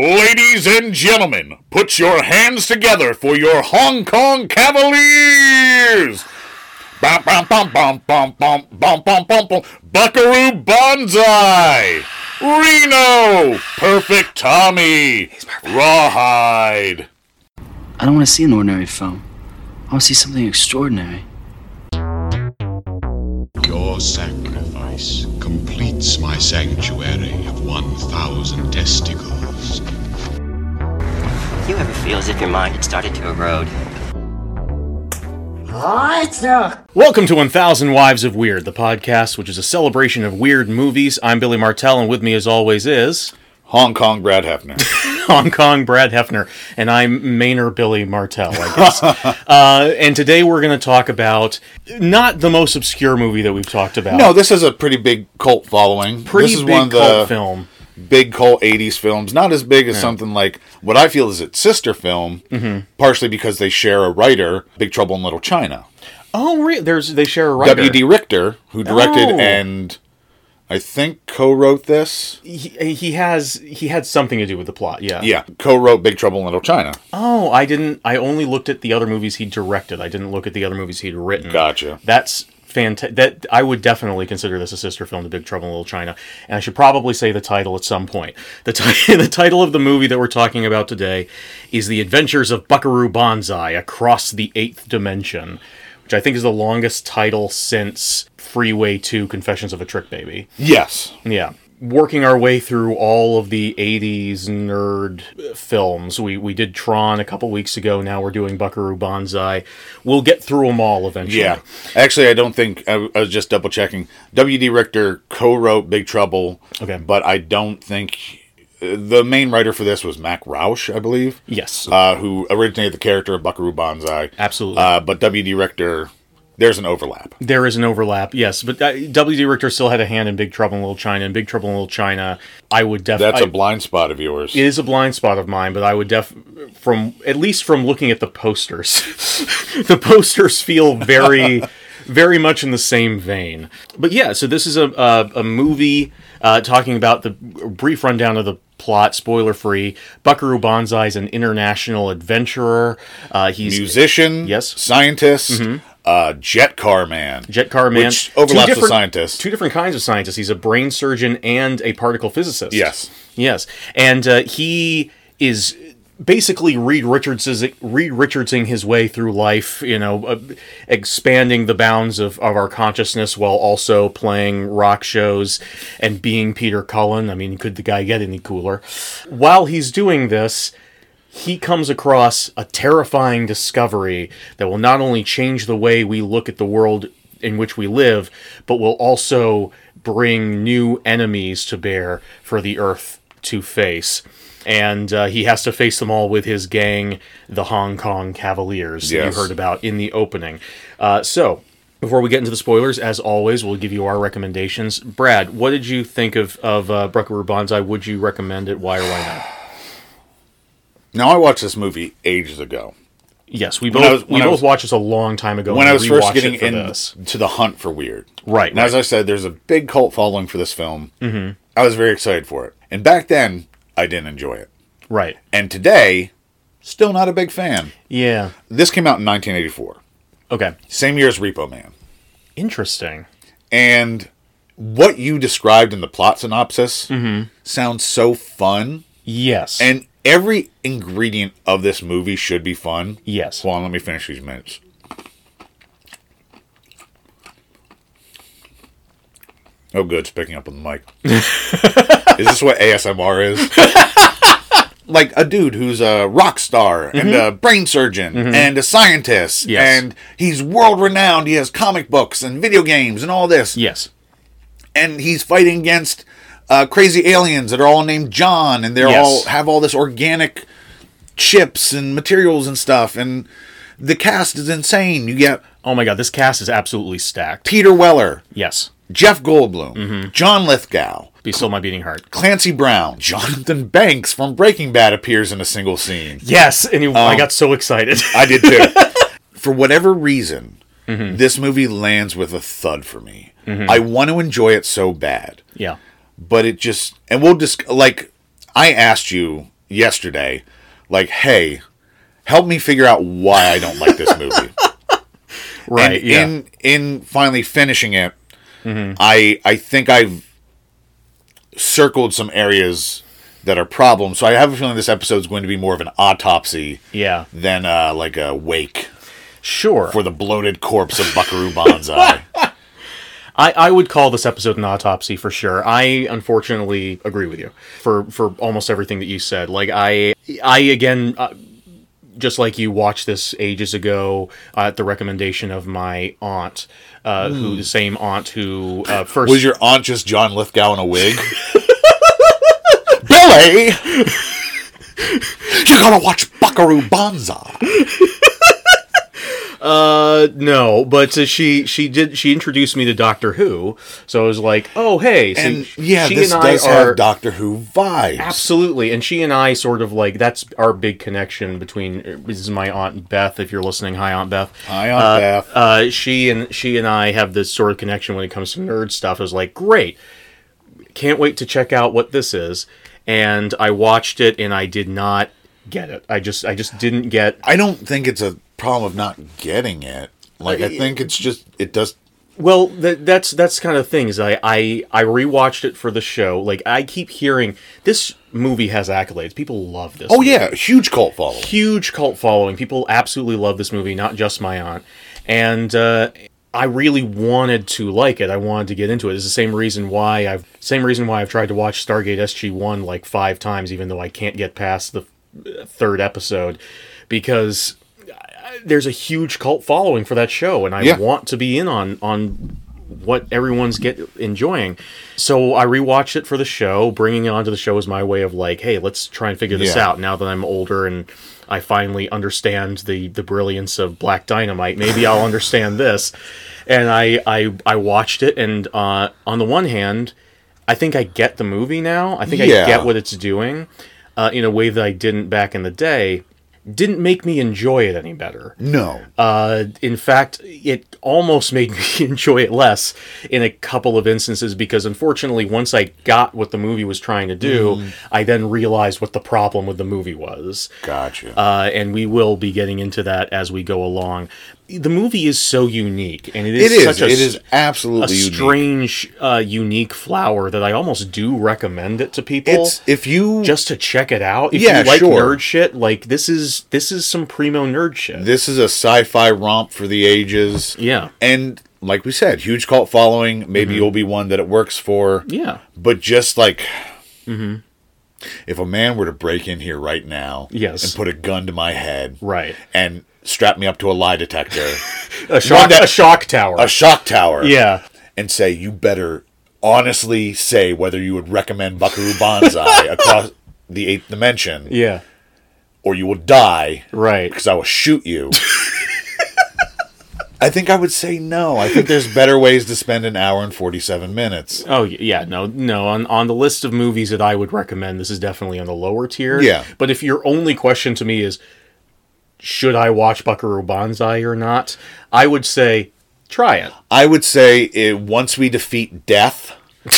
Ladies and gentlemen, put your hands together for your Hong Kong Cavaliers! Bum, bum, bum, bum, bum, bum, bum, bum, bum, bum. Buckaroo Banzai! Reno! Perfect Tommy! Rawhide! I don't want to see an ordinary film. I want to see something extraordinary. Your sacrifice completes my sanctuary of 1,000 testicles. Do you ever feel as if your mind had started to erode? Welcome to 1000 Wives of Weird, the podcast, which is a celebration of weird movies. I'm Billy Martell, and with me, as always, is Hong Kong Brad Hefner. Hong Kong Brad Hefner, and I'm Maynard Billy Martell, I guess. uh, and today we're going to talk about not the most obscure movie that we've talked about. no, this is a pretty big cult following. pretty this is big one of the cult film. big cult 80s films not as big as something like what i feel is its sister film Mm-hmm. partially because they share a writer big trouble in little china Oh, re- there's they share a writer. w.d richter who directed Oh. and i think co-wrote this He, he has he had something to do with the plot. Yeah. yeah co-wrote big trouble in little china Oh, I didn't. I only looked at the other movies he directed. I didn't look at the other movies he'd written. gotcha That's fantastic. That I would definitely consider this a sister film to Big Trouble in Little China, and I should probably say the title at some point. The, ti- the title of the movie that we're talking about today is The Adventures of Buckaroo Banzai Across the Eighth Dimension, which I think is the longest title since Freeway Two: Confessions of a Trick Baby. yes Yeah. Working our way through all of the 80s nerd uh, films. We, we did Tron a couple weeks ago. Now we're doing Buckaroo Banzai. We'll get through them all eventually. yeah actually i don't think i, I was just double checking w.d richter co-wrote big trouble Okay. but i don't think uh, the main writer for this was mac rausch i believe Yes. uh, who originated the character of Buckaroo Banzai. Absolutely. Uh, but W.D. Richter, there's an overlap. There is an overlap, yes, but uh, W.D. Richter still had a hand in Big Trouble in Little China. And Big Trouble in Little China, I would That's definitely a blind spot of yours. it is a blind spot of mine, but I would def from at least from looking at the posters, the posters feel very, very much in the same vein. But yeah, so this is a a, a movie uh, talking about the brief rundown of the plot, spoiler free. Buckaroo Banzai is an international adventurer. Uh, he's Musician, Yes. Mm-hmm. scientist, uh, jet car man. Jet car man. Which overlaps Two with different- scientist. Two different kinds of scientists. He's a brain surgeon and a particle physicist. Yes. Yes. And uh, he is basically Reed Richards Reed Richardsing his way through life, you know, uh, expanding the bounds of, of our consciousness while also playing rock shows and being Peter Cullen. I mean, could the guy get any cooler? While he's doing this, he comes across a terrifying discovery that will not only change the way we look at the world in which we live, but will also bring new enemies to bear for the Earth to face. And uh, he has to face them all with his gang, the Hong Kong Cavaliers, that Yes. you heard about in the opening. Uh, so, before we get into the spoilers, as always, we'll give you our recommendations. Brad, what did you think of of uh, Buckaroo Banzai? Would you recommend it? Why or why not? Now, I watched this movie ages ago. Yes, we When both I was- we when I both was- watched this a long time ago. When and I was rewatched first getting it for into this. the hunt for weird. Right, And as I said, there's a big cult following for this film. Mm-hmm. I was very excited for it. And back then, I didn't enjoy it. right, And today, still not a big fan. yeah, This came out in 1984, okay, same year as Repo Man. interesting. and what you described in the plot synopsis sounds so fun Yes, and every ingredient of this movie should be fun yes, hold on let me finish these minutes oh good it's picking up on the mic is this what asmr is like a dude who's a rock star and a brain surgeon and a scientist Yes. and he's world renowned he has comic books and video games and all this yes, and he's fighting against uh, crazy aliens that are all named John, and they're Yes. all have all this organic chips and materials and stuff, and the cast is insane. You get Oh my God, this cast is absolutely stacked. Peter Weller, Yes, Jeff Goldblum, John Lithgow, be still my beating heart. Clancy Brown, Jonathan Banks from Breaking Bad appears in a single scene. Yes, and he- I got so excited. Um, I did too. for whatever reason, this movie lands with a thud for me. I want to enjoy it so bad. yeah, but it just and we'll just like I asked you yesterday, like, hey, help me figure out why I don't like this movie. Right. And yeah. Mm-hmm. in in finally finishing it, I I think I've circled some areas that are problems. So I have a feeling this episode is going to be more of an autopsy yeah. than uh, like a wake Sure. for the bloated corpse of Buckaroo Banzai. I, I would call this episode an autopsy for sure. I unfortunately agree with you for for almost everything that you said. Like I I again uh, just like you watched this ages ago uh, at the recommendation of my aunt, uh, who the same aunt who uh, first Hmm. Was your aunt just John Lithgow in a wig? Billy, you gotta watch Buckaroo Banzai. Uh, no, but uh, she she did she introduced me to Doctor Who, so I was like, oh hey, so And sh- yeah, she this and I does are- have Doctor Who vibes. Absolutely, and she and I sort of like that's our big connection between. uh, This is my aunt Beth. If you're listening, hi Aunt Beth. Hi, Aunt Uh, Beth. Uh, she and she and I have this sort of connection when it comes to nerd stuff. I was like, great, can't wait to check out what this is. And I watched it, and I did not get it. I just I just didn't get I don't think it's a problem of not getting it. Like Uh, I think it's just it does. Well, th- that's that's kind of things. I, I I rewatched it for the show. Like I keep hearing this movie has accolades. People love this. Oh movie. yeah, huge cult following. huge cult following. People absolutely love this movie. Not just my aunt. And uh, I really wanted to like it. I wanted to get into it. It's the same reason why I've same reason why I've tried to watch Stargate SG One like five times, even though I can't get past the uh, third episode, because uh, there's a huge cult following for that show, and I Yeah. want to be in on on what everyone's get enjoying. So I rewatched it for the show. Bringing it onto the show is my way of like, hey, let's try and figure this Yeah. out now that I'm older and I finally understand the the brilliance of Black Dynamite. Maybe I'll understand this. And I I I watched it, and uh, on the one hand, I think I get the movie now. I think Yeah. I get what it's doing uh, in a way that I didn't back in the day. Didn't make me enjoy it any better. No, Uh, in fact, it almost made me enjoy it less in a couple of instances because, unfortunately, once I got what the movie was trying to do, Mm-hmm. I then realized what the problem with the movie was. gotcha. Uh, and we will be getting into that as we go along. The movie is so unique, and it it is, is. such a It is a absolutely unique. strange, uh, unique flower that I almost do recommend it to people It's if you just just to check it out. If Yeah, you like sure. nerd shit, like this is this is some primo nerd shit. this is a sci-fi romp for the ages. Yeah. and like we said, huge cult following. Mm-hmm. Maybe you'll be one that it works for. yeah, but just like. Mm-hmm. If a man were to break in here right now Yes. and put a gun to my head Right. and strap me up to a lie detector, a shock, that- a shock tower. a shock tower, yeah, and say you better honestly say whether you would recommend Buckaroo Banzai across the eighth dimension, yeah, or you will die right. because I will shoot you. I think I would say no. I think there's better ways to spend an hour and forty-seven minutes. Oh y- yeah, no, no. On on the list of movies that I would recommend, this is definitely on the lower tier. Yeah. But if your only question to me is, should I watch Buckaroo Banzai or not? I would say, try it. I would say it, once we defeat death.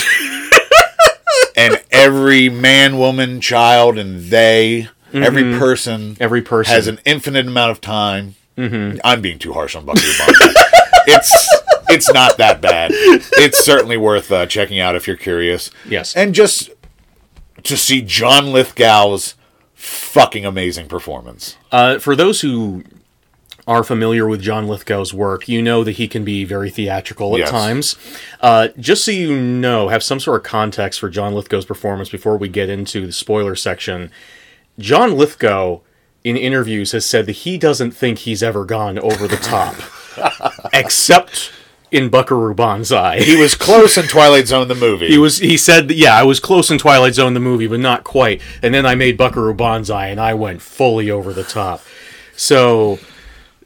and every man, woman, child, and they, every person, Mm-hmm. Every person Mm-hmm. has an infinite amount of time. I'm being too harsh on Buckaroo Banzai. it's it's not that bad. It's certainly worth uh, checking out if you're curious. Yes. and just to see John Lithgow's fucking amazing performance. Uh, for those who are familiar with John Lithgow's work, you know that he can be very theatrical at Yes. times. Uh, just so you know, have some sort of context for John Lithgow's performance before we get into the spoiler section. John Lithgow, in interviews, has said that he doesn't think he's ever gone over the top, except in Buckaroo Banzai. He was close in Twilight Zone the movie. He was. He said, that, "Yeah, I was close in Twilight Zone the movie, but not quite." And then I made Buckaroo Banzai, and I went fully over the top. So,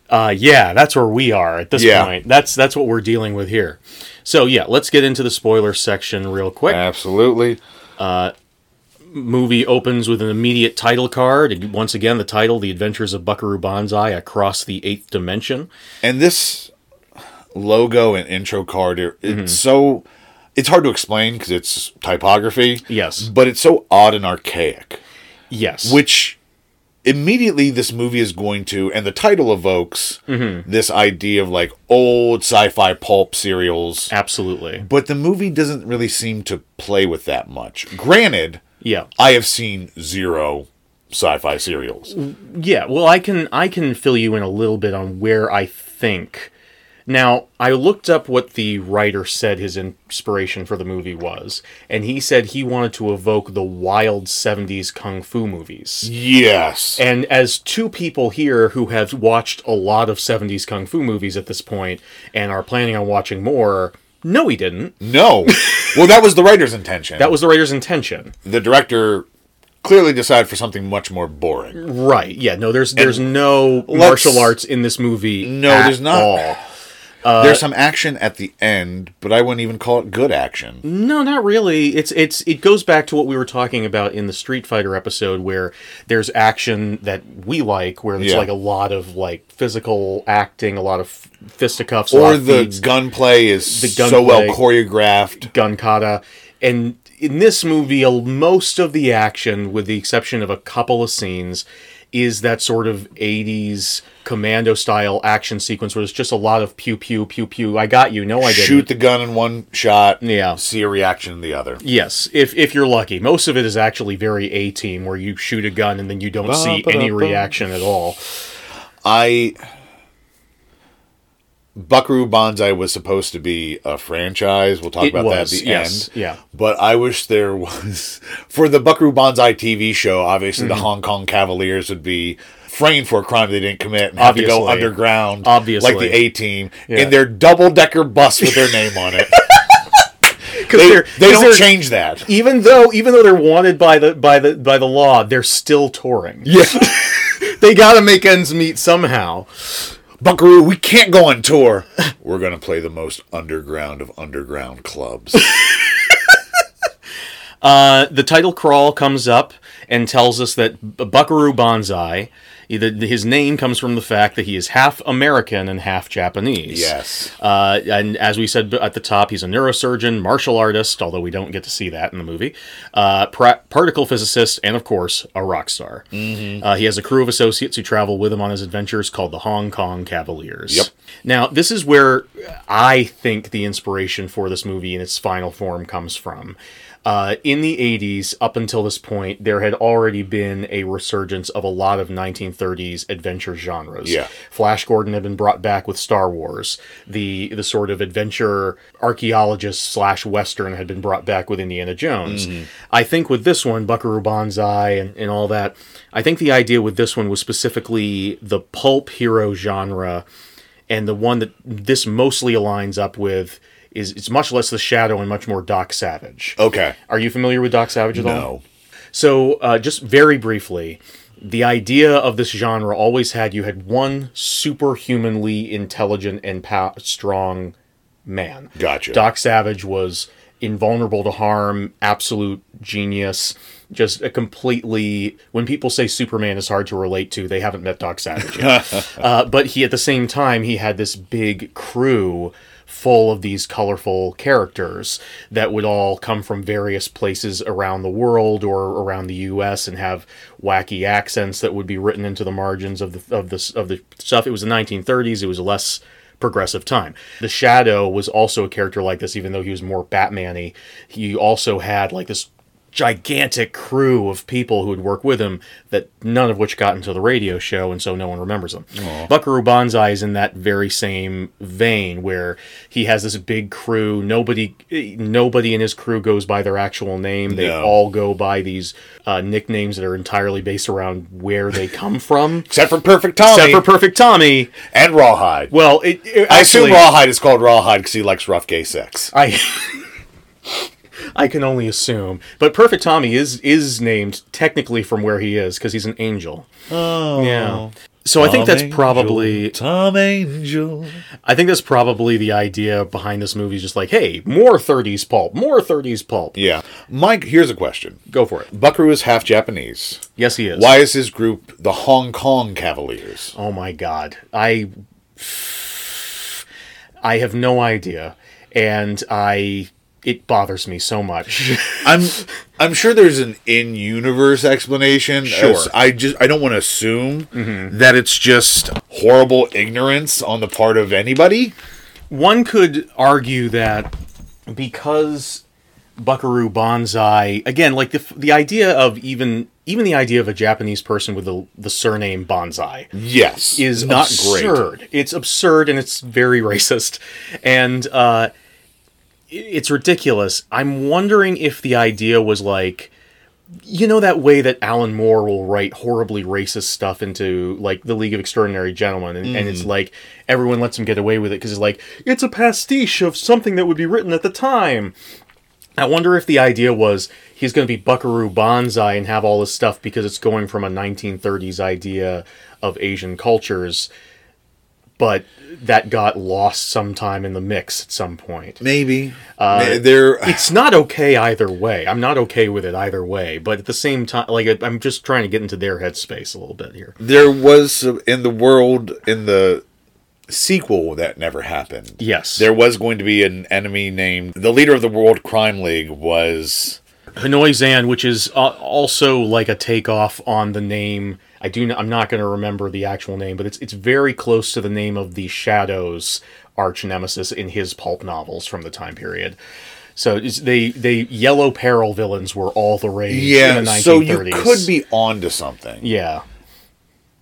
uh, yeah, that's where we are at this Yeah. point. That's that's what we're dealing with here. So, yeah, let's get into the spoiler section real quick. Uh. absolutely. movie opens with an immediate title card. And Once again, the title, "The Adventures of Buckaroo Banzai Across the Eighth Dimension." and this logo and intro card are- it's Mm-hmm. so it's hard to explain because it's typography Yes. but it's so odd and archaic Yes. which immediately this movie is going to and the title evokes Mm-hmm. this idea of like old sci-fi pulp serials absolutely. but the movie doesn't really seem to play with that much granted Yeah. i have seen zero sci-fi serials Yeah, well, I can I can fill you in a little bit on where I think. Now, I looked up what the writer said his inspiration for the movie was, and he said he wanted to evoke the wild 70s kung fu movies. yes And as two people here who have watched a lot of 70s kung fu movies at this point and are planning on watching more, no, he didn't. no well that was the writer's intention That was the writer's intention. the director clearly decided for something much more boring Right. Yeah, no there's there's no let's- martial arts in this movie. No, at there's not. Uh, all. there's some action at the end but i wouldn't even call it good action No, not really. It's it's it goes back to what we were talking about in the Street Fighter episode, where there's action that we like, where there's Yeah. like a lot of like physical acting, a lot of f- fisticuffs, a lot or of the feats, gunplay is The so well gunplay. choreographed gun kata, and in this movie, a- most of the action, with the exception of a couple of scenes, is that sort of '80s commando style action sequence where there's just a lot of pew pew pew pew. I got you. No, Oh, I didn't. shoot the gun in one shot, Yeah. see a reaction in the other. Yes, if if you're lucky. Most of it is actually very A team where you shoot a gun and then you don't see any Ba-ba-da-bum. reaction at all. I Buckaroo Banzai was supposed to be a franchise. We'll talk It about was, that at the yes, end. yeah. But I wish there was for the Buckaroo Banzai TV show, obviously Mm-hmm. the Hong Kong Cavaliers would be framed for a crime they didn't commit and have to go Obviously. underground Obviously. like the A team Yeah. in their double decker bus with their name on it. Because they they don't change that. Even though even though they're wanted by the by the by the law, they're still touring. Yeah. They got to make ends meet somehow. Buckaroo, we can't go on tour. We're gonna play the most underground of underground clubs. Uh, the title crawl comes up and tells us that B- Buckaroo Banzai, either his name comes from the fact that he is half American and half Japanese. Yes. Uh, and as we said at the top, he's a neurosurgeon, martial artist, although we don't get to see that in the movie, uh, pra- particle physicist, and of course, a rock star. Uh, he has a crew of associates who travel with him on his adventures called the Hong Kong Cavaliers. Yep. Now, this is where I think the inspiration for this movie in its final form comes from. Uh, in the 80s, up until this point, there had already been a resurgence of a lot of 1930s adventure genres. Yeah. Flash Gordon had been brought back with Star Wars. The the sort of adventure archaeologist slash western had been brought back with Indiana Jones. Mm-hmm. I think with this one, Buckaroo Banzai and, and all that, I think the idea with this one was specifically the pulp hero genre, and the one that this mostly aligns up with is it's much less the shadow and much more Doc Savage. Okay. Are you familiar with Doc Savage at all? Oh. No. So, uh, just very briefly, the idea of this genre always had you had one superhumanly intelligent and pow- strong man. Gotcha. Doc Savage was invulnerable to harm, absolute genius, just a completely. When people say Superman is hard to relate to, they haven't met Doc Savage yet. uh, but he, at the same time, he had this big crew full of these colorful characters that would all come from various places around the world or around the US and have wacky accents that would be written into the margins of the of the of the stuff it was the 1930s it was less progressive time. The Shadow was also a character like this, even though he was more Batman-y. He also had like this gigantic crew of people who would work with him that none of which got into the radio show and so no one remembers them. Buckaroo Banzai is in that very same vein where he has this big crew nobody nobody in his crew goes by their actual name they No. all go by these uh, nicknames that are entirely based around where they come from Except for Perfect Tommy except for Perfect Tommy and Rawhide. well it, it I assume actually- Rawhide is called Rawhide because he likes rough gay sex. I I can only assume. But Perfect Tommy is is named technically from where he is because he's an angel. Oh. Yeah. So I think that's probably Tom Angel. I think that's probably the idea behind this movie is just like, hey, more 30s pulp, more 30s pulp. Yeah. Mike, here's a question. Go for it. Buckaroo is half Japanese. Yes, he is. Why is his group the Hong Kong Cavaliers? Oh my god. I I have no idea. And I it bothers me so much. I'm I'm sure there's an in-universe explanation. Sure. As- I just I don't want to assume Mm-hmm. that it's just horrible ignorance on the part of anybody. One could argue that because Buckaroo Banzai again, like the f- the idea of even even the idea of a Japanese person with the the surname Banzai Yes. is not absurd. It's absurd and it's very racist, and uh, i- it's ridiculous. I'm wondering if the idea was like, you know, that way that Alan Moore will write horribly racist stuff into like the League of Extraordinary Gentlemen, and, and it's like everyone lets him get away with it because it's like it's a pastiche of something that would be written at the time. I wonder if the idea was he's going to be Buckaroo Banzai and have all this stuff because it's going from a 1930s idea of Asian cultures, but that got lost sometime in the mix at some point. Maybe. Uh, there. It's not okay either way. I'm not okay with it either way, but at the same time, like I- I'm just trying to get into their headspace a little bit here. There was uh, in the world in the sequel that never happened. Yes, There was going to be an enemy named the leader of the World Crime League was Hanoi Zan, which is uh, also like a takeoff on the name. I do. Not, I'm not going to remember the actual name, but it's it's very close to the name of the Shadows arch nemesis in his pulp novels from the time period. So it's, they they yellow peril villains were all the rage. in the 1930s. so you could be onto something. Yeah,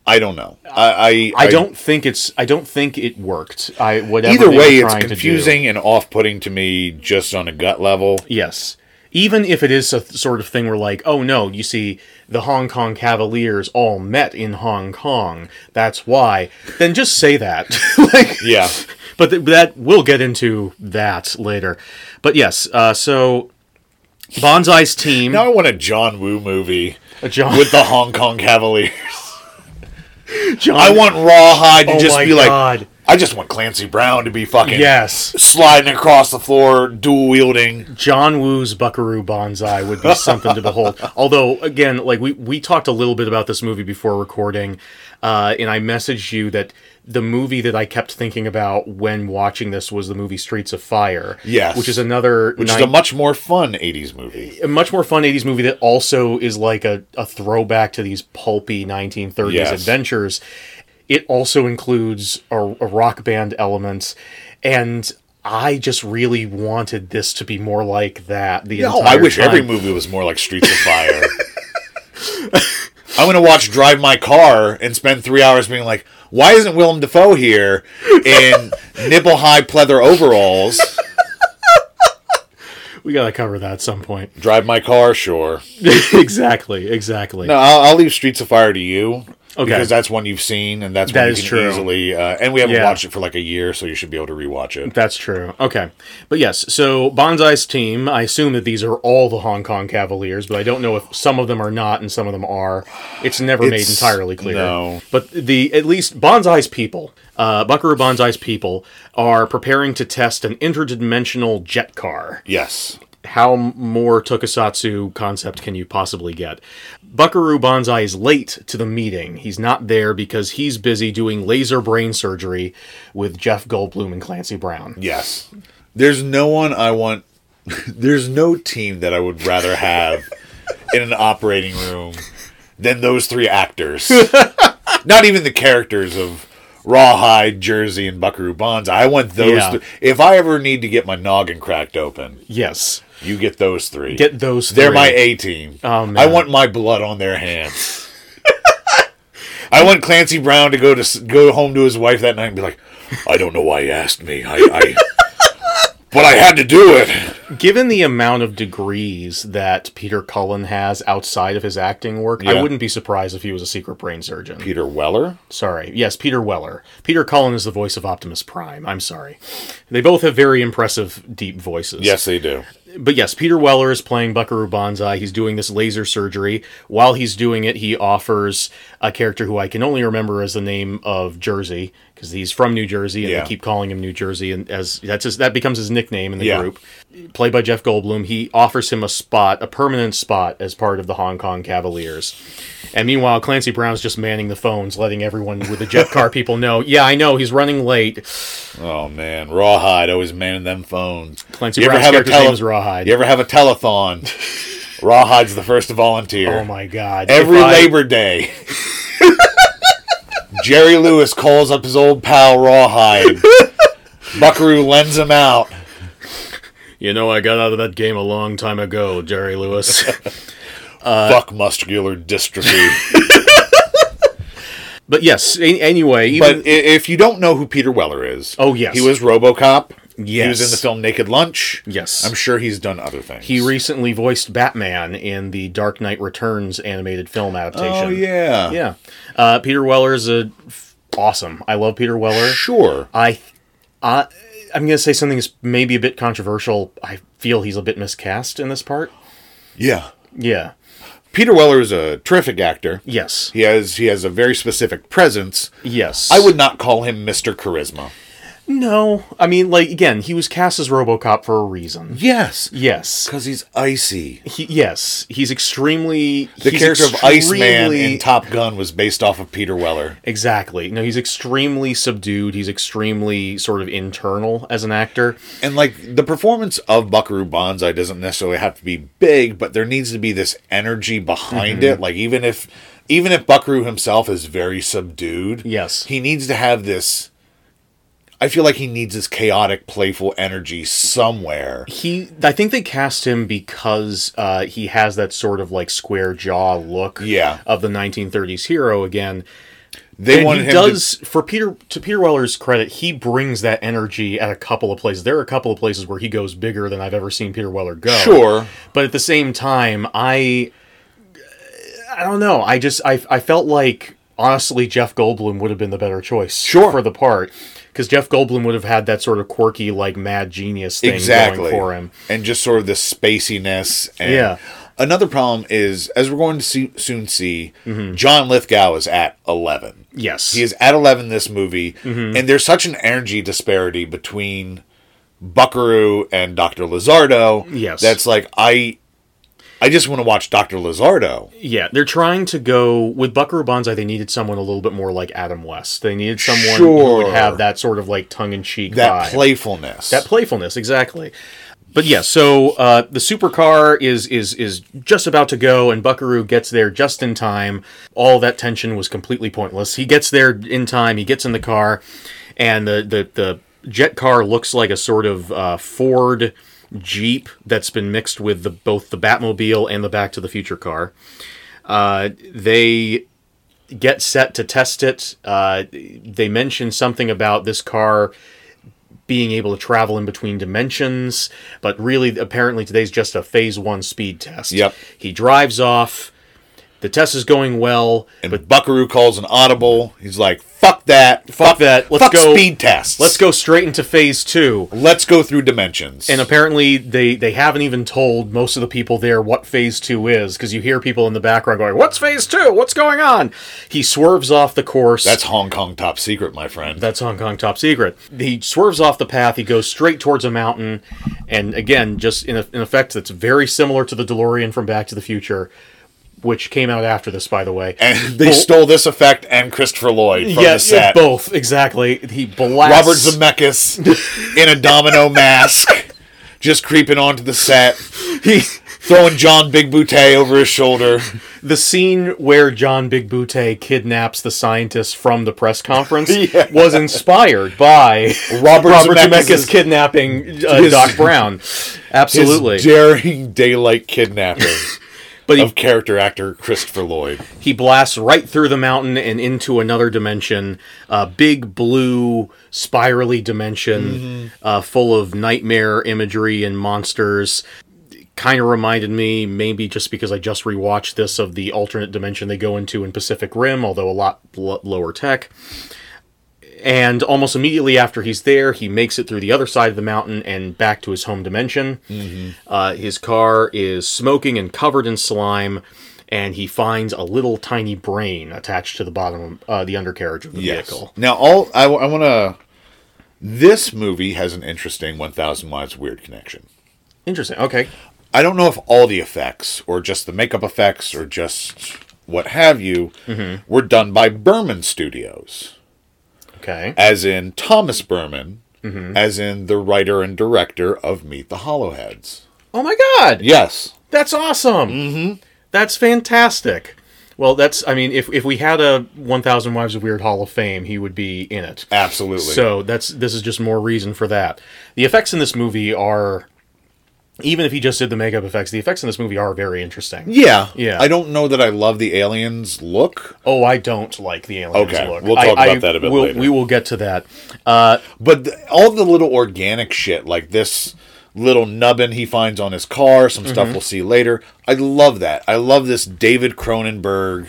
I don't know. I I, I, don't think it's. I don't think it worked. I whatever. Either they way, were it's trying to do. confusing and off-putting to me just on a gut level. Yes. Even if it is a th- sort of thing where, like, oh no, you see, the Hong Kong Cavaliers all met in Hong Kong. That's why. Then just say that. like, Yeah. but th- that we'll get into that later. But yes, uh, so Bonsai's team, Now I want a John Woo movie uh, John, with the Hong Kong Cavaliers. John, I want Rawhide to Oh just my be like, God. I just want Clancy Brown to be fucking yes, sliding across the floor, dual wielding. John Woo's Buckaroo Banzai would be something to behold. Although, again, like we we talked a little bit about this movie before recording, uh, and I messaged you that the movie that I kept thinking about when watching this was the movie Streets of Fire. Yes. which is another Which nine- is a much more fun 80s movie. a much more fun 80s movie that also is like a, a throwback to these pulpy 1930s Yes. adventures. It also includes a, a rock band element. And I just really wanted this to be more like that. The No, Oh, I entire wish every time. movie was more like Streets of Fire. I'm going to watch Drive My Car and spend three hours being like, why isn't Willem Dafoe here in nipple high pleather overalls? We got to cover that at some point. Drive My Car, sure. exactly, exactly. No, I'll, I'll leave Streets of Fire to you. Okay. Because that's one you've seen, and that's That one you is can true. easily. Uh, and we haven't Yeah. watched it for like a year, so you should be able to rewatch it. That's true. Okay. But yes, so Bonsai's team, I assume that these are all the Hong Kong Cavaliers, but I don't know if some of them are not and some of them are. It's never made It's- entirely clear. no. But the at least Bonsai's people, uh, Buckaroo Bonsai's people, are preparing to test an interdimensional jet car. Yes. How more tokusatsu concept can you possibly get? Buckaroo Banzai is late to the meeting. He's not there because he's busy doing laser brain surgery with Jeff Goldblum and Clancy Brown. Yes. There's no one I want. There's no team that I would rather have in an operating room than those three actors. Not even the characters of Rawhide, Jersey, and Buckaroo Bonds. I want those. Yeah. Th- if I ever need to get my noggin cracked open, Yes. you get those three. Get those three. Oh, They're my A team. I want my blood on their hands. I want Clancy Brown to go to s- go home to his wife that night and be like, "I don't know why you asked me. I, I but I had to do it." Given the amount of degrees that Peter Cullen has outside of his acting work, I Yeah. wouldn't be surprised if he was a secret brain surgeon. Peter Weller. sorry. Yes, Peter Weller. Peter Cullen is the voice of Optimus Prime. I'm sorry. They both have very impressive deep voices. Yes, they do. but yes, Peter Weller is playing Buckaroo Banzai. He's doing this laser surgery. While he's doing it, he offers a character who I can only remember as the name of Jersey because he's from New Jersey, and Yeah. they keep calling him New Jersey, and as that's his, that becomes his nickname in the Yeah. group. Played by Jeff Goldblum, he offers him a spot, a permanent spot, as part of the Hong Kong Cavaliers. And meanwhile, Clancy Brown's just manning the phones, letting everyone with the jet car people know, yeah, I know he's running late. Oh man, Rawhide always manning them phones. Clancy Brown's character's name is Rawhide. You ever have a telethon? Rawhide's the first to volunteer. Oh my god! Every If I- Labor Day, Jerry Lewis calls up his old pal Rawhide. Buckaroo lends him out. You know, I got out of that game a long time ago, Jerry Lewis. Uh, Fuck muscular dystrophy. but yes, a- anyway, but even i- if you don't know who Peter Weller is, Oh, yes. he was RoboCop. he Yes. was in the film Naked Lunch. Yes. I'm sure he's done other things. he recently voiced Batman in the Dark Knight Returns animated film adaptation. oh yeah, yeah. Uh, Peter Weller is a f- awesome. I love Peter Weller. sure. I, I, I'm gonna say something that's maybe a bit controversial. I feel he's a bit miscast in this part. Yeah, Yeah. Peter Weller is a terrific actor. Yes. He has he has a very specific presence. Yes. I would not call him Mr. Charisma. No. I mean, like again, he was cast as RoboCop for a reason. Yes, Yes. because he's icy. He, yes, he's extremely The he's character of Iceman extremely- in Top Gun was based off of Peter Weller. exactly. No, he's extremely subdued. He's extremely sort of internal as an actor. And like the performance of Buckaroo Banzai doesn't necessarily have to be big, but there needs to be this energy behind it. Like even if even if Buckaroo himself is very subdued, Yes. he needs to have this. I feel like he needs this chaotic, playful energy somewhere. He, I think they cast him because uh, he has that sort of like square jaw look Yeah. of the 1930s hero again. They and wanted he him to does for Peter to Peter Weller's credit, he brings that energy at a couple of places. There are a couple of places where he goes bigger than I've ever seen Peter Weller go. Sure. but at the same time i i don't know i just i, I felt like honestly jeff goldblum would have been the better choice Sure. for the part because jeff goldblum would have had that sort of quirky like mad genius thing exactly going for him and just sort of the spaciness and Yeah. another problem is as we're going to see, soon see john lithgow is at 11 yes he is at 11 this movie Mm-hmm. and there's such an energy disparity between buckaroo and dr lizardo Yes. that's like i i just want to watch dr lizardo yeah they're trying to go with buckaroo banzai they needed someone a little bit more like adam west they needed someone who Sure. would have that sort of like tongue-in-cheek that vibe. playfulness that playfulness exactly but yeah so uh, the supercar is is is just about to go and buckaroo gets there just in time all that tension was completely pointless he gets there in time he gets in the car and the the, the jet car looks like a sort of uh, ford jeep that's been mixed with the both the batmobile and the back to the future car uh, they get set to test it uh, they mention something about this car being able to travel in between dimensions, but really, apparently, today's just a phase one speed test. Yep. He drives off. The test is going well. and buckaroo calls an audible he's like fuck that fuck, that, let's fuck go- speed tests Let's go straight into phase two. let's go through dimensions And apparently, they, they haven't even told most of the people there what phase two is because you hear people in the background going, What's phase two? What's going on? He swerves off the course. that's hong kong top secret my friend That's Hong Kong top secret. He swerves off the path. He goes straight towards a mountain, and again, just in, a, in effect, that's very similar to the DeLorean from Back to the Future, which came out after this, by the way. And they Bel- stole this effect and Christopher Lloyd from yeah, the set. both exactly. He blasts Robert Zemeckis in a domino mask, just creeping onto the set, throwing John Big Boutte over his shoulder. the scene where John Big Butte kidnaps the scientist from the press conference was inspired by Robert, Robert Zemeckis Zemeckis' kidnapping uh, his- Doc Brown. his Absolutely, daring daylight kidnapping but he of character actor Christopher Lloyd. he blasts right through the mountain and into another dimension a big blue spirally dimension uh, full of nightmare imagery and monsters kind of reminded me maybe just because i just rewatched this of the alternate dimension they go into in pacific rim although a lot l- lower tech And almost immediately after he's there, he makes it through the other side of the mountain and back to his home dimension. Uh, his car is smoking and covered in slime, and he finds a little tiny brain attached to the bottom, uh, the undercarriage of the vehicle. Now, all I, want to. This movie has an interesting 1,000 Lives Weird connection. Interesting. Okay. I don't know if all the effects, or just the makeup effects, or just what have you, Mm-hmm. were done by Berman Studios, Okay. as in Thomas Berman, Mm-hmm. as in the writer and director of Meet the Hollowheads. Oh my God. Yes. That's awesome. Mm-hmm. That's fantastic. Well, that's. I mean, if if we had a 1,000 Wives of Weird Hall of Fame, he would be in it. Absolutely. So that's this is just more reason for that. The effects in this movie are, even if he just did the makeup effects, the effects in this movie are very interesting. yeah. Yeah. I don't know that I love the aliens look, Oh, I don't like the aliens Okay, look. we'll I- talk I about that a bit will- later. We will get to that. but th- all the little organic shit, like this little nubbin he finds on his car, some stuff Mm-hmm. we'll see later. I love that. I love this David Cronenberg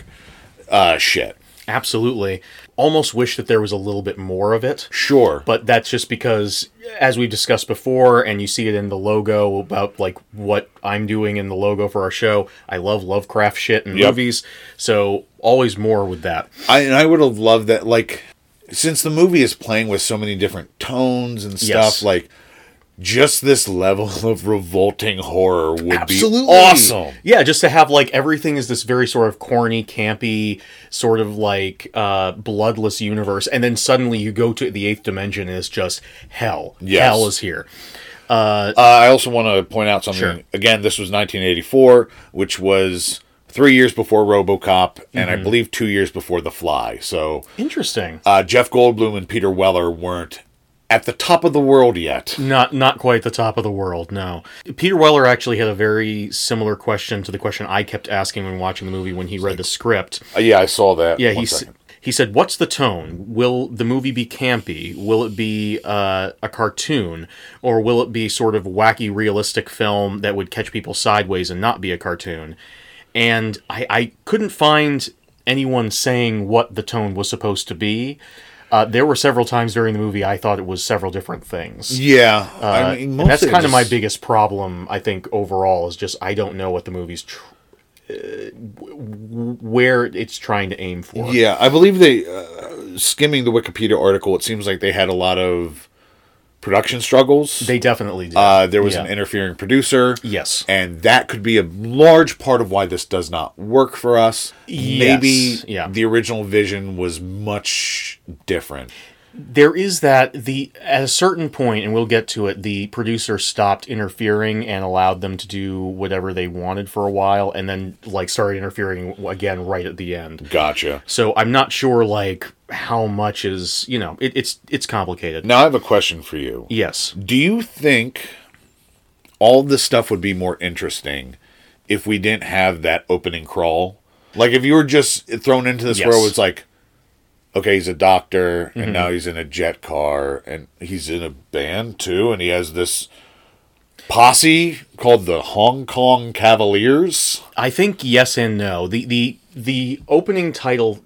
uh, shit. Absolutely. Almost wish that there was a little bit more of it. Sure. but that's just because as we discussed before and you see it in the logo about like what i'm doing in the logo for our show i love lovecraft shit and Yep. movies so always more with that I and I would have loved that like since the movie is playing with so many different tones and stuff Yes. like just this level of revolting horror would be awesome. awesome yeah just to have like everything is this very sort of corny campy sort of like uh bloodless universe and then suddenly you go to the eighth dimension and it's just hell Yes. hell is here Uh, I also want to point out something. Sure. Again, this was 1984, which was 3 years before RoboCop and Mm-hmm. I believe 2 years before The Fly. So, interesting uh, Jeff Goldblum and Peter Weller weren't at the top of the world yet. Not not quite the top of the world, no. Peter Weller actually had a very similar question to the question I kept asking when watching the movie when he read the script. Uh, yeah, I saw that. Mm-hmm. Yeah, One he s- second. he said, "What's the tone? Will the movie be campy? Will it be uh, a cartoon, or will it be sort of wacky, realistic film that would catch people sideways and not be a cartoon?" And I, I couldn't find anyone saying what the tone was supposed to be. Uh, there were several times during the movie I thought it was several different things. Yeah, Uh, I mean, and mostly that's it kind of my just- biggest problem, I think, overall, is just I don't know what the movie's tr- uh, w- where it's trying to aim for. Yeah, I believe they, uh, skimming the Wikipedia article, it seems like they had a lot of production struggles. They definitely do. uh, there was Yeah. an interfering producer. Yes. And that could be a large part of why this does not work for us. Maybe Yes, yeah. the original vision was much different. there is that the at a certain point, and we'll get to it. The producer stopped interfering and allowed them to do whatever they wanted for a while, and then like started interfering again right at the end. Gotcha. So I'm not sure like how much is you know it, it's it's complicated. Now I have a question for you. Yes. Do you think all this stuff would be more interesting if we didn't have that opening crawl? Like if you were just thrown into this Yes. Mm-hmm. world, it's like, okay, he's a doctor, and now he's in a jet car, and he's in a band too, and he has this posse called the Hong Kong Cavaliers. I think yes and no. The the the opening title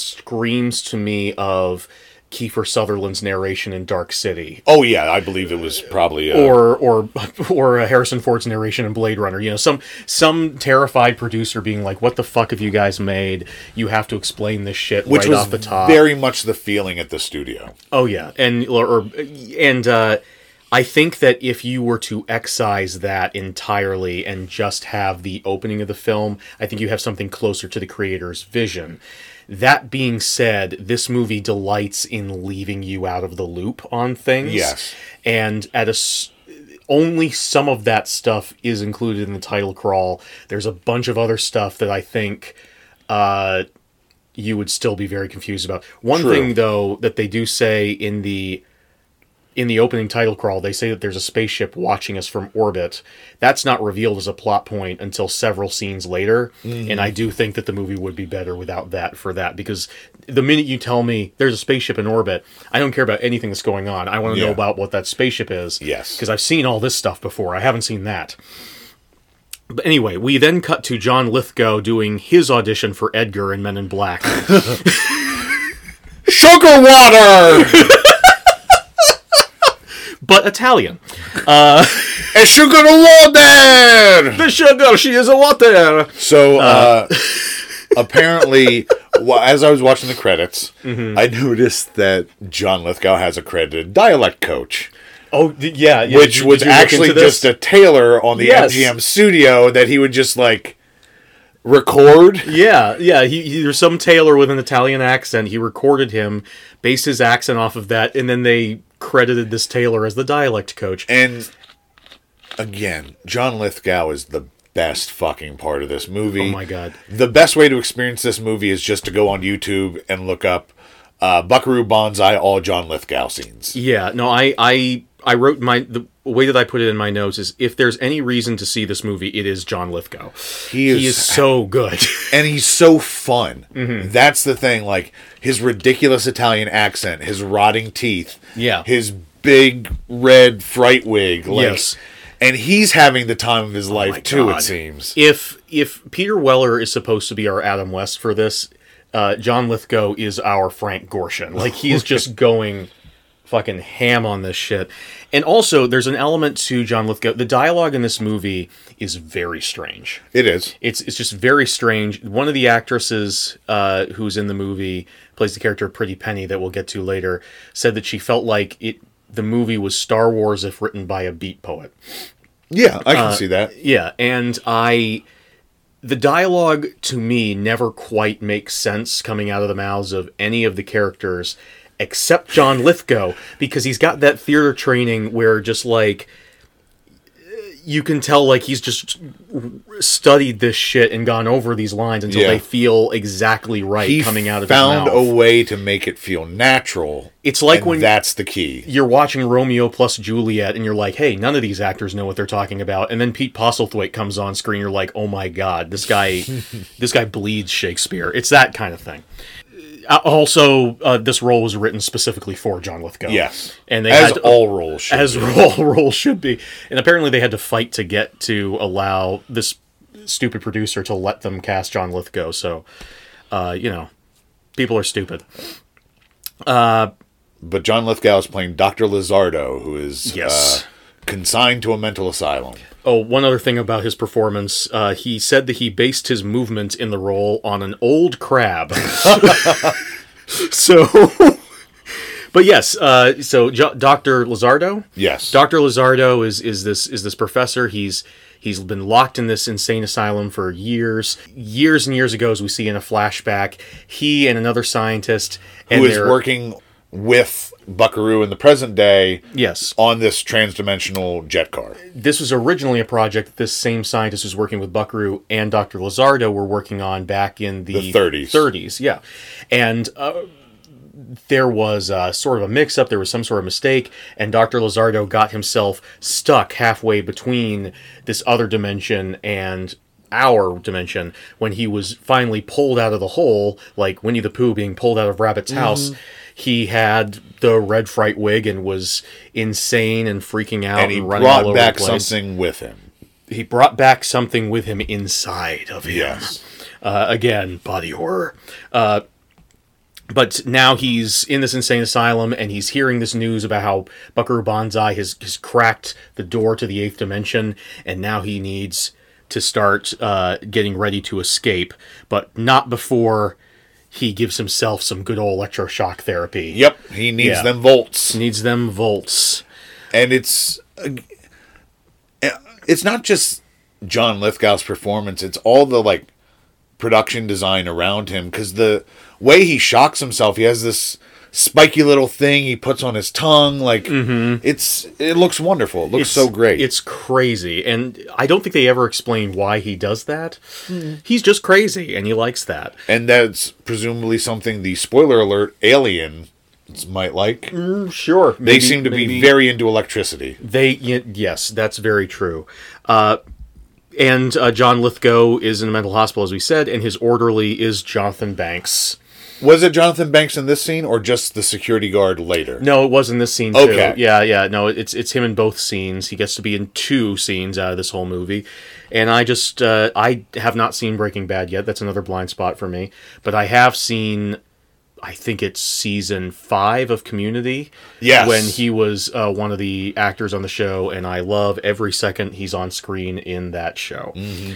screams to me of Kiefer Sutherland's narration in Dark City. Oh yeah, I believe it was probably uh, a, Or, or, or a Harrison Ford's narration in Blade Runner. You know, some some terrified producer being like, "What the fuck have you guys made? You have to explain this shit which right was off the top." very much the feeling at the studio. Oh yeah, and or, or and uh, I think that if you were to excise that entirely and just have the opening of the film, I think you have something closer to the creator's vision. That being said, this movie delights in leaving you out of the loop on things. Yes. and at a. s- Only some of that stuff is included in the title crawl. There's a bunch of other stuff that I think uh, you would still be very confused about. One True. thing though that they do say in the in the opening title crawl, they say that there's a spaceship watching us from orbit. That's not revealed as a plot point until several scenes later, and I do think that the movie would be better without that for that because the minute you tell me there's a spaceship in orbit, I don't care about anything that's going on. I want to Yeah. know about what that spaceship is. Yes. Because I've seen all this stuff before. I haven't seen that. But anyway, we then cut to John Lithgow doing his audition for Edgar in Men in Black. Sugar water! but Italian. A sugar water! The sugar, she is a water. So uh, apparently, wa- as I was watching the credits, Mm-hmm. I noticed that John Lithgow has a credited dialect coach, Oh d- yeah, yeah. which Did- was did you look actually into this? just a tailor on the Yes. MGM studio that he would just like record. Yeah, yeah. He, he there's some tailor with an Italian accent. He recorded him, based his accent off of that, and then they credited this tailor as the dialect coach. And again, John Lithgow is the best fucking part of this movie. Oh my God. The best way to experience this movie is just to go on YouTube and look up uh, Buckaroo Banzai all John Lithgow scenes. Yeah, no, I I I wrote my the way that I put it in my notes is if there's any reason to see this movie, it is John Lithgow. He is, He is so good. and he's so fun. Mm-hmm. That's the thing. Like his ridiculous Italian accent, his rotting teeth, Yeah. his big red fright wig. Like, Yes. Oh and he's having the time of his life too. God. It seems. if if Peter Weller is supposed to be our Adam West for this, uh, John Lithgow is our Frank Gorshin. Like he is just going fucking ham on this shit. And also, there's an element to John Lithgow. The dialogue in this movie is very strange. It is. It's it's just very strange. One of the actresses uh, who's in the movie plays the character Pretty Penny that we'll get to later said that she felt like it. The movie was Star Wars if written by a beat poet. Yeah, I Uh, can see that. Yeah, and I the dialogue to me never quite makes sense coming out of the mouths of any of the characters except John Lithgow because he's got that theater training where just like you can tell like he's just studied this shit and gone over these lines until Yeah. they feel exactly right He coming out of found his mouth. a way to make it feel natural. It's like and when- that's the key. you're watching Romeo plus Juliet and you're like, hey, none of these actors know what they're talking about. And then Pete Postlethwaite comes on screen, you're like, oh my god, this guy, this guy bleeds Shakespeare. It's that kind of thing. Uh, Also, uh, this role was written specifically for John Lithgow. Yes, and they as had to- all roles should. as role role should be. And apparently, they had to fight to get to allow this stupid producer to let them cast John Lithgow. So, uh, you know, people are stupid. but John Lithgow is playing Doctor Lizardo, who is Yes. uh, consigned to a mental asylum. Oh, one other thing about his performance. Uh, he said that he based his movement in the role on an old crab. so, but yes, uh, so jo- Dr. Lizardo? Yes, Dr. Lizardo is, is this is this professor. He's he's been locked in this insane asylum for years. Years and years ago, as we see in a flashback, he and another scientist and who is they're- working with Buckaroo in the present day Yes. on this transdimensional jet car. this was originally a project that this same scientist was working with Buckaroo and Dr. Lizardo were working on back in The the, 30s. 30s, yeah. And uh, there was uh, sort of a mix up, there was some sort of mistake, and Dr. Lizardo got himself stuck halfway between this other dimension and our dimension when he was finally pulled out of the hole, like Winnie the Pooh being pulled out of Rabbit's house. He had the red fright wig and was insane and freaking out And and, he running all brought over back the place. something with him. He brought back something with him inside of him. Yes. Uh, again, body horror. Uh, but now he's in this insane asylum and he's hearing this news about how Buckaroo Banzai has, has cracked the door to the eighth dimension and now he needs to start uh, getting ready to escape, but not before he gives himself some good old electroshock therapy. Yep, he needs Yeah. them volts, Needs them volts. and it's uh, it's not just John Lithgow's performance; it's all the like production design around him because the way he shocks himself, he has this spiky little thing he puts on his tongue. Like it's it looks wonderful. It looks so great. Mm-hmm. It's crazy. And I don't think they ever explain why he does that. He's just crazy and he likes that. And that's presumably something the spoiler alert alien might like. Mm-hmm. They Sure. They seem to be very into electricity. They y- yes, that's very true. Uh and uh, John Lithgow is in a mental hospital, as we said, and his orderly is Jonathan Banks. Was it Jonathan Banks in this scene or just the security guard later? No, it was in this scene too. Okay. Yeah, yeah. No, it's it's him in both scenes. He gets to be in two scenes out of this whole movie. And I just uh, I have not seen Breaking Bad yet. That's another blind spot for me. But I have seen I think it's season five of Community. Yes. When he was uh, one of the actors on the show, and I love every second he's on screen in that show. Mm-hmm.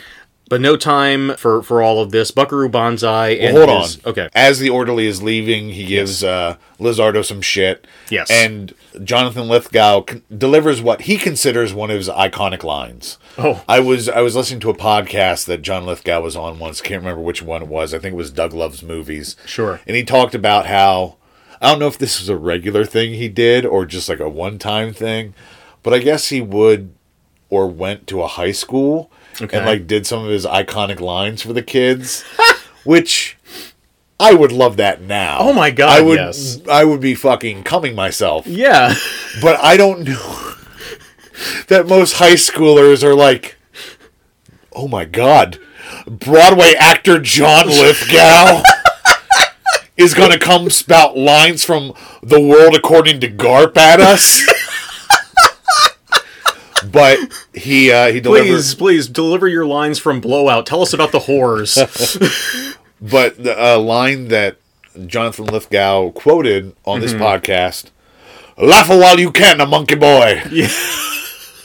But no time for, for all of this. Buckaroo Banzai and Well, hold his- on. Okay. As the orderly is leaving, he gives uh, Lizardo some shit. Yes. And Jonathan Lithgow c- delivers what he considers one of his iconic lines. Oh. I was I was listening to a podcast that John Lithgow was on once. Can't remember which one it was. I think it was Doug Loves Movies. Sure. And he talked about how I don't know if this was a regular thing he did or just like a one time thing, but I guess he would or went to a high school Okay. and like did some of his iconic lines for the kids, which I would love that now. Oh my God, I would yes. I would be fucking coming myself. Yeah. But I don't know that most high schoolers are like Oh my god. Broadway actor John Lithgow is going to come spout lines from The World According to Garp at us. but he uh, he delivers Please, please deliver your lines from Blowout. Tell us about the horrors. But the uh, line that Jonathan Lithgow quoted on this podcast laugh while you can, a monkey boy. that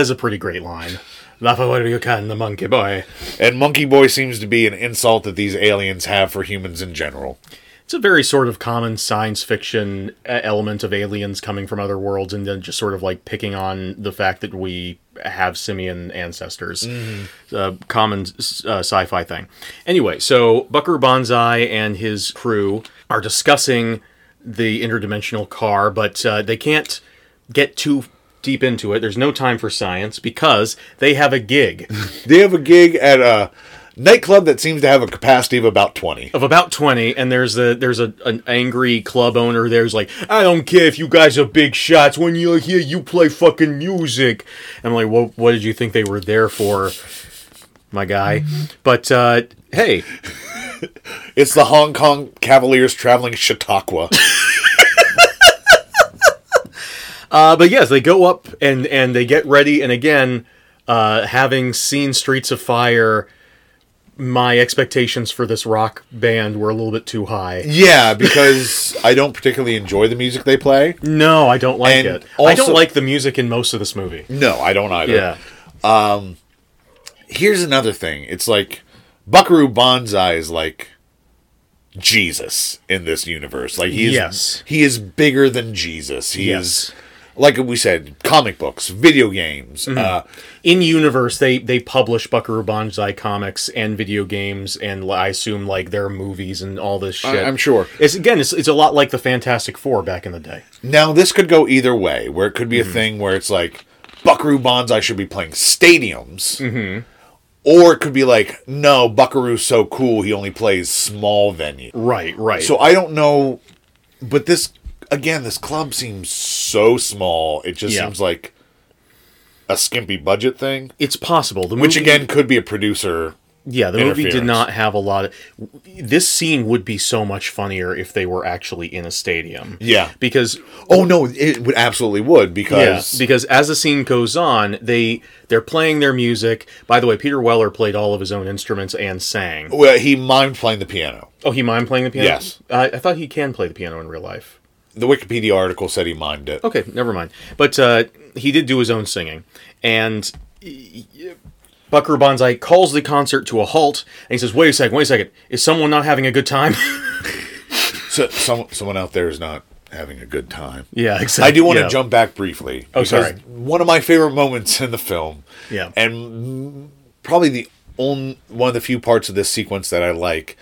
is a pretty great line. Laugh at what you can, the monkey boy. And monkey boy seems to be an insult that these aliens have for humans in general. It's a very sort of common science fiction uh, element of aliens coming from other worlds and then just sort of like picking on the fact that we have simian ancestors. Uh, common uh, sci fi thing. Anyway, so Buckaroo Banzai and his crew are discussing the interdimensional car, but uh, they can't get too deep into it. There's no time for science because they have a gig. They have a gig at a nightclub that seems to have a capacity of about 20. of about 20 and there's a there's a, an angry club owner there's like i don't care if you guys are big shots when you're here you play fucking music i'm like well, what did you think they were there for my guy Mm-hmm. but uh hey It's the Hong Kong Cavaliers traveling Chautauqua. uh but yes they go up and and they get ready and again uh having seen streets of fire my expectations for this rock band were a little bit too high. yeah, because I don't particularly enjoy the music they play. No, I don't like And it. I also- don't like the music in most of this movie. No, I don't either. Yeah. here's another thing. It's like Buckaroo Banzai is like Jesus in this universe. Like he is Yes. he is bigger than Jesus. He Yes. is like we said, comic books, video games, uh, in universe they they publish Buckaroo Banzai comics and video games and li- I assume like their movies and all this shit. I- I'm sure. It's again it's, it's a lot like the Fantastic Four back in the day. Now this could go either way, where it could be Mm-hmm. a thing where it's like Buckaroo Banzai should be playing stadiums, Mm-hmm. or it could be like no, Buckaroo's so cool he only plays small venues. Right, right. So I don't know, but this again, this club seems so small. It just Yeah. seems like a skimpy budget thing, it's possible. The which movie- again could be a producer. yeah, the movie did interference. not have a lot of this scene would be so much funnier if they were actually in a stadium. Yeah. Because Oh no, it would absolutely would Yeah, because because as the scene goes on, they they're playing their music. By the way, Peter Weller played all of his own instruments and sang. well, he mimed playing the piano. Oh, he mimed playing the piano. Yes. uh, I thought he can play the piano in real life. The Wikipedia article said he mimed it. Okay, never mind. But uh, he did do his own singing, and Buckaroo Banzai calls the concert to a halt, and he says, "Wait a second, wait a second. Is someone not having a good time?" So some, someone out there is not having a good time. yeah, exactly. I do want yeah. to jump back briefly. Oh, because sorry. One of my favorite moments in the film. Yeah. And mm, probably the only one of the few parts of this sequence that I like.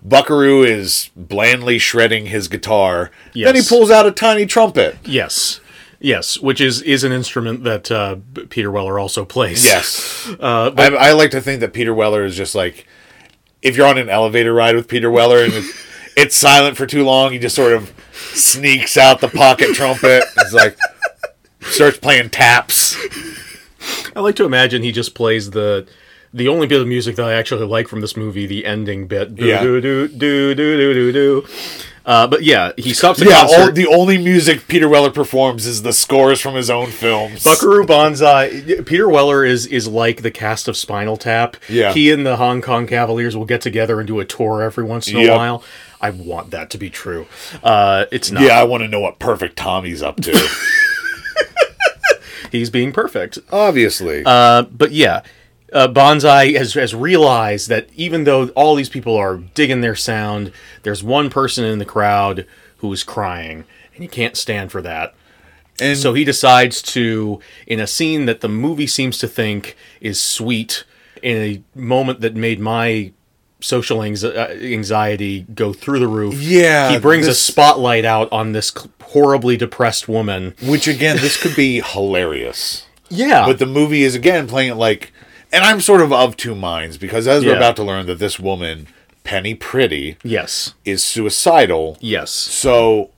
Buckaroo is blandly shredding his guitar. Then he Yes. pulls out a tiny trumpet. Yes, yes, which is is an instrument that uh, B- Peter Weller also plays. Yes. Uh, I, I like to think that Peter Weller is just like, if you're on an elevator ride with Peter Weller and it's, it's silent for too long, he just sort of sneaks out the pocket trumpet. It's like, starts playing taps. I like to imagine he just plays the. The only bit of music that I actually like from this movie, the ending bit, do Yeah. do do do do do do, uh, but yeah, he stops the Yeah, concert. all, the only music Peter Weller performs is the scores from his own films. Buckaroo Banzai. Peter Weller is is like the cast of Spinal Tap. Yeah. He and the Hong Kong Cavaliers will get together and do a tour every once in a Yep. while. I want that to be true. Uh, it's not. Yeah, I want to know what Perfect Tommy's up to. He's being perfect. Obviously. Uh, but yeah, uh, Bonsai has, has realized that even though all these people are digging their sound, there's one person in the crowd who is crying, and he can't stand for that. and So he decides to, in a scene that the movie seems to think is sweet, in a moment that made my social anxi- uh, anxiety go through the roof. Yeah, he brings a this- spotlight out on this c- horribly depressed woman. which again, this could be hilarious. Yeah, But the movie is again playing it like, and I'm sort of of two minds because as Yeah. we're about to learn that this woman, Penny Pretty, yes, is suicidal. yes, So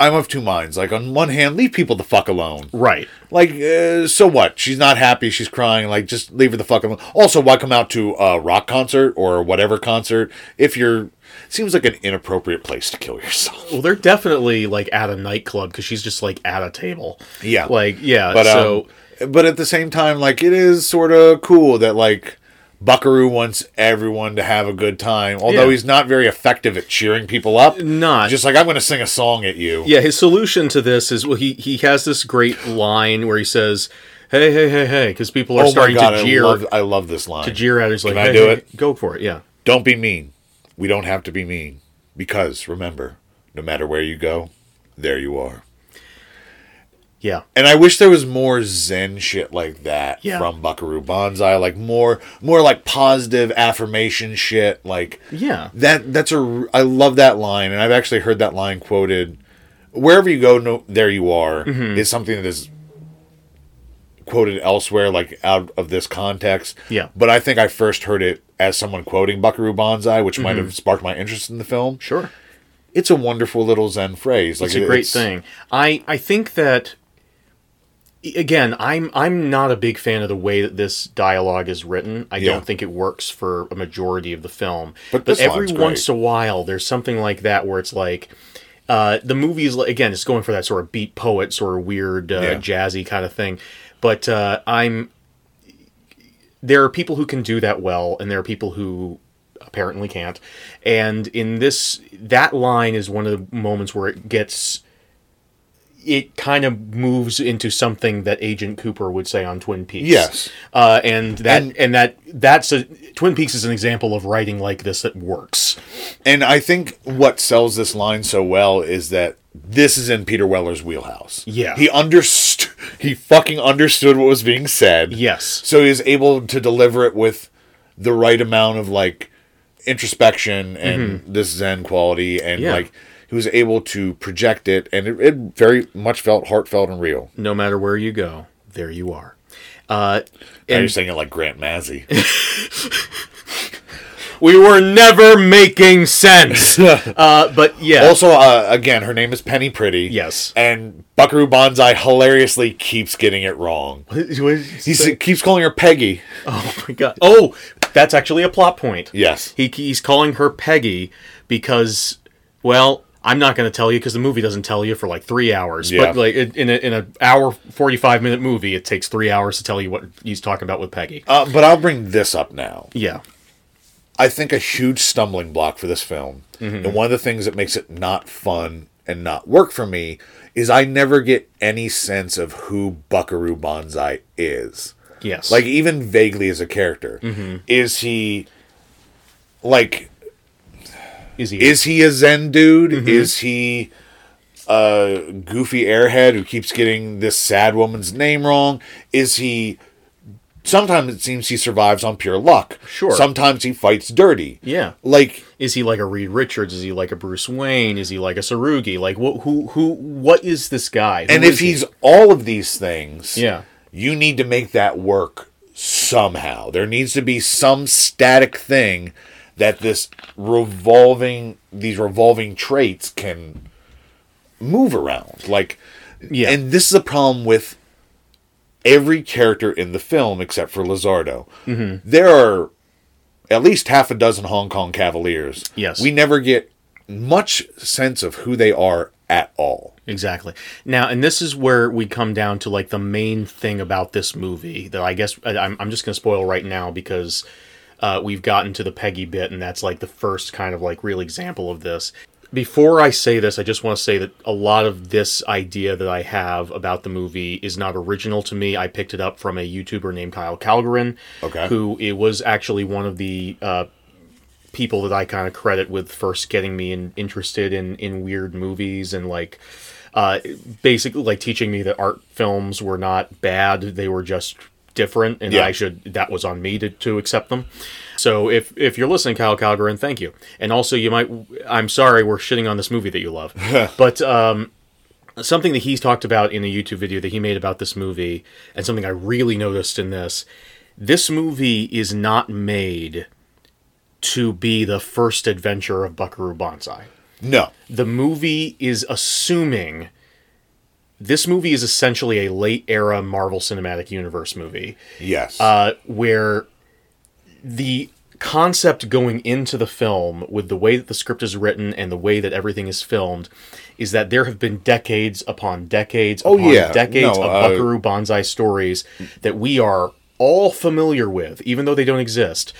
I'm of two minds. Like on one hand, leave people the fuck alone. right. Like, uh, so what? She's not happy. She's crying. Like, just leave her the fuck alone. Also, why come out to a rock concert or whatever concert if you're? Seems like an inappropriate place to kill yourself. Well, they're definitely like at a nightclub because she's just like at a table. Yeah. like yeah. But so um, but at the same time, like it is sort of cool that like Buckaroo wants everyone to have a good time. Although Yeah. he's not very effective at cheering people up. Not. um, just like I'm going to sing a song at you. yeah, his solution to this is well, he he has this great line where he says, "Hey, hey, hey, hey," because people are Oh my starting god, to I jeer love I love this line. to jeer at. it. He's like, Can I "Hey, do hey, it?" Go for it. Yeah, Don't be mean. We don't have to be mean. Because remember, no matter where you go, there you are. yeah, And I wish there was more Zen shit like that Yeah. from Buckaroo Banzai, like more more like positive affirmation shit. Like yeah. that that's a r- I love that line, and I've actually heard that line quoted wherever you go. No, there you are Mm-hmm. is something that is quoted elsewhere, like out of this context. Yeah. but I think I first heard it as someone quoting Buckaroo Banzai, which Mm-hmm. might have sparked my interest in the film. Sure, It's a wonderful little Zen phrase. Like it's a great thing. I I think that e, again, I'm I'm not a big fan of the way that this dialogue is written. I Yeah. don't think it works for a majority of the film. But this every line's great. once in a while, there's something like that where it's like. Uh, the movie is like- again, it's going for that sort of beat poet, sort of weird, uh, Yeah. jazzy kind of thing. But uh, I'm there are people who can do that well and there are people who apparently can't and in this that line is one of the moments where it gets it kind of moves into something that agent cooper would say on twin peaks Yes. uh, and that and, And- that that's a twin peaks is an example of writing like this that works And I think what sells this line so well is that this is in Peter Weller's wheelhouse. Yeah. He understood he fucking understood what was being said. Yes. So he was able to deliver it with the right amount of like introspection and this zen quality and Mm-hmm. Yeah. like he was able to project it and it, it very much felt heartfelt and real. no matter where you go there you are uh, now and- you're saying it like Grant Mazzy. we were never making sense uh, but yeah Also, uh, again, her name is Penny Pretty. Yes. And Buckaroo Banzai hilariously keeps getting it wrong. He s- keeps calling her Peggy. Oh my god. Oh, that's actually a plot point. Yes. He, he's calling her Peggy because, well, I'm not going to tell you because the movie doesn't tell you for like three hours. Yeah. But like in in a, in a hour forty five minute movie, it takes three hours to tell you what he's talking about with Peggy. Uh, but I'll bring this up now. yeah. I think a huge stumbling block for this film, and one of the things that makes it not fun and not work for me, is I never get any sense of who Buckaroo Banzai is. Yes. like even vaguely as a character is he like is he? is he a zen dude is he a goofy airhead who keeps getting this sad woman's name wrong is he sometimes it seems he survives on pure luck Sure. sometimes he fights dirty Yeah. like Is he like a Reed Richards? Is he like a Bruce Wayne? Is he like a Sarugi? Like what? Who? Who? What is this guy? Who and is if he? he's all of these things yeah. you need to make that work somehow. There needs to be some static thing that this revolving these revolving traits can move around. Like Yeah. and this is a problem with every character in the film except for Lizardo. Mm-hmm. There are at least half a dozen Hong Kong Cavaliers. Yes. We never get much sense of who they are at all. Exactly. Now, and this is where we come down to like the main thing about this movie that I guess I, I'm, I'm just going to spoil right now because uh, we've gotten to the Peggy bit, and that's like the first kind of like real example of this. Before I say this, I just want to say that a lot of this idea that I have about the movie is not original to me. I picked it up from a YouTuber named Kyle Calgarin, Okay. who it was actually one of the uh, people that I kind of credit with first getting me in, interested in in weird movies and like uh, basically like teaching me that art films were not bad; they were just different, and Yeah. I should that was on me to, to accept them. So if if you're listening, Kyle Calgarin, thank you, and also you might I'm sorry we're shitting on this movie that you love, but um, something that he's talked about in a YouTube video that he made about this movie, and something I really noticed in this. This movie is not made to be the first adventure of Buckaroo Banzai. No. The movie is assuming this movie is essentially a late era Marvel Cinematic Universe movie Yes. uh, where the concept going into the film with the way that the script is written and the way that everything is filmed is that there have been decades upon decades Oh, upon yeah. decades No, of uh, buckaroo banzai stories that we are all familiar with even though they don't exist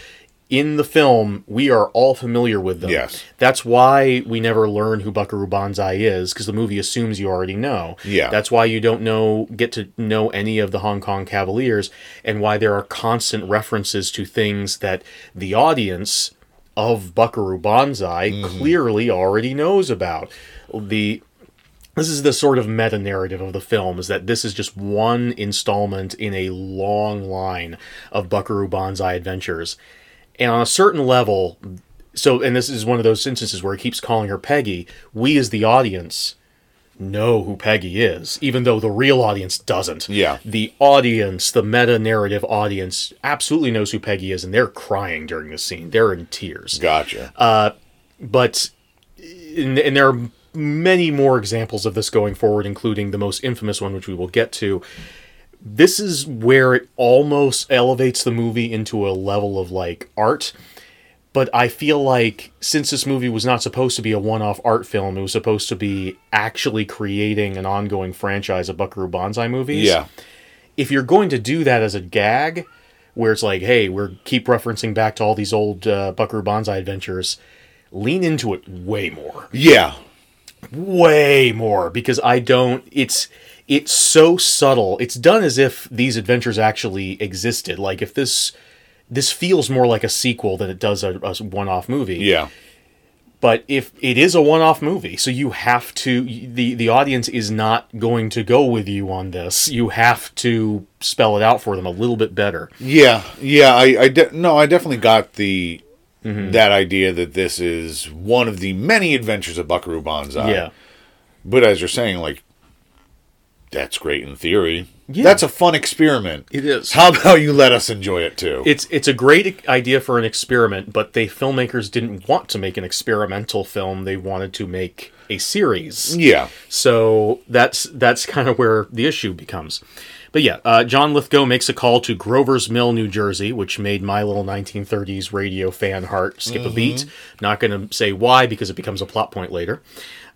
in the film we are all familiar with them Yes. that's why we never learn who buckaroo banzai is because the movie assumes you already know Yeah. that's why you don't know get to know any of the Hong Kong Cavaliers and why there are constant references to things that the audience of Buckaroo Banzai clearly already knows about. The this is the sort of meta narrative of the film is that this is just one installment in a long line of Buckaroo Banzai adventures. And on a certain level, so and this is one of those instances where he keeps calling her Peggy, we as the audience know who Peggy is, even though the real audience doesn't. Yeah. The audience, the meta narrative audience, absolutely knows who Peggy is, and they're crying during this scene. They're in tears gotcha. but and, and there are many more examples of this going forward including the most infamous one which we will get to this is where it almost elevates the movie into a level of like art but i feel like since this movie was not supposed to be a one-off art film it was supposed to be actually creating an ongoing franchise of buckaroo banzai movies yeah. if you're going to do that as a gag, where it's like, hey, we're keep referencing back to all these old uh, Buckaroo Banzai adventures, lean into it way more, Yeah. way more, because I don't. It's it's so subtle. It's done as if these adventures actually existed. Like if this this feels more like a sequel than it does a, a one-off movie Yeah. but if it is a one-off movie so you have to the the audience is not going to go with you on this you have to spell it out for them a little bit better Yeah, yeah. I, I de- no, I definitely got the that idea that this is one of the many adventures of Buckaroo Banzai. yeah But as you're saying, like, that's great in theory. Yeah. That's a fun experiment. It is. How about you let us enjoy it too? it's it's a great idea for an experiment but the filmmakers didn't want to make an experimental film they wanted to make a series yeah. So that's that's kind of where the issue becomes. But yeah, uh, John Lithgow makes a call to Grover's Mill, New Jersey, which made my little 1930s radio fan heart skip a beat. Mm-hmm. Not going to say why because it becomes a plot point later.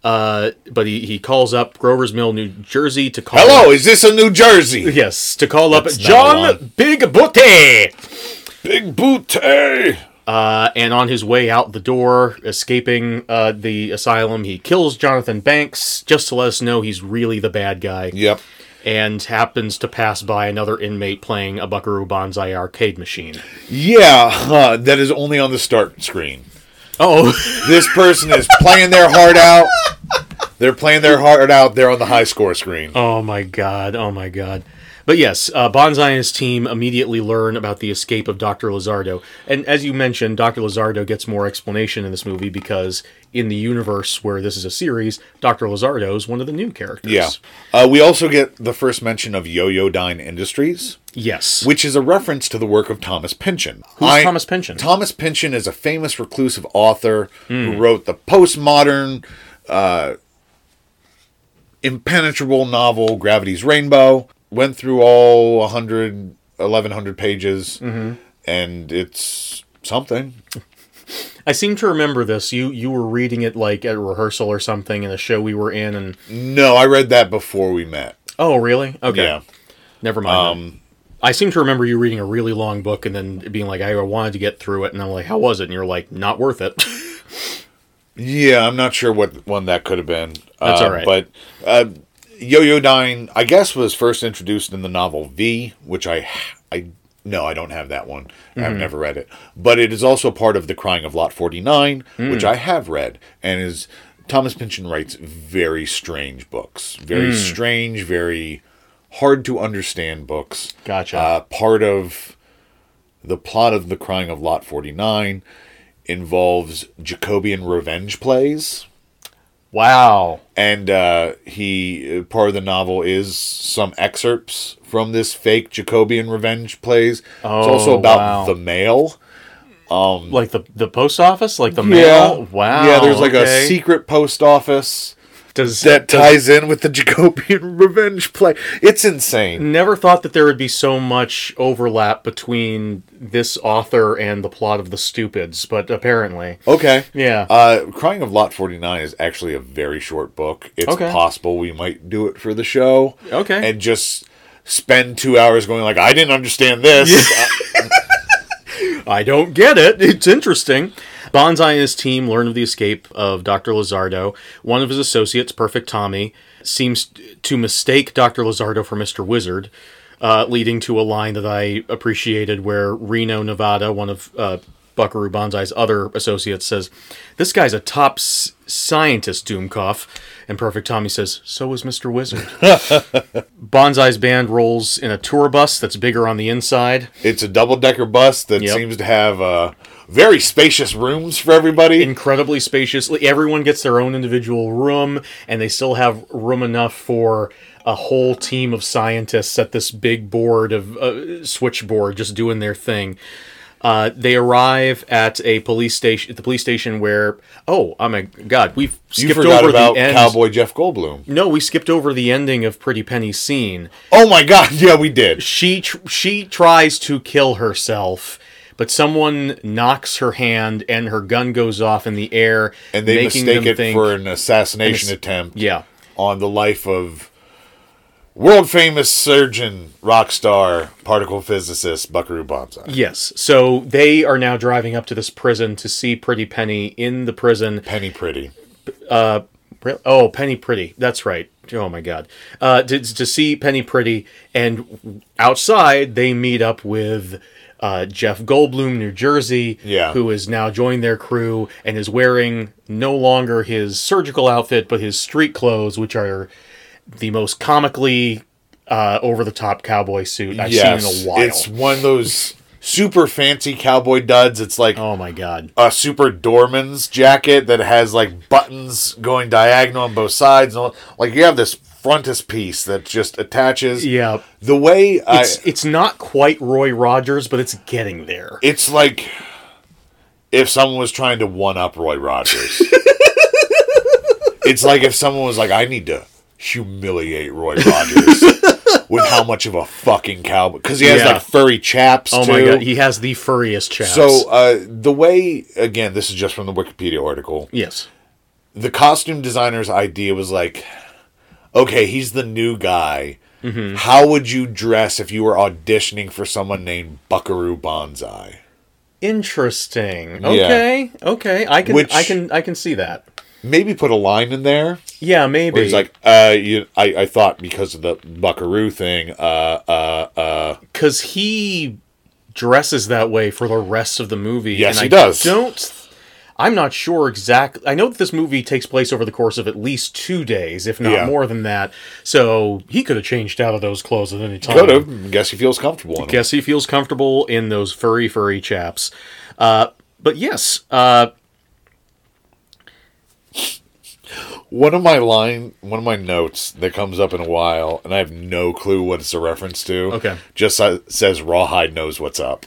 Uh, but he, he calls up Grover's Mill, New Jersey to call. Hello, is this a New Jersey? Yes, to call up That's not John one. Big Booty. Big booty. Uh, and on his way out the door, escaping uh, the asylum, he kills Jonathan Banks just to let us know he's really the bad guy. Yep. and happens to pass by another inmate playing a Buckaroo Banzai arcade machine. Yeah, huh, that is only on the start screen. Oh, This person is playing their heart out. They're playing their heart out. They're on the high score screen. oh my god, oh my god. But yes, uh, Banzai and his team immediately learn about the escape of Dr. Lizardo. And as you mentioned, Dr. Lizardo gets more explanation in this movie because in the universe where this is a series, Dr. Lizardo is one of the new characters. Yeah. Uh, we also get the first mention of Yo-Yo Dine Industries, Yes. which is a reference to the work of Thomas Pynchon. Who's Thomas Pynchon? Thomas Pynchon is a famous reclusive author Hmm. who wrote the postmodern, uh, impenetrable novel Gravity's Rainbow. Went through all 100, 1100 pages, Mm-hmm. and it's something. I seem to remember this. You you were reading it like at rehearsal or something in a show we were in and No, I read that before we met. Oh, really? Okay. Yeah. Um, Never mind. then. I seem to remember you reading a really long book and then being like, I wanted to get through it, and I'm like, how was it? And you're like, not worth it. Yeah, I'm not sure what one that could have been. That's Uh, all right. But uh, Yo-Yo Dine, I guess, was first introduced in the novel V, which I, I no, I don't have that one. Mm-hmm. I've never read it. But it is also part of The Crying of Lot 49, Mm. which I have read, and is Thomas Pynchon writes very strange books, very Mm. strange, very hard to understand books. Gotcha. Uh, part of the plot of The Crying of Lot 49 involves Jacobian revenge plays. wow. And uh, he uh, part of the novel is some excerpts from this fake Jacobian revenge plays. it's also Oh, about wow. the mail. Um, Like the the post office, like the mail. Wow. Yeah, there's like okay. a secret post office Does that does- ties in with the Jacobian revenge play. It's insane. Never thought that there would be so much overlap between this author and the plot of The Stupids, but apparently. Okay. Yeah. Uh, Crying of Lot 49 is actually a very short book. It's Okay. possible we might do it for the show. Okay. And just spend two hours going like, I didn't understand this. Uh, I don't get it. It's interesting. Bonzai and his team learn of the escape of Dr. Lizardo. One of his associates, Perfect Tommy, seems to mistake Dr. Lizardo for Mr. Wizard, uh, leading to a line that I appreciated where Reno, Nevada, one of uh, Buckaroo Banzai's other associates, says, This guy's a top s- scientist, Doomkoff. And Perfect Tommy says, So is Mr. Wizard. Banzai's band rolls in a tour bus that's bigger on the inside. It's a double decker bus that Yep. seems to have uh, very spacious rooms for everybody. incredibly spacious. Like, Everyone gets their own individual room, and they still have room enough for a whole team of scientists at this big board of uh, switchboard just doing their thing. Uh, they arrive at a police station. The police station where oh, oh my god, we've You skipped forgot over about the end. Cowboy Jeff Goldblum. No, we skipped over the ending of Pretty Penny's scene Oh my God! Yeah, we did. she tr- she tries to kill herself but someone knocks her hand and her gun goes off in the air And they making mistake them it think, for an assassination An ass- attempt. yeah On the life of world famous surgeon, rock star, particle physicist Buckaroo Banzai. yes so they are now driving up to this prison to see pretty penny in the prison Penny Pretty. Re- oh penny pretty that's right oh my god uh to, to see penny pretty and outside they meet up with uh, Jeff Goldblum, New Jersey, Yeah. who has now joined their crew and is wearing no longer his surgical outfit, but his street clothes, which are the most comically uh, over the top cowboy suit I've seen in a while. it's one of those super fancy cowboy duds. It's like Oh my god. a super doorman's jacket that has like buttons going diagonal on both sides. And all, like you have this frontispiece that just attaches. Yeah. The way I, It's, it's not quite Roy Rogers, but it's getting there. it's like if someone was trying to one up Roy Rogers. it's like if someone was like, I need to humiliate Roy Rogers with how much of a fucking cowboy because he has Yeah. like furry chaps. oh my too. god. He has the furriest chaps. so uh, the way again, this is just from the Wikipedia article. yes. the costume designer's idea was like, okay, he's the new guy. Mm-hmm. How would you dress if you were auditioning for someone named Buckaroo Banzai? Interesting. Okay. Okay. I can Which- I can I can see that. Maybe put a line in there Yeah, where maybe. he's like, uh, you, I, I thought because of the Buckaroo thing, uh, uh, uh, cuz he dresses that way for the rest of the movie. Yes, and he I does. Don't I'm not sure exactly. I know that this movie takes place over the course of at least 2 days, if not Yeah. more than that. So, he could have changed out of those clothes at any time. could have. Guess he feels comfortable in it. Guess he feels comfortable in those furry, furry chaps. Uh, but yes, uh, One of my line, one of my notes that comes up in a while, and I have no clue what it's a reference to. Okay. just sa- says Rawhide knows what's up.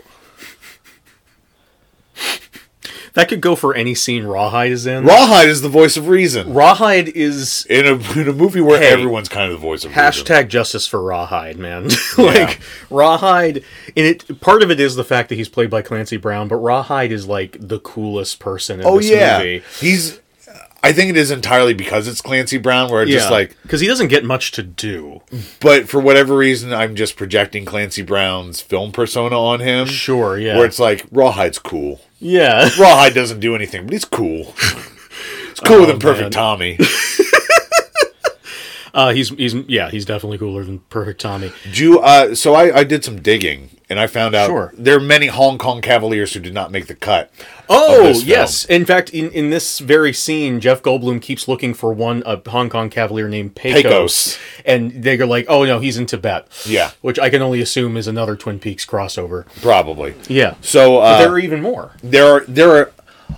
that could go for any scene Rawhide is in. Rawhide is the voice of reason. Rawhide is in a, in a movie where Hey. everyone's kind of the voice of reason. Hashtag justice for Rawhide, man. like Rawhide, and it part of it is the fact that he's played by Clancy Brown, but Rawhide is like the coolest person in Oh this yeah, movie. he's. I think it is entirely because it's Clancy Brown, where I just like, because he doesn't get much to do. but for whatever reason, I'm just projecting Clancy Brown's film persona on him. Sure, yeah. Where it's like Rawhide's cool. Yeah, Rawhide doesn't do anything, but he's cool. It's cooler Oh, than Perfect Tommy. uh, he's he's yeah, he's definitely cooler than Perfect Tommy. Do uh, so. I, I did some digging, and I found out Sure. there are many Hong Kong Cavaliers who did not make the cut. Oh this film. yes, in fact, in, in this very scene, Jeff Goldblum keeps looking for one a Hong Kong Cavalier named Pecos, Pecos. and they're like, "Oh no, he's in Tibet." Yeah. which I can only assume is another Twin Peaks crossover. Probably. Yeah, So uh, but there are even more. there are there are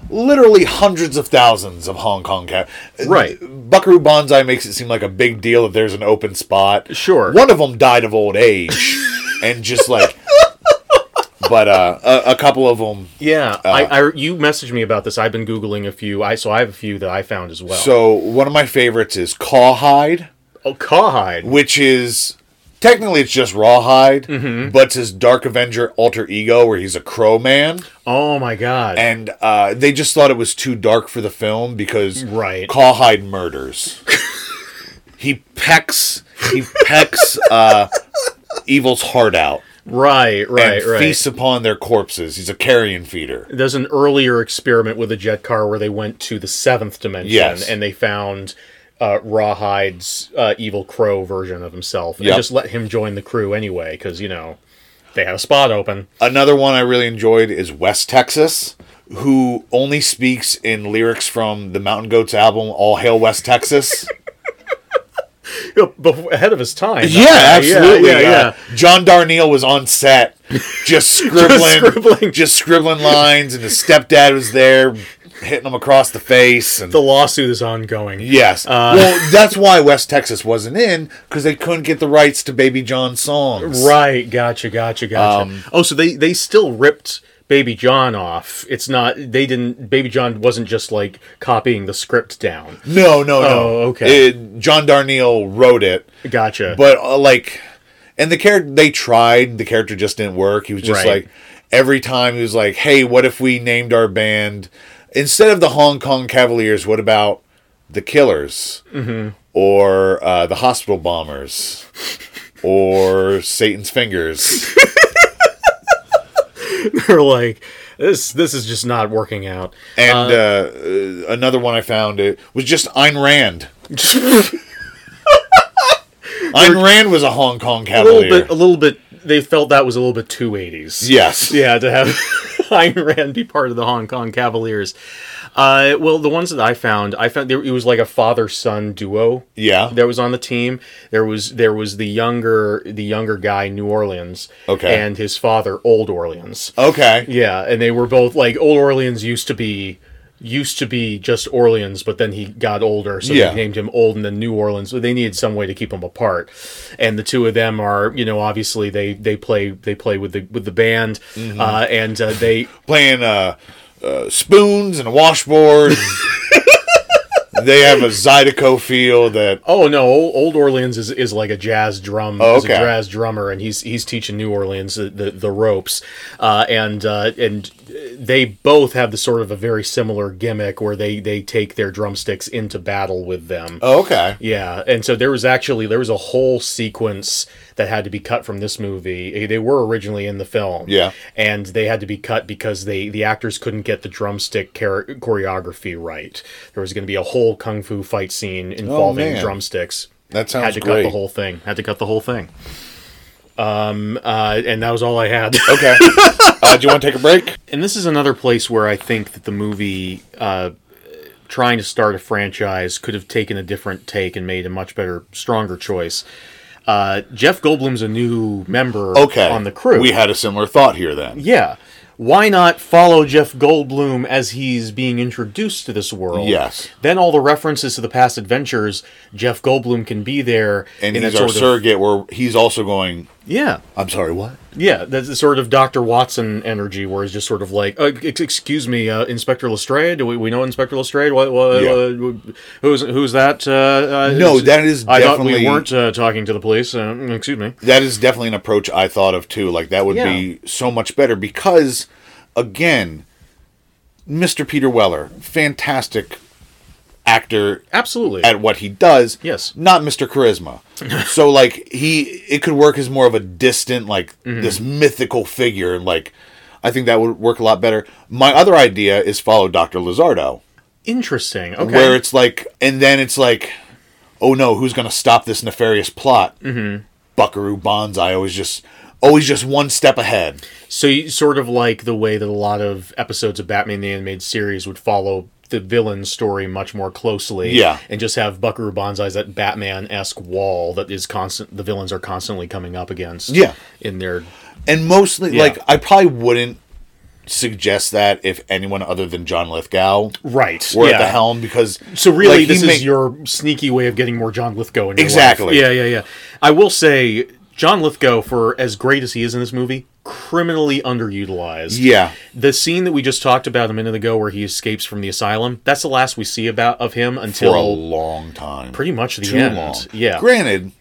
literally hundreds of thousands of Hong Kong cat. Right. Buckaroo Banzai makes it seem like a big deal if there's an open spot. Sure. One of them died of old age, and just like, but uh, a, a couple of them. Yeah, Uh, I, I you messaged me about this. I've been googling a few. I so I have a few that I found as well. So one of my favorites is Cawhide, oh, cowhide. which is. Technically, it's just Rawhide, Mm-hmm. but it's his Dark Avenger alter ego where he's a crow man. Oh my god. and uh, they just thought it was too dark for the film because Right. Cawhide murders. he pecks he pecks uh, evil's heart out right, right, and right. feasts upon their corpses. He's a carrion feeder. There's an earlier experiment with a jet car where they went to the seventh dimension Yes. and they found uh, Rawhide's uh, evil crow version of himself. And Yep. just let him join the crew anyway because you know they had a spot open. Another one I really enjoyed is West Texas, who only speaks in lyrics from the Mountain Goats album "All Hail West Texas." Before, ahead of his time. yeah, absolutely. Yeah, yeah, uh, John Darnielle was on set, just scribbling, just scribbling, scribbling. lines, and his stepdad was there, hitting him across the face. And The Uh, lawsuit is ongoing. yes, well, that's why West Texas wasn't in because they couldn't get the rights to Baby John's songs. Right, gotcha, gotcha, gotcha. oh, so they they still ripped Baby John off. It's not they didn't. Baby John wasn't just like copying the script down. No, no, no. Oh, okay. It- John Darnielle wrote it, Gotcha. but uh, like, and the character they tried, the character just didn't work. He was just Right. like, every time he was like, "Hey, what if we named our band instead of the Hong Kong Cavaliers? What about the Killers Mm-hmm. or uh, the Hospital Bombers or Satan's Fingers?" they're like, this this is just not working out. And uh, uh, another one I found it was just Ayn Rand. Ayn Rand was a Hong Kong A little Cavalier. bit, a little bit. They felt that was a little bit two eighties. yes. yeah, to have Ayn Rand be part of the Hong Kong Cavaliers. Uh, well, the ones that I found, I found there, it was like a father son duo. Yeah. that was on the team. There was there was the younger the younger guy, New Orleans, Okay. and his father, Old Orleans. Okay. Yeah, and they were both like Old Orleans used to be used to be just Orleans, but then he got older, so Yeah. they named him Old and then New Orleans. But they needed some way to keep them apart, and the two of them are you know obviously they they play they play with the with the band, Mm-hmm. uh, and uh, they playing uh, uh, spoons and a washboard. they have a Zydeco feel that Oh no, Ol- Old Orleans is, is like a jazz drum, Oh, is okay. a jazz drummer, and he's he's teaching New Orleans the the, the ropes, uh, and uh, and they both have the sort of a very similar gimmick where they they take their drumsticks into battle with them. oh, okay, Yeah, and so there was actually there was a whole sequence that had to be cut from this movie. Eh, They were originally in the film. Yeah. and they had to be cut because they the actors couldn't get the drumstick char- choreography right. There was going to be a whole kung fu fight scene involving Oh, man. drumsticks. that sounds had to cut great. the whole thing. Had to cut the whole thing. Um, uh, and that was all I had. okay, uh, do you want to take a break? and this is another place where I think that the movie uh, trying to start a franchise could have taken a different take and made a much better, stronger choice. Uh, Jeff Goldblum's a new member Okay, on the crew. We had a similar thought here then. yeah. Why not follow Jeff Goldblum as he's being introduced to this world? Yes. Then all the references to the past adventures, Jeff Goldblum can be there. And in a he's our sort of- surrogate, where he's also going. Yeah. I'm sorry, what? Yeah, that's the sort of Doctor Watson energy, where it's just sort of like, uh, ex- "Excuse me, uh, Inspector Lestrade. Do we, we know Inspector Lestrade? What? what Yeah. uh, who's who's that? Uh, uh, No, is- that is I thought definitely- we weren't uh, talking to the police. Uh, mm, excuse me. That is definitely an approach I thought of too. Like that would be so much better because, again, Mr. Peter Weller, fantastic actor Absolutely. at what he does. Yes. Not Mr. Charisma. so like he it could work as more of a distant like Mm-hmm. this mythical figure and like I think that would work a lot better. My other idea is follow Dr. Lizardo Interesting. Okay. where it's like and then it's like oh no, who's going to stop this nefarious plot? Mhm. Mm-hmm. Buckaroo Bonds I always just always just one step ahead. so you, sort of like the way that a lot of episodes of Batman the Animated Series would follow the villain's story much more closely. Yeah. And just have Buckaroo Banzai's that Batman esque wall that is constant. The villains are constantly coming up against. Yeah. In their And mostly, Yeah. like, I probably wouldn't suggest that if anyone other than John Lithgow right. were at the helm because. So really, like, he this ma- is your sneaky way of getting more John Lithgow in your Exactly. life. Yeah, yeah, yeah. I will say, John Lithgow, for as great as he is in this movie, criminally underutilized. Yeah. The scene that we just talked about a minute ago, where he escapes from the asylum, that's the last we see about of him For a until long time. pretty much the Too end. long. Yeah. Granted,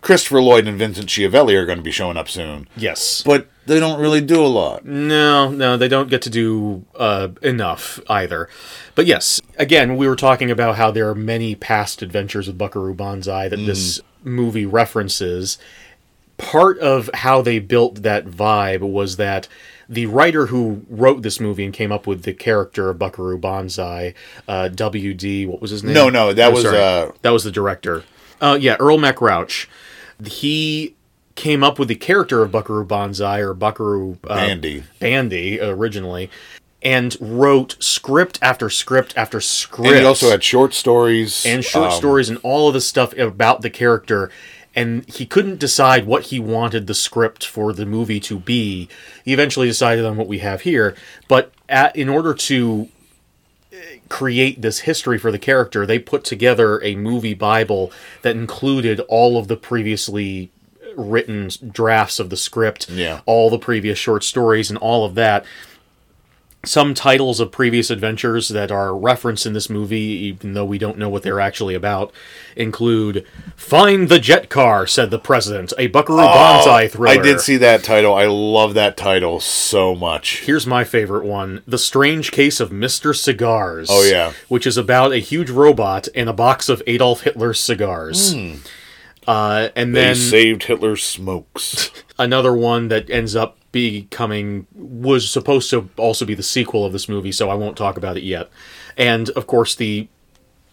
Christopher Lloyd and Vincent Schiavelli are going to be showing up soon, Yes. but they don't really do a lot. No, no, they don't get to do uh, enough either. But yes, again, we were talking about how there are many past adventures of Buckaroo Banzai that this Mm. movie references. Part of how they built that vibe was that the writer who wrote this movie and came up with the character of Buckaroo Banzai, uh, W.D., what was his name? Oh, No, no, that was, sorry. uh, that was the director. Uh, yeah, Earl MacRouch. He came up with the character of Buckaroo Banzai or Buckaroo uh, Bandy. Bandy originally, and wrote script after script after script. And he also had short stories. and short um, stories and all of the stuff about the character. And he couldn't decide what he wanted the script for the movie to be. He eventually decided on what we have here. But at, in order to eh, create this history for the character, they put together a movie Bible that included all of the previously written drafts of the script, Yeah. all the previous short stories, and all of that. Some titles of previous adventures that are referenced in this movie, even though we don't know what they're actually about, include Find the Jet Car, said the President, a Buckaroo Banzai thriller. Oh, I did see that title. I love that title so much. Here's my favorite one The Strange Case of Mr. Cigars. Oh, yeah. Which is about a huge robot and a box of Adolf Hitler's cigars. Uh, and Hmm. They then saved Hitler's smokes. another one that ends up becoming was supposed to also be the sequel of this movie, so I won't talk about it yet. And of course, the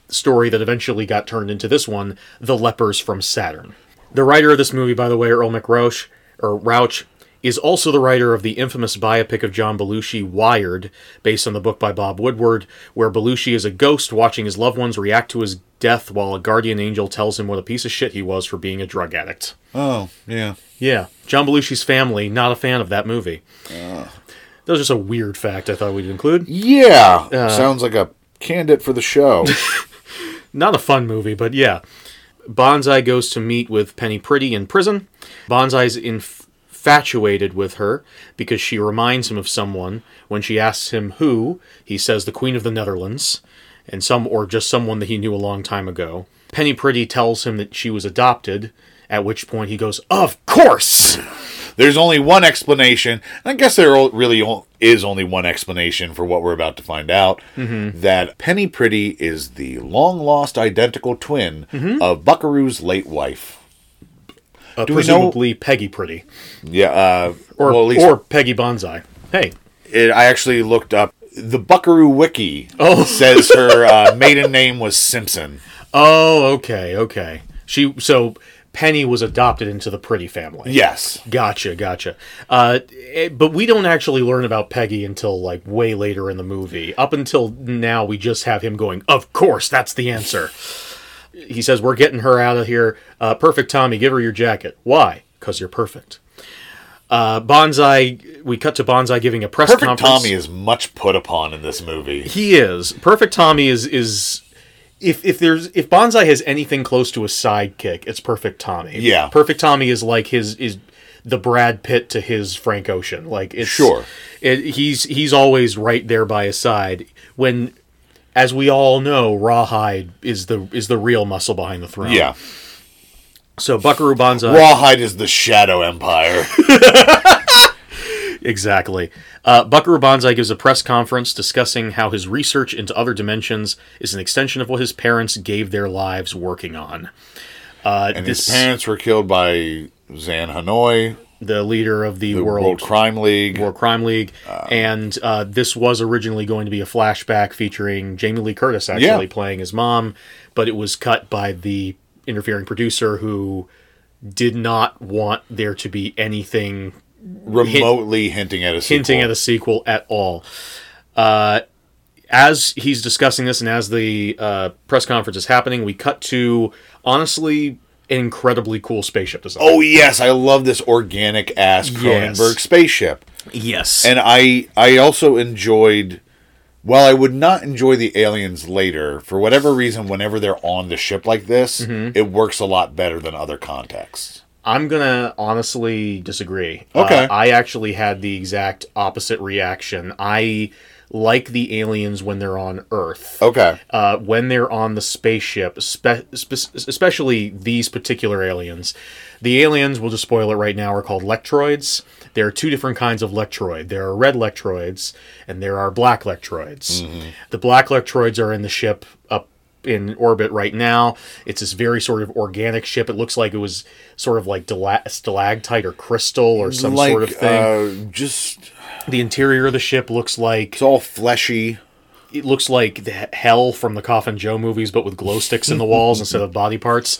story that eventually got turned into this one, The Lepers from Saturn. The writer of this movie, by the way, Earl McRouch, or Rouch, is also the writer of the infamous biopic of John Belushi, Wired, based on the book by Bob Woodward, where Belushi is a ghost watching his loved ones react to his death while a guardian angel tells him what a piece of shit he was for being a drug addict. oh, yeah. Yeah, John Belushi's family not a fan of that movie. That was just a weird fact I thought we'd include. Yeah. Sounds like a candidate for the show. Not a fun movie, but yeah. Bonsai goes to meet with Penny Pretty in prison. Bonsai's inf- infatuated with her because she reminds him of someone. When she asks him who, he says the Queen of the Netherlands, and some or just someone that he knew a long time ago. Penny Pretty tells him that she was adopted. At which point he goes, "Of course." There's only one explanation, and I guess there o- really o- is only one explanation for what we're about to find out Mm-hmm. that Penny Pretty is the long lost identical twin Mm-hmm. of Buckaroo's late wife. Uh, Do we know- presumably Peggy Pretty. Yeah, uh, or well, at least or Peggy Bonsai. Hey, it, I actually looked up the Buckaroo Wiki Oh. says her uh, maiden name was Simpson. oh, okay, okay. She so Penny was adopted into the Pretty family. Yes. Gotcha, gotcha. Uh, eh, but we don't actually learn about Peggy until like way later in the movie. Up until now, we just have him going, "Of course, that's the answer." He says, "We're getting her out of here." Uh, perfect, Tommy. Give her your jacket. Why? Because you're perfect. Uh, Bonsai. We cut to Bonsai giving a press Perfect conference. Tommy is much put upon in this movie. He is perfect. Tommy is is if if there's if Bonsai has anything close to a sidekick, it's perfect Tommy. Yeah. perfect Tommy is like his is the Brad Pitt to his Frank Ocean. Like it's Sure. it, he's he's always right there by his side when. As we all know, Rawhide is the is the real muscle behind the throne. Yeah. So Buckaroo Banzai. Rawhide is the Shadow Empire. Exactly. Uh, Buckaroo Banzai gives a press conference discussing how his research into other dimensions is an extension of what his parents gave their lives working on. Uh, And this his parents were killed by Zan Hanoi, the leader of the, the World, World, Crime League. War Crime League, and uh, this was originally going to be a flashback featuring Jamie Lee Curtis actually Yeah. playing his mom, but it was cut by the interfering producer who did not want there to be anything remotely hinting at a sequel. hinting at a sequel at all. Uh, as he's discussing this and as the uh, press conference is happening, we cut to honestly incredibly cool spaceship design. Oh yes, I love this organic ass Cronenberg Yes. spaceship. yes, And I I also enjoyed while I would not enjoy the aliens later, for whatever reason, whenever they're on the ship like this, Mm-hmm. it works a lot better than other contexts. I'm gonna honestly disagree. Okay. Uh, I actually had the exact opposite reaction. I like the aliens when they're on Earth. Okay. Uh, when they're on the spaceship, spe- spe- especially these particular aliens, the aliens, we'll just spoil it right now, are called lectroids. There are two different kinds of lectroid. There are red lectroids, and there are black lectroids. Mm-hmm. The black lectroids are in the ship up in orbit right now. It's this very sort of organic ship. It looks like it was sort of like dila- stalactite or crystal or some like sort of thing. Uh, just the interior of the ship looks like it's all fleshy. it looks like the he- hell from the Coffin Joe movies, but with glow sticks in the walls instead of body parts.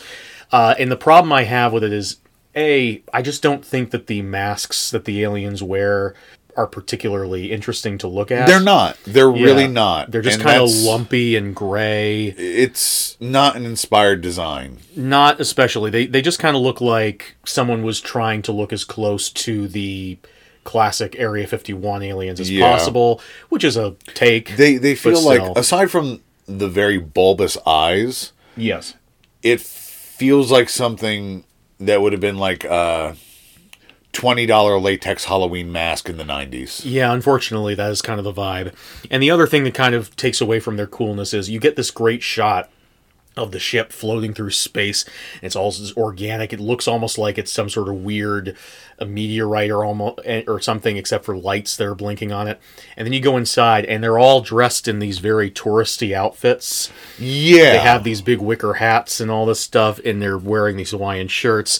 Uh, and the problem I have with it is, a, I just don't think that the masks that the aliens wear are particularly interesting to look at. They're not. They're Yeah. really not. They're just And kind of that's- lumpy and gray. It's not an inspired design. Not especially. They they just kind of look like someone was trying to look as close to the classic Area 51 aliens as Yeah. possible, which is a take. They they but feel like still. aside from the very bulbous eyes, yes. it feels like something that would have been like a twenty dollar latex Halloween mask in the nineties. Yeah, unfortunately, that is kind of the vibe. And the other thing that kind of takes away from their coolness is you get this great shot of the ship floating through space. It's all this organic. It looks almost like it's some sort of weird a meteorite or almost or something, except for lights that are blinking on it. And then you go inside, and they're all dressed in these very touristy outfits. Yeah, They have these big wicker hats and all this stuff, and they're wearing these Hawaiian shirts.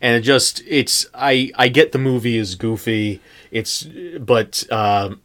And it just, it's, I, I get the movie is goofy. It's, but, um,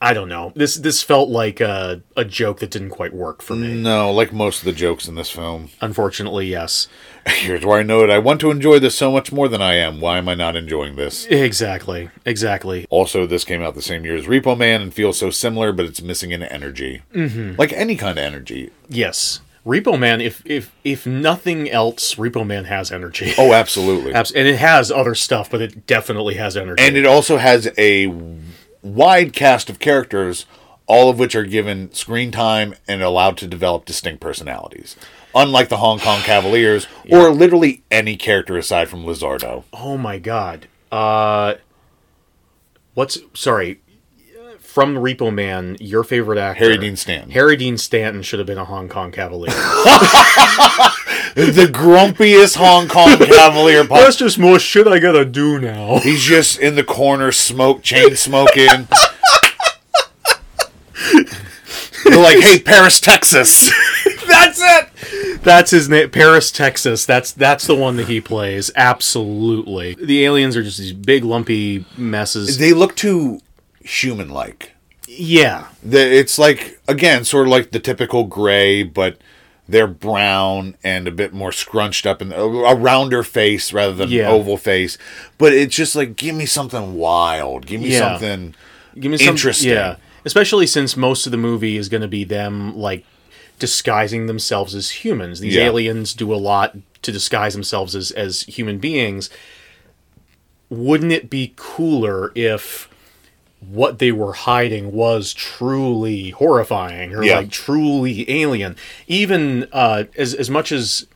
I don't know. This, this felt like a, a joke that didn't quite work for me. no, like most of the jokes in this film. Unfortunately, yes. Here's where I know it. I want to enjoy this so much more than I am. Why am I not enjoying this? Exactly. Exactly. Also, this came out the same year as Repo Man and feels so similar, but it's missing an energy, mm-hmm. like any kind of energy. Yes. Repo Man, if, if, if nothing else, Repo Man has energy. Oh, absolutely. Abs- and it has other stuff, but it definitely has energy. and it also has a wide cast of characters, all of which are given screen time and allowed to develop distinct personalities. Unlike the Hong Kong Cavaliers, or literally any character aside from Lizardo. Oh my god. Uh what's sorry. From Repo Man, your favorite actor Harry Dean Stanton. Harry Dean Stanton should have been a Hong Kong Cavalier. the grumpiest Hong Kong Cavalier possible. just more shit I gotta do now. He's just in the corner, smoke, chain smoking. They're like, hey, Paris, Texas. that's it. That's his name, Paris, Texas. That's that's the one that he plays. Absolutely. The aliens are just these big lumpy messes. They look too human like. yeah, the, it's like again sort of like the typical gray but they're brown and a bit more scrunched up and a, a rounder face rather than Yeah. oval face but it's just like give me something wild give me Yeah. something Give me some, Interesting. Yeah, especially since most of the movie is going to be them like disguising themselves as humans. These Yeah. aliens do a lot to disguise themselves as as human beings. Wouldn't it be cooler if what they were hiding was truly horrifying or Yeah. like truly alien? Even uh, as as much as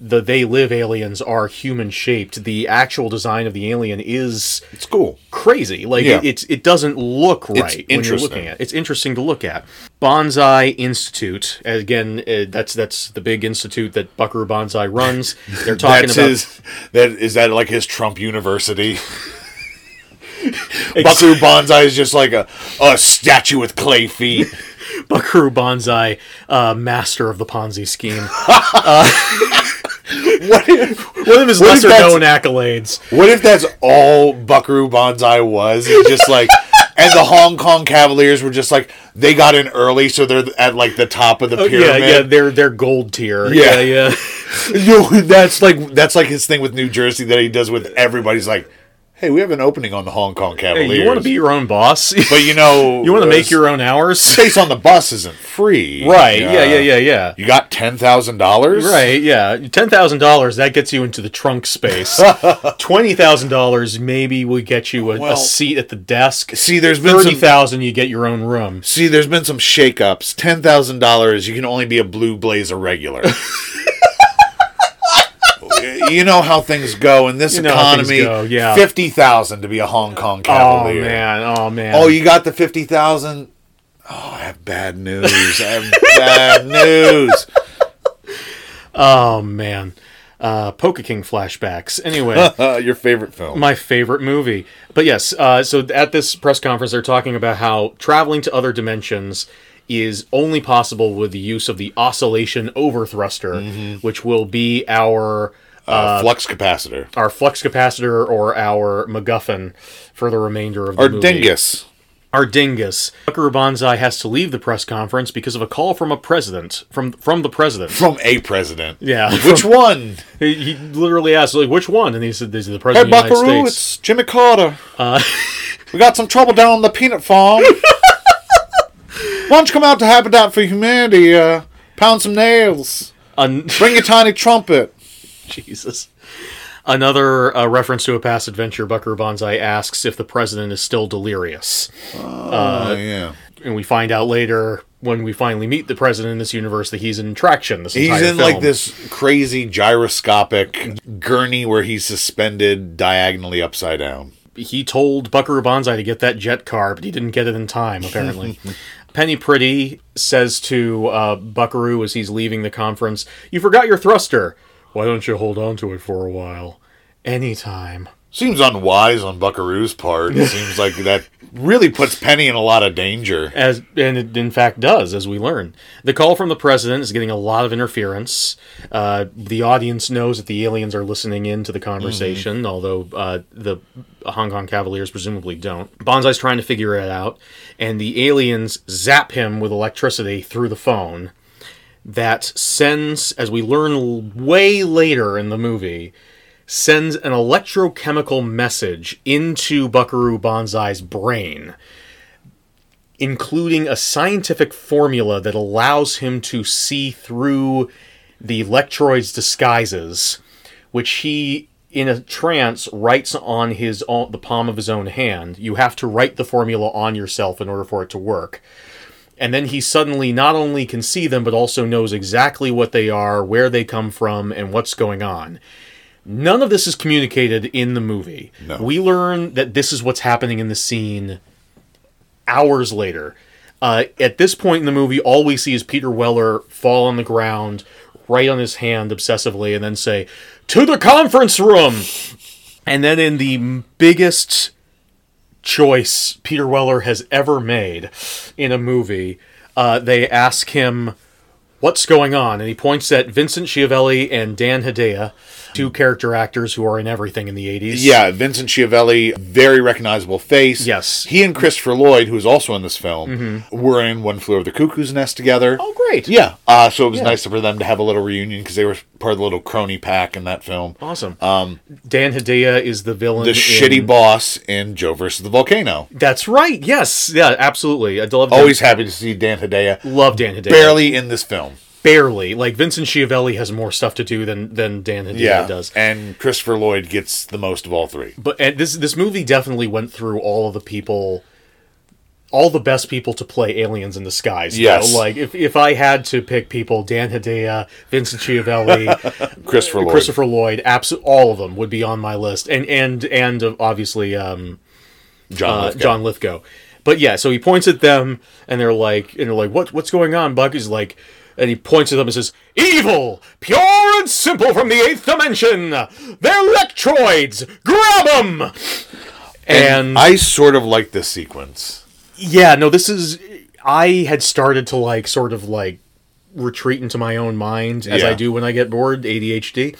the they live aliens are human shaped, the actual design of the alien is it's cool crazy. Like Yeah. it, it's it doesn't look right when you're interesting. looking at. it. It's interesting to look at. Bonsai Institute again. Uh, that's that's the big institute that Buckaroo Bonsai runs. They're talking that's about his that is that like his trump university Buckaroo Banzai is just like a, a statue with clay feet. Buckaroo Banzai, uh, master of the Ponzi scheme. Uh, What if, One of his What if lesser that's- known accolades. what if that's all Buckaroo Banzai was? It's just like, and the Hong Kong Cavaliers were just like, they got in early, so they're at like the top of the Oh, yeah, pyramid. yeah, they're they're gold tier. Yeah. Yeah, yeah. Yo, that's like that's like his thing with New Jersey that he does with everybody's like, hey, we have an opening on the Hong Kong Hey, Cavaliers. you want to be your own boss? but you know, you want to uh, make your own hours? space on the bus isn't free, Uh, right. Yeah, yeah, yeah, yeah. You got ten thousand dollars, Right, yeah. Ten thousand dollars that gets you into the trunk space. Twenty thousand dollars maybe we get you a, Well- a seat at the desk. See, there's been Thirty some thousand, you get your own room. see, there's been some shakeups. Ten thousand dollars, you can only be a blue blazer regular. you know how things go in this You know how things economy. go, yeah. fifty thousand to be a Hong Kong Oh Cavalier. man, oh man. Oh, you got the fifty thousand. Oh, I have bad news. I have bad news. oh man. Uh, Poker King flashbacks. Anyway. Uh, your favorite film? my favorite movie. But yes, uh, so at this press conference, they're talking about how traveling to other dimensions is only possible with the use of the oscillation over thruster, Mm-hmm. which will be our uh, flux capacitor our flux capacitor or our MacGuffin for the remainder of the or movie. dingus. Our dingus. Buckaroo Banzai has to leave the press conference because of a call from a president from from the president. From a president. Yeah. Which one? He, he literally asked, like, which one? And he said, this is Hey, the president of the Buckaroo, United States. Uh, it's Jimmy Carter. we got some trouble down on the peanut farm. Why don't you come out to Habitat for Humanity, uh, pound some nails, Un- bring your tiny trumpet. Jesus. Another uh, reference to a past adventure, Buckaroo Banzai asks if the president is still delirious. Uh, oh, yeah. And we find out later, when we finally meet the president in this universe, that he's in traction this He's entire in film. like this crazy gyroscopic gurney where he's suspended diagonally upside down. He told Buckaroo Banzai to get that jet car, but he didn't get it in time, apparently. Penny Pretty says to uh, Buckaroo as he's leaving the conference, You forgot your thruster. Why don't you hold on to it for a while? Anytime. Seems unwise on Buckaroo's part. It seems like that really puts Penny in a lot of danger. as and it in fact does as we learn the call from the president is getting a lot of interference uh, the audience knows that the aliens are listening in to the conversation although uh, the hong kong cavaliers presumably don't bonsai's trying to figure it out and the aliens zap him with electricity through the phone that sends as we learn l- way later in the movie sends an electrochemical message into buckaroo bonsai's brain including a scientific formula that allows him to see through the Lectroid's disguises, which he, in a trance, writes on his own, the palm of his own hand. You have to write the formula on yourself in order for it to work. And then he suddenly not only can see them, but also knows exactly what they are, where they come from, and what's going on. None of this is communicated in the movie. We learn that this is what's happening in the scene hours later. Uh, at this point in the movie, all we see is Peter Weller fall on the ground, right on his hand obsessively, and then say, To the conference room! And then in the m- biggest choice Peter Weller has ever made in a movie, uh, they ask him, What's going on? And he points at Vincent Schiavelli and Dan Hedaya, two character actors who are in everything in the 80s. Yeah, Vincent Schiavelli, very recognizable face. Yes. He and Christopher Lloyd, who is also in this film, were in One Flew Over the Cuckoo's Nest together. Oh, great. Yeah. Uh, so it was nice for them to have a little reunion because they were part of the little crony pack in that film. Awesome. Um, Dan Hedaya is the villain. The in- shitty boss in Joe versus the Volcano. That's right. Yes. Yeah. Absolutely. I love Always happy to see Dan Hedaya. Dan, love Dan Hedaya. Barely in this film. barely. Like Vincent Schiavelli has more stuff to do than than Dan Hedaya does. And Christopher Lloyd gets the most of all three. But and this this movie definitely went through all of the people, all the best people to play aliens in disguise. you Yes. know? Like if if I had to pick people, Dan Hedaya, Vincent Schiavelli, Christopher Lloyd. Christopher Lloyd, abso- all of them would be on my list. And and and uh, obviously. um John. uh, Lithgow. John Lithgow. But yeah, so he points at them, and they're like, and they're like, what, what's going on, Buck? He's like, and he points at them and says, "Evil, pure and simple from the eighth dimension. They're lectroids. Grab them." and I sort of like this sequence. yeah no this is i had started to like sort of like retreat into my own mind as Yeah. i do when i get bored adhd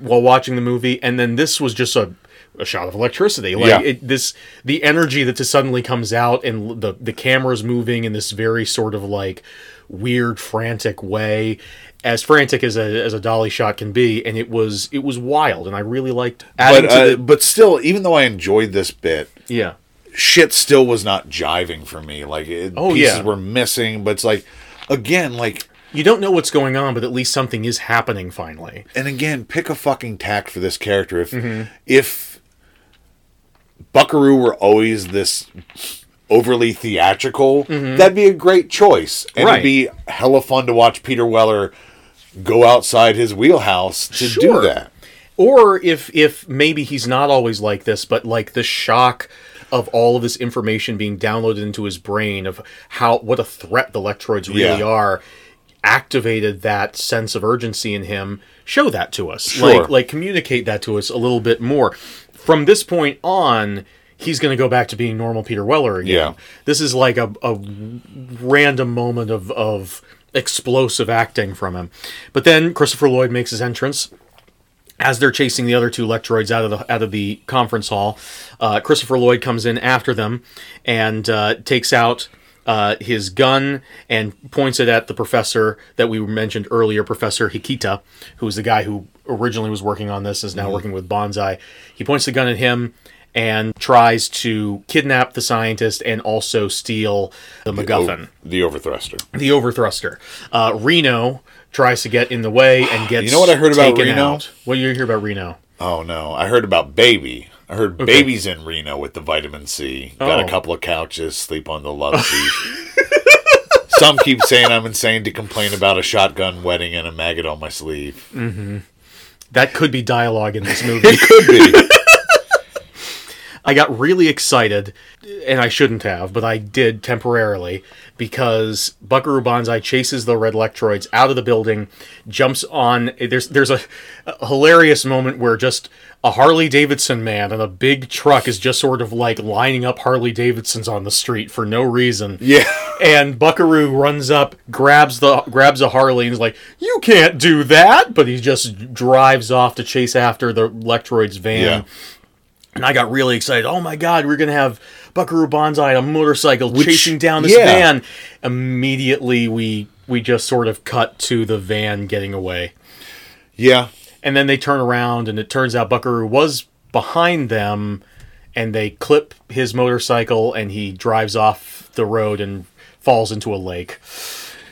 while watching the movie and then this was just a a shot of electricity like Yeah. it, this the energy that just suddenly comes out and l- the the camera's moving in this very sort of like weird frantic way as frantic as a as a dolly shot can be and it was it was wild and i really liked adding But to uh, the- but still, even though I enjoyed this bit, yeah shit still was not jiving for me. Like it, Oh, pieces yeah. were missing, but it's like again, like you don't know what's going on but at least something is happening finally and again, pick a fucking tact for this character. If Mm-hmm. if Buckaroo were always this overly theatrical, that'd be a great choice, and Mm-hmm. Right. it'd be hella fun to watch Peter Weller go outside his wheelhouse to do Sure. that. or if if maybe he's not always like this but like the shock of all of this information being downloaded into his brain of how what a threat the electroids really Yeah. are activated that sense of urgency in him show that to us Sure. like like communicate that to us a little bit more from this point on he's going to go back to being normal peter weller again Yeah. this is like a, a random moment of of explosive acting from him but then christopher lloyd makes his entrance as they're chasing the other two Electroids out of the out of the conference hall, uh, Christopher Lloyd comes in after them and uh, takes out uh, his gun and points it at the professor that we mentioned earlier, Professor Hikita, who is the guy who originally was working on this, is Mm-hmm. now working with Bonsai. He points the gun at him and tries to kidnap the scientist and also steal the MacGuffin The overthruster. the overthruster. Uh, Reno tries to get in the way and gets. You know what I heard about taken Reno? out. What do you hear about Reno? Oh no, I heard about baby. I heard babies in Reno with the vitamin C. Got Oh. a couple of couches, sleep on the love seat. Some keep saying I'm insane to complain about a shotgun wedding and a maggot on my sleeve. That could be dialogue in this movie. Could be. I got really excited, and I shouldn't have, but I did temporarily because Buckaroo Banzai chases the red electroids out of the building, jumps on. There's there's a, a hilarious moment where just a Harley Davidson man and a big truck is just sort of like lining up Harley Davidsons on the street for no reason. yeah. and Buckaroo runs up, grabs the grabs a Harley, and is like, "You can't do that!" But he just drives off to chase after the Electroid's van. Yeah. And I got really excited. Oh my god, we're gonna have Buckaroo Banzai on a motorcycle chasing down this yeah. van. Immediately, we we just sort of cut to the van getting away, Yeah. and then they turn around, and it turns out Buckaroo was behind them, and they clip his motorcycle, and he drives off the road and falls into a lake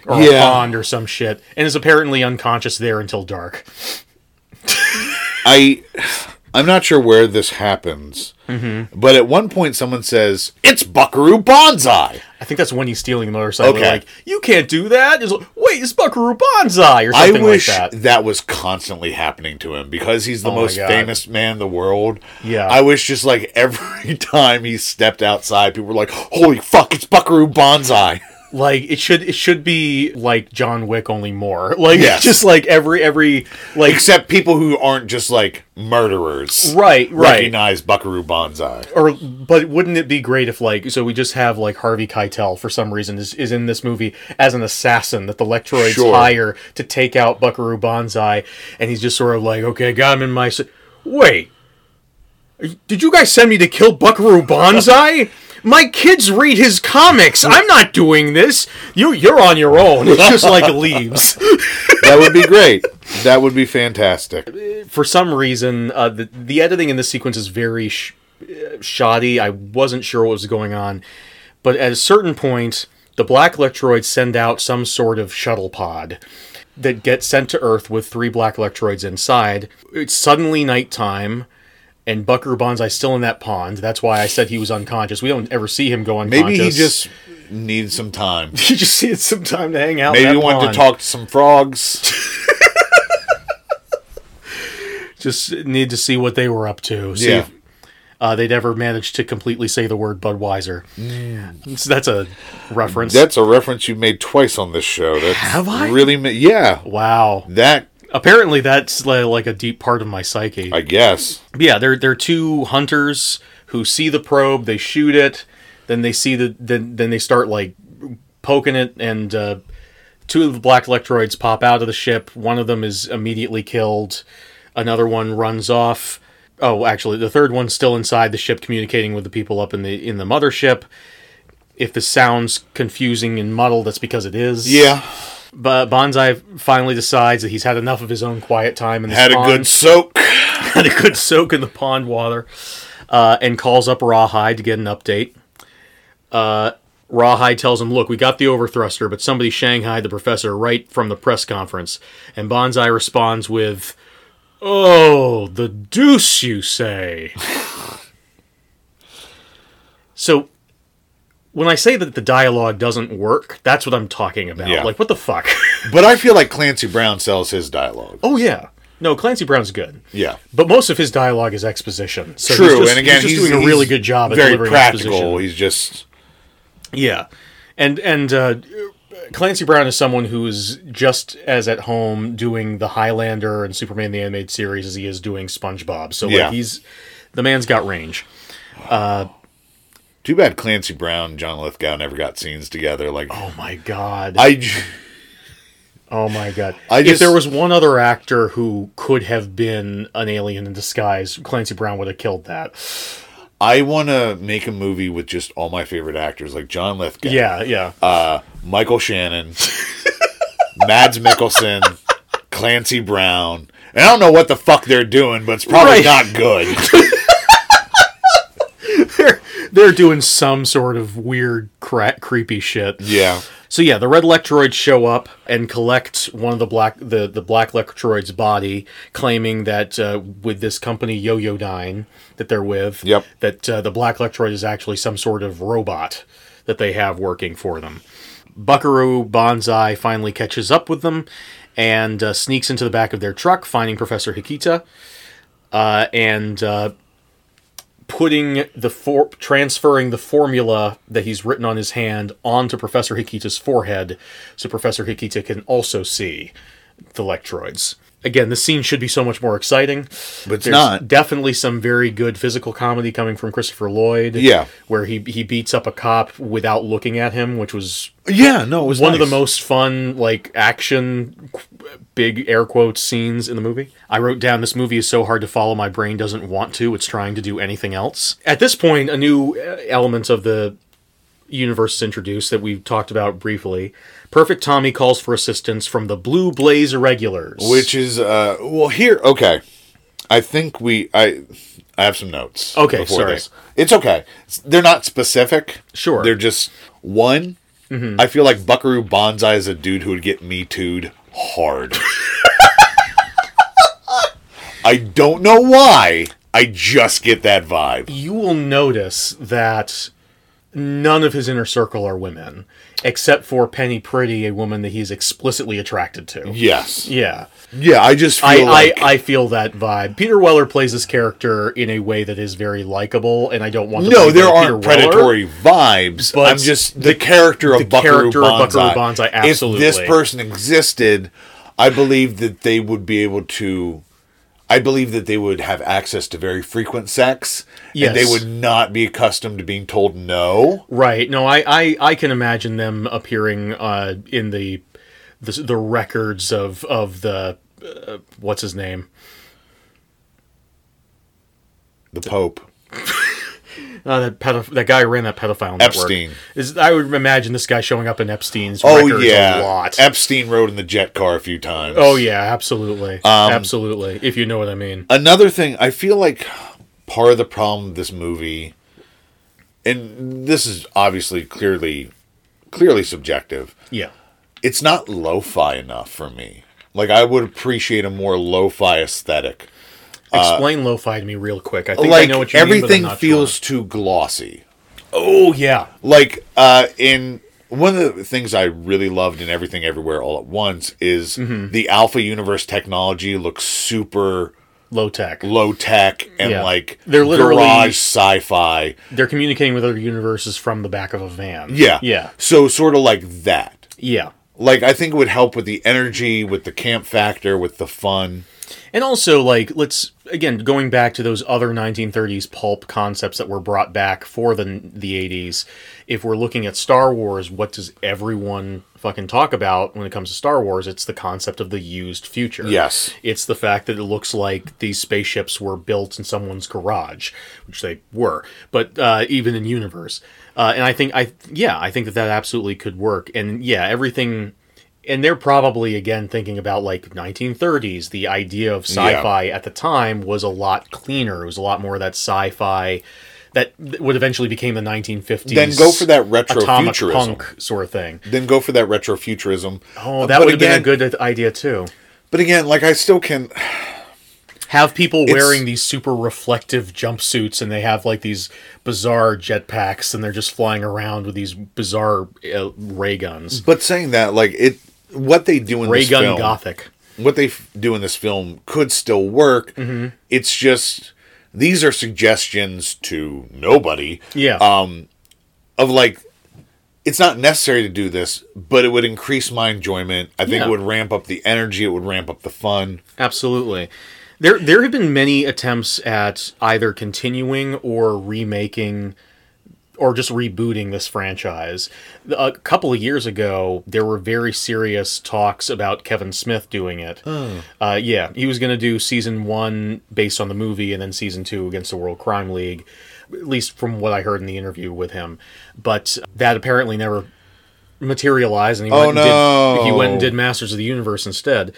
or a Yeah. pond or some shit, and is apparently unconscious there until dark. I I'm not sure where this happens. But at one point someone says, It's Buckaroo Banzai. I think that's when he's stealing the motorcycle. Okay. Like, you can't do that. It's like, Wait, it's Buckaroo Banzai or I something wish like that. that. was constantly happening to him because he's the Oh my most God. famous man in the world. Yeah. I wish just like every time he stepped outside, people were like, Holy fuck, it's Buckaroo Banzai. Like it should it should be like John Wick only more. Like Yes. just like every every like Except people who aren't just like murderers right right recognize Buckaroo Banzai. or but wouldn't it be great if like so we just have like Harvey Keitel for some reason is, is in this movie as an assassin that the Lectroids Sure. hire to take out Buckaroo Banzai and he's just sort of like okay I got him in my s- wait did you guys send me to kill Buckaroo Banzai my kids read his comics I'm not doing this you you're on your own it's just like leaves That would be great. That would be fantastic. for some reason, uh, the the editing in this sequence is very sh- uh, shoddy. I wasn't sure what was going on, but at a certain point, the Black Electroids send out some sort of shuttle pod that gets sent to Earth with three Black Electroids inside. It's suddenly nighttime. And Bucker Banzai's still in that pond. That's why I said he was unconscious. We don't ever see him go unconscious. Maybe he just needs some time. he just needed some time to hang out. Maybe in that he wanted to pond. talk to some frogs. Just need to see what they were up to. See yeah. if- Uh, they never managed to completely say the word Budweiser. So that's a reference. That's a reference you made twice on this show. That's Have I? Really? Ma- yeah. wow. That, Apparently, that's li- like a deep part of my psyche. I guess. yeah, they're they're two hunters who see the probe, they shoot it, then they see the then then they start like poking it, and uh, two of the black electroids pop out of the ship. One of them is immediately killed. Another one runs off. Oh, actually, the third one's still inside the ship, communicating with the people up in the in the mothership. If this sounds confusing and muddled, that's because it is. Yeah. But Bonsai finally decides that he's had enough of his own quiet time and Had a good soak. had a good soak in the pond water, uh, and calls up Rawhide to get an update. Uh, Rawhide tells him, "Look, we got the overthruster, but somebody shanghaied the professor right from the press conference." And Bonsai responds with, "Oh, the deuce, you say." so. When I say that the dialogue doesn't work, that's what I'm talking about. Yeah. Like, what the fuck? But I feel like Clancy Brown sells his dialogue. oh, yeah. No, Clancy Brown's good. Yeah. But most of his dialogue is exposition. So True. he's just- and again, he's he's, just doing a he's really good job. At very delivering practical. exposition. He's just Yeah, and and uh, Clancy Brown is someone who is just as at home doing the Highlander and Superman the Animated Series as he is doing SpongeBob. So like Yeah. he's the man's got range. too bad Clancy Brown and John Lithgow never got scenes together. Like Oh my god. I j- oh my god. I if just- there was one other actor who could have been an alien in disguise, Clancy Brown would have killed that. I want to make a movie with just all my favorite actors, like John Lithgow, Yeah, yeah. Michael Shannon, Mads Mikkelsen, Clancy Brown. And I don't know what the fuck they're doing, but it's probably Right. not good. they're they're doing some sort of weird, cra- creepy shit. yeah. So yeah, the red electroids show up and collect one of the black the the black electroid's body, claiming that uh, with this company Yo-Yodyne that they're with, Yep. that uh, the black electroid is actually some sort of robot that they have working for them. Buckaroo Banzai finally catches up with them and uh, sneaks into the back of their truck, finding Professor Hikita, uh, and uh, putting the for- transferring the formula that he's written on his hand onto Professor Hikita's forehead, so Professor Hikita can also see the electroids. Again, this scene should be so much more exciting. But it's There's not. definitely some very good physical comedy coming from Christopher Lloyd. Yeah. where he he beats up a cop without looking at him, which was Yeah, no, it was one of nice. the most fun like action qu- big air quotes scenes in the movie i wrote down this movie is so hard to follow my brain doesn't want to it's trying to do anything else at this point a new uh, element of the universe is introduced that we've talked about briefly perfect tommy calls for assistance from the blue blaze irregulars Which is uh well here okay. I think we I I have some notes. Okay, sorry. It's okay. S- They're not specific. Sure. Mm-hmm. They're just one. I feel like Buckaroo Banzai is a dude who would get me too'd hard. I don't know why. I just get that vibe. you will notice that none of his inner circle are women except for penny pretty a woman that he's explicitly attracted to Yes. yeah Yeah, I just feel I, like I, I feel that vibe. Peter Weller plays this character in a way that is very likable, and I don't want to no, believe there that aren't Peter Weller- predatory vibes. but I'm just the, character of the Buckaroo character Banzai. of Buckaroo Banzai, absolutely. If this person existed, I believe that they would be able to. I believe that they would have access to very frequent sex, and they Yes. would not be accustomed to being told no. right? No, I, I, I can imagine them appearing uh, in the, the the records of of the uh, what's his name? The Pope, Uh, that pedoph- that guy who ran that pedophile network. Epstein. Is I would imagine this guy showing up in Epstein's oh records yeah, a lot. Epstein rode in the jet car a few times. oh yeah, absolutely, Um, absolutely. If you know what I mean. another thing i feel like part of the problem of this movie and this is obviously clearly clearly subjective Yeah. it's not lo-fi enough for me like i would appreciate a more lo-fi aesthetic Explain lo-fi to me real quick. Oh, I think like I know what you mean. but I'm everything not feels sure. too glossy Oh yeah. like uh in one of the things i really loved in everything everywhere all at once is Mm-hmm. the alpha universe technology looks super low tech. low tech and Yeah. like They're literally- garage sci-fi They're communicating with other universes from the back of a van. Yeah. Yeah. So sort of like that. Yeah. Like I think it would help with the energy, with the camp factor, with the fun. And also, like, let's again going back to those other 1930s pulp concepts that were brought back for the the 80s. If we're looking at Star Wars, what does everyone fucking talk about when it comes to Star Wars? It's the concept of the used future. Yes. it's the fact that it looks like these spaceships were built in someone's garage, which they were. But uh, even in universe, uh, and I think I yeah, I think that that absolutely could work. And yeah, everything and they're probably again thinking about like 1930s the idea of sci-fi at the time was a lot cleaner it was a lot more of that sci-fi that would eventually became the 1950s Then go for that atomic retrofuturism. punk sort of thing Then go for that retrofuturism. oh Uh, that but would have been a again- good idea too But again, like I still can. have people It's- wearing these super reflective jumpsuits and they have like these bizarre jetpacks and they're just flying around with these bizarre uh, ray guns But saying that, like it, what they do in ray Mm. this gun film, gothic what they f- do in this film could still work. Mm-hmm. It's just these are suggestions to nobody. yeah of like it's not necessary to do this, but it would increase my enjoyment. I think Yeah. it would ramp up the energy, it would ramp up the fun. Absolutely. There there have been many attempts at either continuing or remaking or just rebooting this franchise. A couple of years ago, there were very serious talks about Kevin Smith doing it. Uh, yeah, he was going to do season one based on the movie and then season two against the World Crime League, at least from what I heard in the interview with him. But that apparently never materialized, and he, went, and did, he went and did Masters of the Universe instead.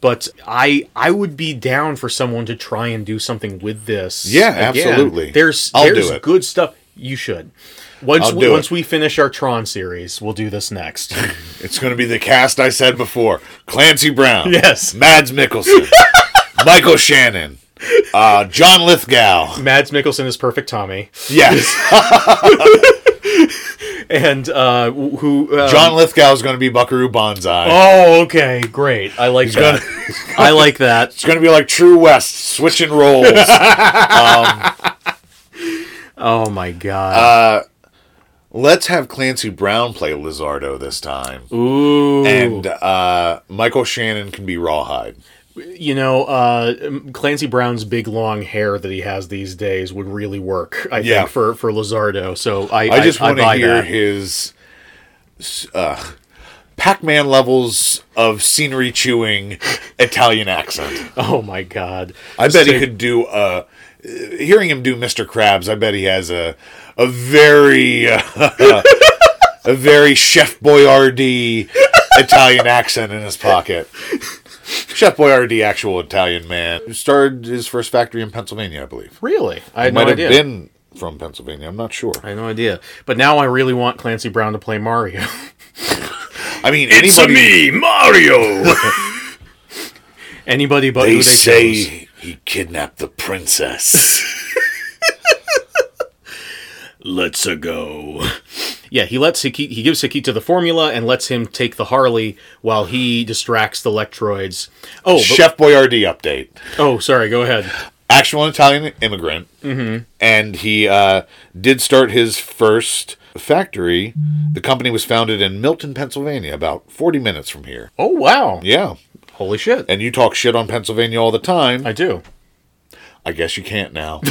But I I would be down for someone to try and do something with this. Yeah, absolutely. There's I'll do there's it. good stuff. You should. Once I'll we, do once it. we finish our Tron series, we'll do this next. It's going to be the cast I said before Clancy Brown. Yes. Mads Mikkelsen. Michael Shannon. Uh, John Lithgow. Mads Mikkelsen is perfect Tommy, Yes. and uh, wh- who uh, John Lithgow is going to be Buckaroo Banzai. Oh, okay, great. I like that. I like that. It's going to be like True West, switching roles. Oh my god. Let's have Clancy Brown play Lizardo this time. Ooh. And uh, Michael Shannon can be Rawhide. you know, uh, Clancy Brown's big long hair that he has these days would really work. I Yeah. think for for Lazardo. So I I just want to buy hear that. his uh, Pac-Man levels of scenery chewing Italian accent. Oh my god. I bet he Say- could do. Uh, uh, hearing him do Mr. Krabs, I bet he has a a very uh, a very Chef Boyardee Italian accent in his pocket. Chef Boyardee, actual Italian man, who started his first factory in Pennsylvania, I believe. Really? I had Might no have idea. been from Pennsylvania. I'm not sure. I had no idea. But now I really want Clancy Brown to play Mario. I mean, anybody. Mario. Anybody but They, who they say chose. he kidnapped the princess. Let's go. Yeah, he lets Hiki, he gives Hikita the formula and lets him take the Harley while he distracts the Lectroids. Oh, but- Chef Boyardee update. oh, sorry. Go ahead. Actual Italian immigrant, Mm-hmm. and he uh, did start his first factory. The company was founded in Milton, Pennsylvania, about forty minutes from here. Oh wow! Yeah, Holy shit! and you talk shit on Pennsylvania all the time. I I, do. guess you can't now.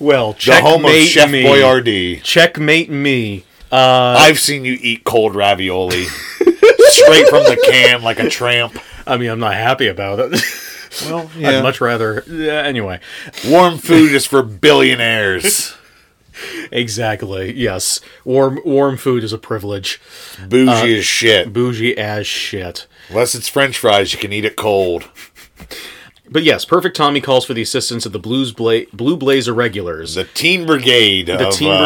Well, the checkmate home of Chef me. Uh, Boyardee. Checkmate me. I've seen you eat cold ravioli straight from the can like a tramp. I mean, I'm not happy about it. Well, I'd much rather. Yeah, anyway, warm food is for billionaires. exactly. Yes, warm warm food is a privilege. Uh, Bougie as shit. Bougie as shit. Unless it's French fries, you can eat it cold. But yes, Perfect Tommy calls for the assistance of the Blues Bla- Blue Blazer regulars. The Teen Brigade. The of, Teen uh,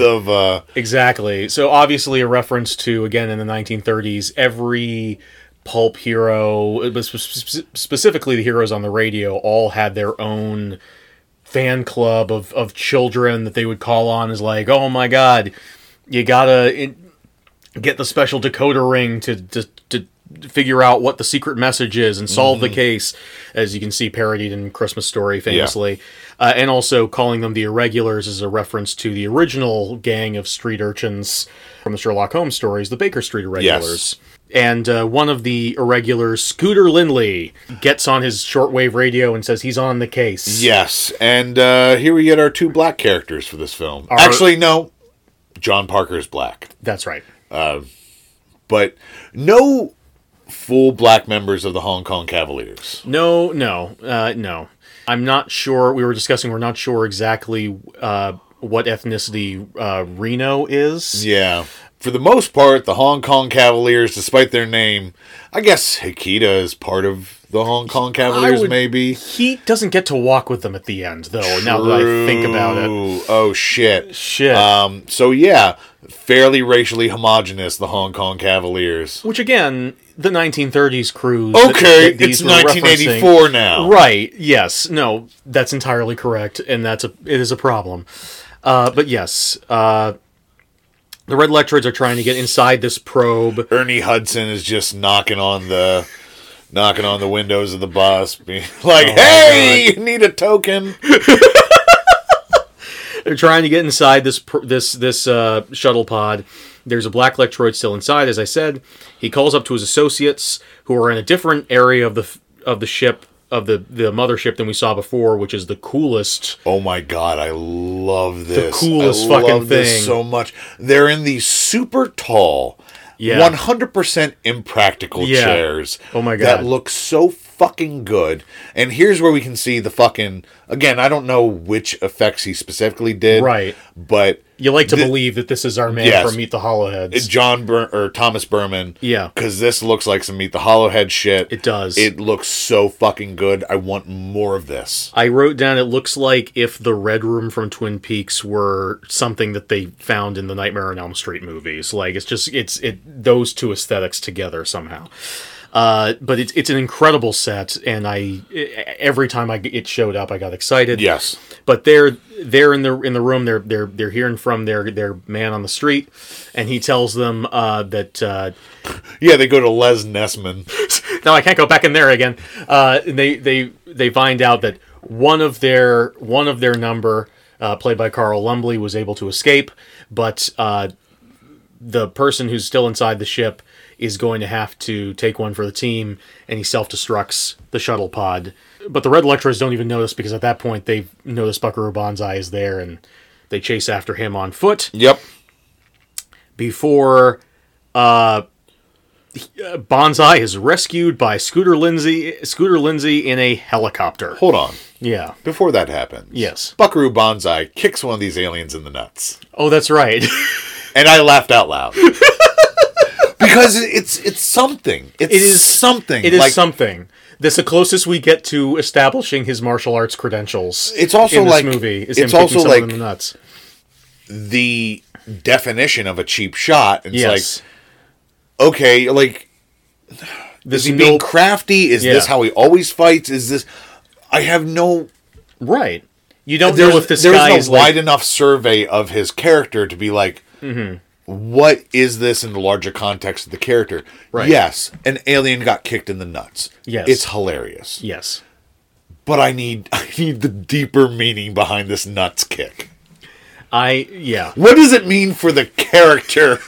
of uh, Exactly. So obviously a reference to again in the 1930s every pulp hero, uh, but spe- spe- specifically the heroes on the radio all had their own fan club of of children that they would call on as like, "Oh my god, you got to get the special decoder ring to to, to figure out what the secret message is and solve the case as you can see parodied in christmas story famously uh, and also calling them the irregulars is a reference to the original gang of street urchins from the sherlock holmes stories the baker street irregulars And uh, one of the irregulars, Scooter Lindley, gets on his shortwave radio and says he's on the case. Yes, and uh, here we get our two black characters for this film. Actually, no, John Parker is black, That's right. but no full black members of the Hong Kong Cavaliers. No, no, uh, no. I'm not sure. We were discussing, we're not sure exactly uh, what ethnicity uh, Reno is. Yeah, for the most part, the Hong Kong Cavaliers, despite their name, I guess Hikita is part of the Hong Kong Cavaliers, would- maybe. He doesn't get to walk with them at the end, though, now that I think about it. Ooh, Oh shit. Shit. Um so yeah, fairly racially homogenous the Hong Kong Cavaliers. Which, again, the 1930s cruise. that- Okay, that it's these were referencing- 1984 now. Right. Yes. No. That's entirely correct, and that's a it is a problem. Uh, but yes, uh, the red electrodes are trying to get inside this probe. Ernie Hudson is just knocking on the knocking on the windows of the bus being like, Oh "Hey, you need a token?" They're trying to get inside this pr- this this uh, shuttle pod. There's a black electroid still inside, as I said. He calls up to his associates, who are in a different area of the f- of the ship of the the mothership than we saw before, which is the coolest. Oh my god, I love this. coolest I fucking love this thing. so much. They're in these super tall Yeah. 100% impractical Yeah. chairs. Oh my That God. look so fucking good. And here's where we can see the fucking again, I don't know which effects he specifically did. Right. But You like to The- believe that this is our man Yes. from Meet the Hollowheads. John Bur- or Thomas Berman. Yeah. Cuz this looks like some meet the hollow head shit. It does. It looks so fucking good. I want more of this. I wrote down it looks like if the Red Room from Twin Peaks were something that they found in the Nightmare on Elm Street movies. Like it's just it's it those two aesthetics together somehow. Uh, but it's it's an incredible set, and I every time I it showed up, I got excited. Yes. But they're they're in the in the room. They're they're they're hearing from their their man on the street, and he tells them uh, that uh, Yeah, they go to Les Nessman. no, I can't go back in there again. Uh, and they they they find out that one of their one of their number, uh, played by Carl Lumbly, was able to escape, but uh, the person who's still inside the ship is going to have to take one for the team, and he self destructs the shuttle pod. But the red lecturers don't even notice because at that point they notice Buckaroo Banzai is there, and they chase after him on foot Yep. before uh, Bonsai is rescued by Scooter Lindsay. Scooter Lindsay in a helicopter. Hold on. Yeah. Before that happens. Yes. Buckaroo Banzai kicks one of these aliens in the nuts. Oh, that's right. And I laughed out loud. because it's it's something. It's It is- something. it is like, something. That's the closest we get to establishing his martial arts credentials. It's also in this like- movie. Is it's him also kicking someone in like- the nuts. the definition of a cheap shot. It's Yes. like, okay, like this is he no- being crafty? Is this Yeah. how he always fights? Is this I have no right. You don't there's, know if this there's guy no is wide like enough survey of his character to be like Mm-hmm. what is this in the larger context of the character Right. yes an alien got kicked in the nuts Yes. it's hilarious yes. but i need i need the deeper meaning behind this nuts kick I yeah. what does it mean for the character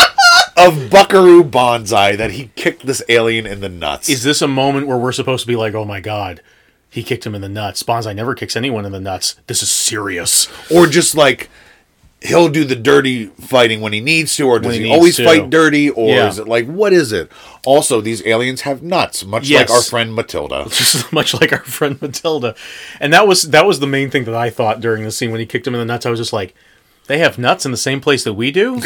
of buckaroo banzai that he kicked this alien in the nuts Is this a moment where we're supposed to be like, oh my god, he kicked him in the nuts? Bonsai never kicks anyone in the nuts. This is serious. or just like he'll do the dirty fighting when he needs to, or does he he, needs always to. fight dirty, or Yeah. is it like what is it? Also, these aliens have nuts, much Yes. like our friend Matilda. just much like our friend Matilda. And that was that was the main thing that I thought during the scene when he kicked him in the nuts. I was just like, they have nuts in the same place that we do.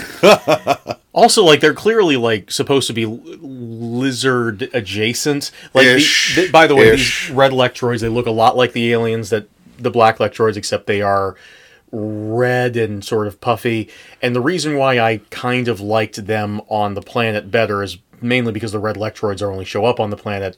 also, like they're clearly like supposed to be l- lizard adjacent. Like the- Ish. the- by the way, Ish. these red lectroids they look a lot like the aliens that the black lectroids, except they are red and sort of puffy. And the reason why I kind of liked them on the planet better is mainly because the red lectroids are only show up on the planet.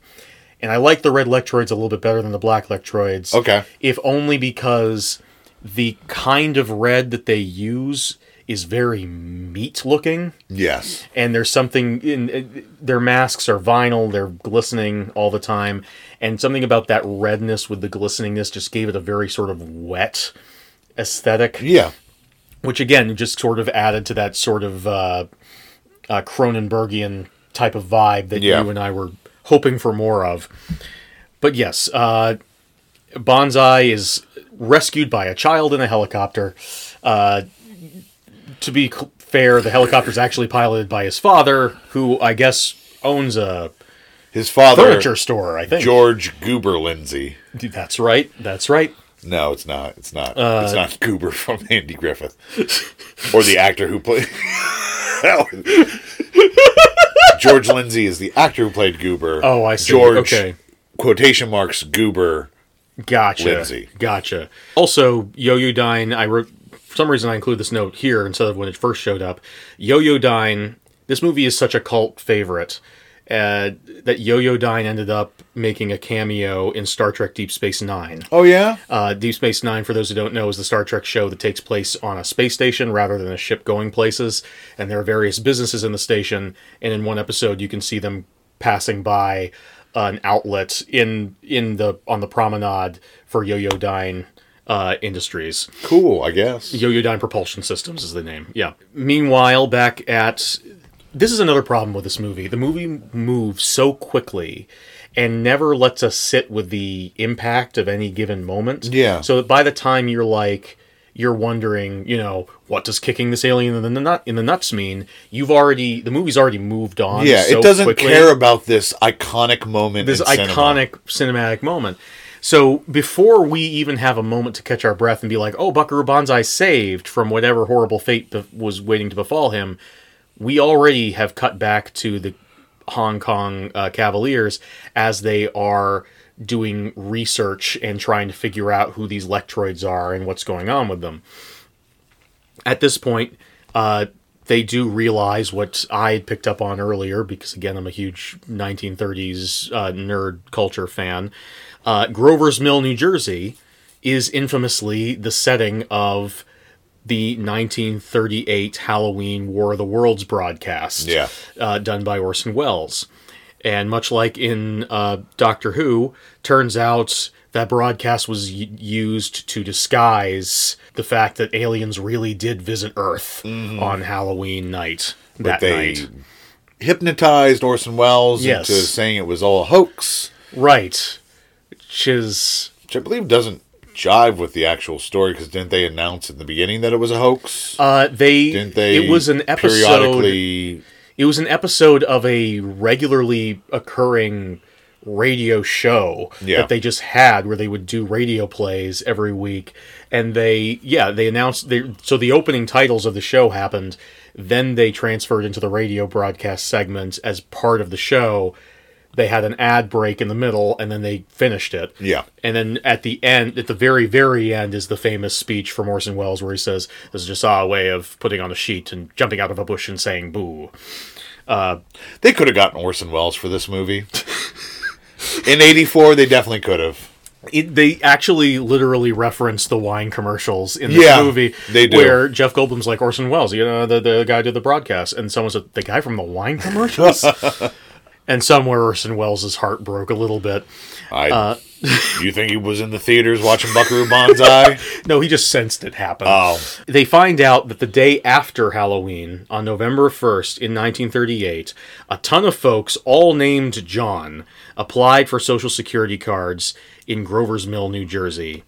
And I like the red lectroids a little bit better than the black lectroids. Okay. If only because the kind of red that they use is very meat looking Yes, and there's something in uh, their masks are vinyl they're glistening all the time and something about that redness with the glisteningness just gave it a very sort of wet aesthetic yeah, which again just sort of added to that sort of uh, uh, Cronenbergian type of vibe that Yeah. you and I were hoping for more of. But yes, uh, Bonsai is rescued by a child in a helicopter. Uh, to be cl- fair, the helicopter's actually piloted by his father, who I guess owns a His father, furniture store. I think George Goober Lindsay. that's right. That's right. No, it's not. It's not. Uh, it's not Goober from Andy Griffith, or the actor who played. George Lindsay is the actor who played Goober. Oh, I see. George, Okay. quotation marks Goober. Gotcha. Lindsay. Gotcha. Also, Yo-Yo-Dine, I wrote, for some reason I include this note here instead of when it first showed up. Yo-Yo-Dine, this movie is such a cult favorite uh, that Yo-Yo-Dine ended up making a cameo in Star Trek Deep Space Nine. Oh yeah. Uh, Deep Space Nine, for those who don't know, is the Star Trek show that takes place on a space station rather than a ship going places. And there are various businesses in the station. And in one episode, you can see them passing by an outlet in in the on the promenade for Yo Yo Dine uh, Industries. Cool. I guess. Yo Yo Dine Propulsion Systems is the name. Yeah. Meanwhile, back at this is another problem with this movie. The movie moves so quickly and never lets us sit with the impact of any given moment. Yeah. So that by the time you're like you're wondering, you know, what does kicking this alien in the nut in the nuts mean? You've already the movie's already moved on. Yeah. so it doesn't quickly care about this iconic moment. this in cinema. iconic cinematic moment. So before we even have a moment to catch our breath and be like, "Oh, Buckaroo Banzai saved from whatever horrible fate be- was waiting to befall him," we already have cut back to the Hong Kong uh, Cavaliers as they are doing research and trying to figure out who these Lectroids are and what's going on with them. At this point, uh, they do realize what I had picked up on earlier, because again, I'm a huge 1930s uh, nerd culture fan. Uh, Grover's Mill, New Jersey, is infamously the setting of the 1938 Halloween War of the Worlds broadcast, Yeah. uh, done by Orson Welles. And much like in uh, Doctor Who, turns out that broadcast was y- used to disguise the fact that aliens really did visit Earth on Halloween night. Mm-hmm. that They night, hypnotized Orson Welles Yes. into saying it was all a hoax, right? Which is which I believe doesn't jive with the actual story because didn't they announce in the beginning that it was a hoax? uh, they, didn't they? It was an episode. Periodically, It was an episode of a regularly occurring radio show Yeah. that they just had where they would do radio plays every week and they yeah they announced they so the opening titles of the show happened then they transferred into the radio broadcast segment as part of the show they had an ad break in the middle and then they finished it Yeah. and then at the end, at the very, very end, is the famous speech from Orson Welles where he says, This is just our way of putting on a sheet and jumping out of a bush and saying boo. they could have gotten Orson Welles for this movie. in '84, they definitely could have. It, they actually literally reference the wine commercials in the Yeah, movie they do. where Jeff Goldblum's like Orson Welles, you know, the, the guy did the broadcast. And someone said, The guy from the wine commercials? and somewhere Orson Welles' heart broke a little bit. I. Uh. you think he was in the theaters watching Buckaroo Banzai? No, he just sensed it happen. Oh. They find out that the day after Halloween, on November 1st in 1938, a ton of folks, all named John, applied for Social Security cards in Grover's Mill, New Jersey.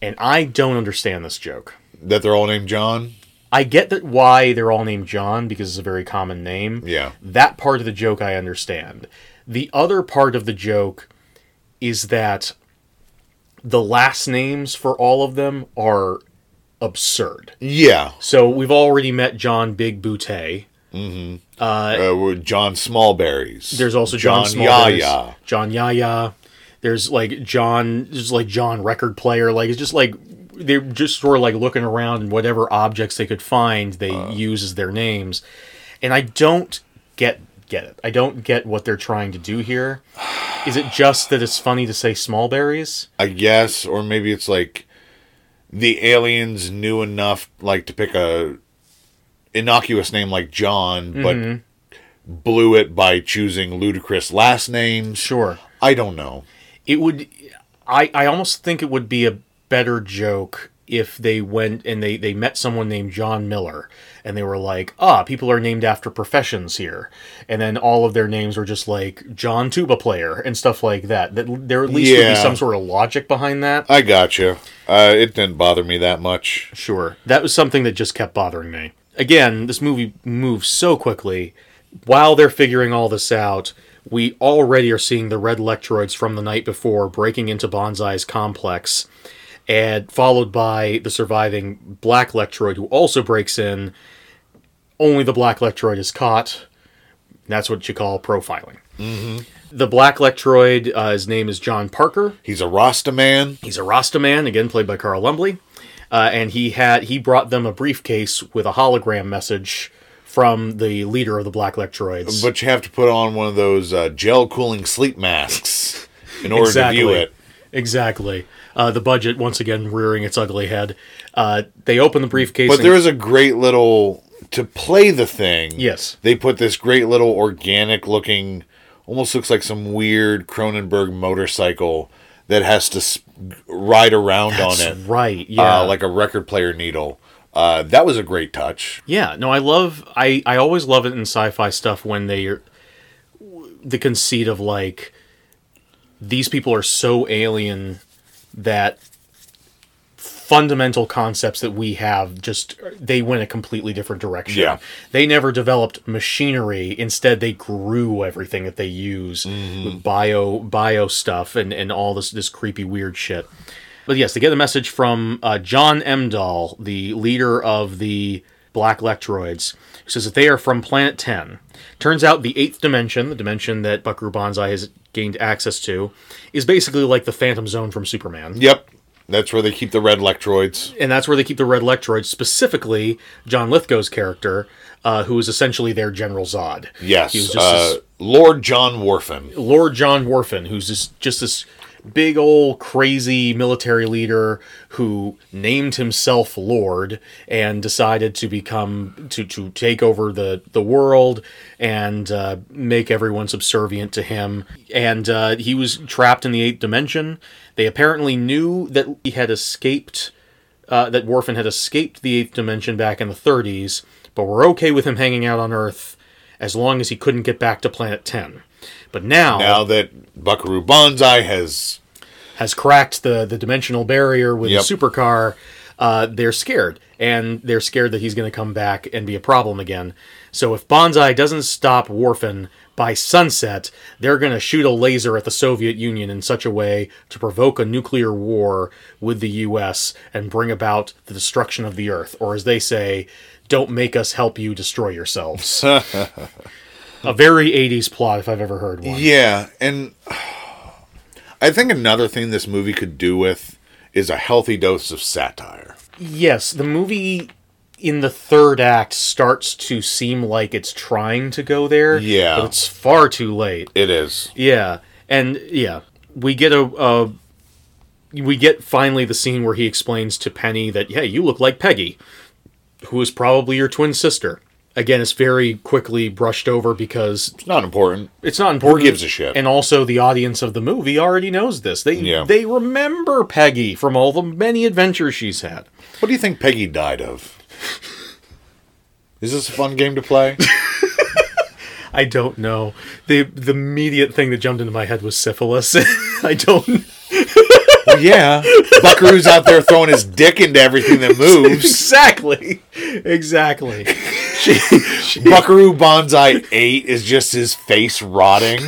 And I don't understand this joke. that they're all named John. I get that why they're all named John because it's a very common name. Yeah. That part of the joke I understand. The other part of the joke is that the last names for all of them are absurd. Yeah, So we've already met John Big Boutte. uh, we're John Smallberries. There's also John, Small. Yahya. John Yaya. There's like John. There's like John record player. Like it's just like they just were like looking around and whatever objects they could find they use as their names. And I don't get get it. I don't get what they're trying to do here. Is it just that it's funny to say small berries? I guess, or maybe it's like the aliens knew enough, like to pick a innocuous name like John, Mm-hmm. but blew it by choosing ludicrous last names. Sure. I don't know. it would I, I almost think it would be a better joke if they went and they they met someone named John Miller and they were like, ah, people are named after professions here, and then all of their names were just like John tuba player and stuff like that. That there at least would be Yeah. some sort of logic behind that. I gotcha. Uh, it didn't bother me that much. Sure. That was something that just kept bothering me. Again, this movie moves so quickly. While they're figuring all this out, we already are seeing the red electroids from the night before breaking into Bonsai's complex, and followed by the surviving black electroid who also breaks in. Only the black electroid is caught. That's what you call profiling. Mm-hmm. The black electroid, uh, his name is John Parker. He's a Rasta man. He's a Rasta man, again played by Carl Lumbly, uh, and he had he brought them a briefcase with a hologram message from the leader of the Black Electroids. But you have to put on one of those uh, gel cooling sleep masks in order to view it. Exactly. Uh, the budget once again rearing its ugly head. Uh, they open the briefcase. But and- there is a great little to play the thing. Yes. they put this great little organic looking, almost looks like some weird Cronenberg motorcycle that has to s- ride around on it, right. Yeah. uh, like a record player needle. Uh, that was a great touch. Yeah, no, I love I I always love it in sci-fi stuff when they are the conceit of like these people are so alien that fundamental concepts that we have just they went a completely different direction. Yeah. They never developed machinery. Instead, they grew everything that they use with bio bio stuff and and all this this creepy weird shit. But yes, they get a message from uh, John Emdahl, the leader of the Black Lectroids, who says that they are from Planet 10. Turns out the eighth dimension, the dimension that Buckaroo Banzai has gained access to, is basically like the Phantom Zone from Superman. Yep, that's where they keep the red electroids. And that's where they keep the Red Lectroids, specifically John Lithgow's character, uh, who is essentially their General Zod. Yes, He was just uh, this Lord John Warfin. Lord John Warfin, who's just just this big old crazy military leader who named himself Lord and decided to become to to take over the the world and uh, make everyone subservient to him. And uh, he was trapped in the eighth dimension. They apparently knew that he had escaped. Uh, that Warfin had escaped the eighth dimension back in the 30s, but were okay with him hanging out on Earth as long as he couldn't get back to Planet 10. But now, Now that Buckaroo Banzai has has cracked the the dimensional barrier with Yep. the supercar, uh, they're scared, and they're scared that he's going to come back and be a problem again. So if Bonsai doesn't stop Warfin by sunset, they're going to shoot a laser at the Soviet Union in such a way to provoke a nuclear war with the U.S. and bring about the destruction of the Earth, or as they say, "Don't make us help you destroy yourselves." a very '80s plot, if I've ever heard one. Yeah, and I think another thing this movie could do with is a healthy dose of satire. Yes, the movie in the third act starts to seem like it's trying to go there. Yeah. But it's far too late. It is. Yeah. And yeah, we get a, a we get finally the scene where he explains to Penny that, "Hey, you look like Peggy, who is probably your twin sister." Again, it's very quickly brushed over because It's not important. it's not important. gives a shit? And also, the audience of the movie already knows this. They Yeah. they remember Peggy from all the many adventures she's had. What do you think Peggy died of? Is this a fun game to play? I don't know. The the immediate thing that jumped into my head was syphilis. I don't well, yeah. Buckaroo's out there throwing his dick into everything that moves. exactly. Exactly. Buckaroo Banzai 8 is just his face rotting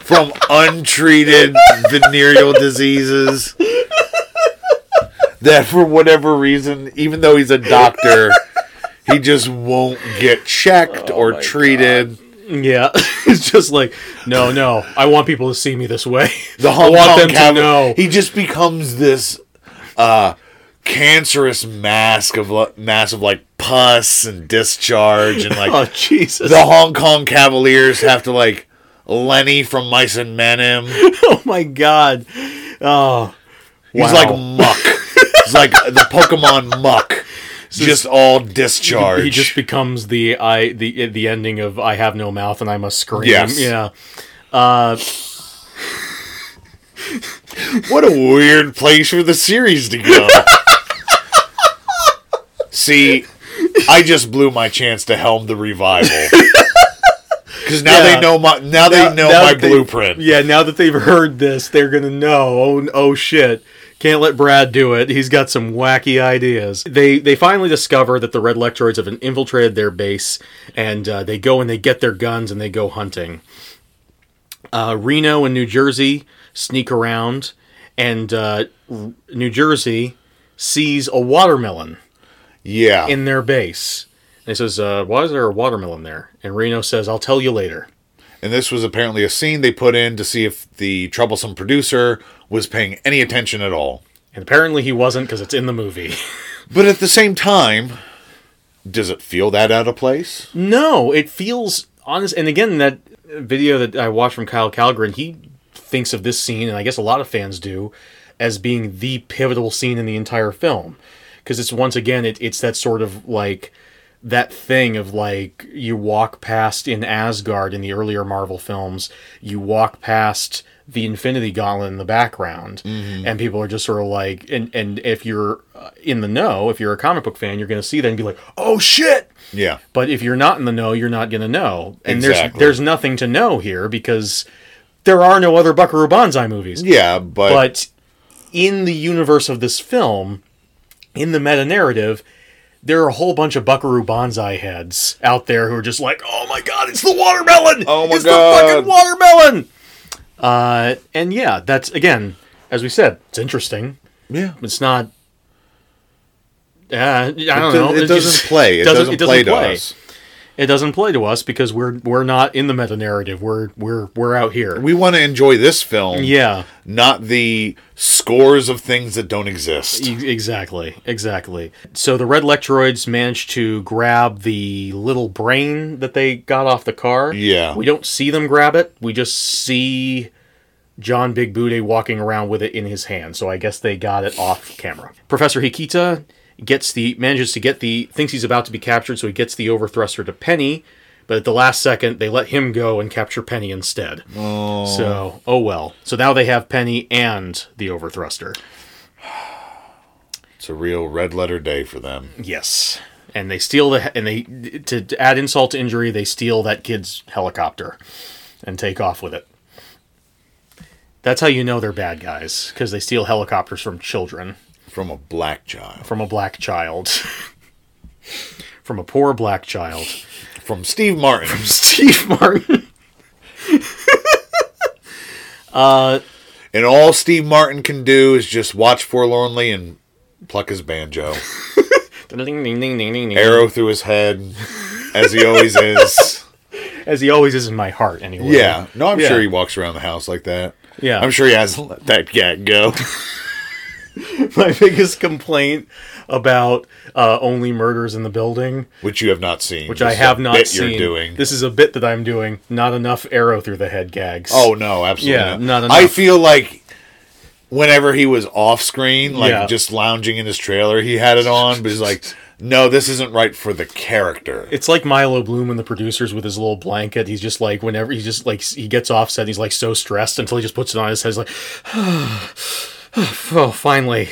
from untreated venereal diseases. That for whatever reason, even though he's a doctor, he just won't get Oh checked or treated. Yeah. It's just like, no, no. I want people to see me this way. The Hong I want Kong them Cav- to know. He just becomes this uh, cancerous mask of li- mass of like pus and discharge and like oh Jesus. the Hong Kong Cavaliers have to like Lenny from Mice and Men him. He's Oh my god. Oh. Wow. like muck. He's like the Pokemon muck. Just all discharge. he just becomes the I the the ending of I have no mouth and I must scream. Yes. Yeah. What a weird place for the series to go. See, I just blew my chance to helm the revival. Because now Yeah. they know my now they Now- know now my that they- blueprint. Yeah, now that they've heard this, they're gonna know. Oh, n- oh shit. Can't let Brad do it. He's got some wacky ideas. They they finally discover that the Red Lectroids have infiltrated their base, and uh, they go and they get their guns and they go hunting. Uh, Reno and New Jersey sneak around, and uh, R- New Jersey sees a watermelon Yeah. in their base. And he says, uh, "Why is there a watermelon there?" And Reno says, "I'll tell you later." and this was apparently a scene they put in to see if the troublesome producer was paying any attention at all. And apparently he wasn't because it's in the movie. But at the same time, does it feel that out of place? No, it feels honest. And again, that video that I watched from Kyle Calgren, he thinks of this scene, and I guess a lot of fans do, as being the pivotal scene in the entire film, because it's once again it, it's that sort of like that thing of like you walk past in Asgard in the earlier Marvel films, you walk past the Infinity Gauntlet in the background, and people are just sort of like, and and if you're uh, in the know, if you're a comic book fan, you're gonna see that and be like, oh shit, Yeah. but if you're not in the know, you're not going to know. And Exactly. there's there's nothing to know here because there are no other Buckaroo Banzai movies. Yeah, but, But in the universe of this film, in the meta narrative, there are a whole bunch of Buckaroo Banzai heads out there who are just like, "Oh my god, it's the watermelon! Oh my it's God." the fucking watermelon!" Uh, and yeah, that's again, as we said, it's interesting. yeah. It's not. Yeah, I don't it, know. it doesn't just- play. It doesn't, play to us. it doesn't play to us because we're we're not in the meta narrative. We're we're we're out here. We want to enjoy this film, yeah, not the scores of things that don't exist. e- exactly, exactly. So the red lectroids managed to grab the little brain that they got off the car. Yeah. we don't see them grab it. We just see John Big Bude walking around with it in his hand. So I guess they got it off camera. Professor Hikita gets the manages to get the thinks he's about to be captured, so he gets the overthruster to Penny. But at the last second, they let him go and capture Penny instead. Oh. So, oh well. So now they have Penny and the overthruster. It's a real red letter day for them. Yes. And they steal the and they to, to add insult to injury, they steal that kid's helicopter and take off with it. That's how you know they're bad guys because they steal helicopters from children, From a black child. from a black child. from a poor black child. From Steve Martin. Steve Martin. and all Steve Martin can do is just watch forlornly and pluck his banjo. Arrow through his head, as he always is. As he always is in my heart anyway. Yeah. No, I'm Yeah. sure he walks around the house like that. Yeah. I'm sure he hasn't let that cat go. my biggest complaint about uh, only murders in the building Which you have not seen. which I Just a have not bit seen. You're doing. This is a bit that I'm doing. Not enough arrow through the head gags. Oh no, absolutely. Yeah, not. not I enough. feel like whenever he was off screen, like Yeah. just lounging in his trailer, he had it on, but he's like, no, this isn't right for the character. it's like Milo Bloom and the producers with his little blanket. He's just like whenever he just like he gets offset, he's like so stressed until he just puts it on his head. He's like, oh, finally.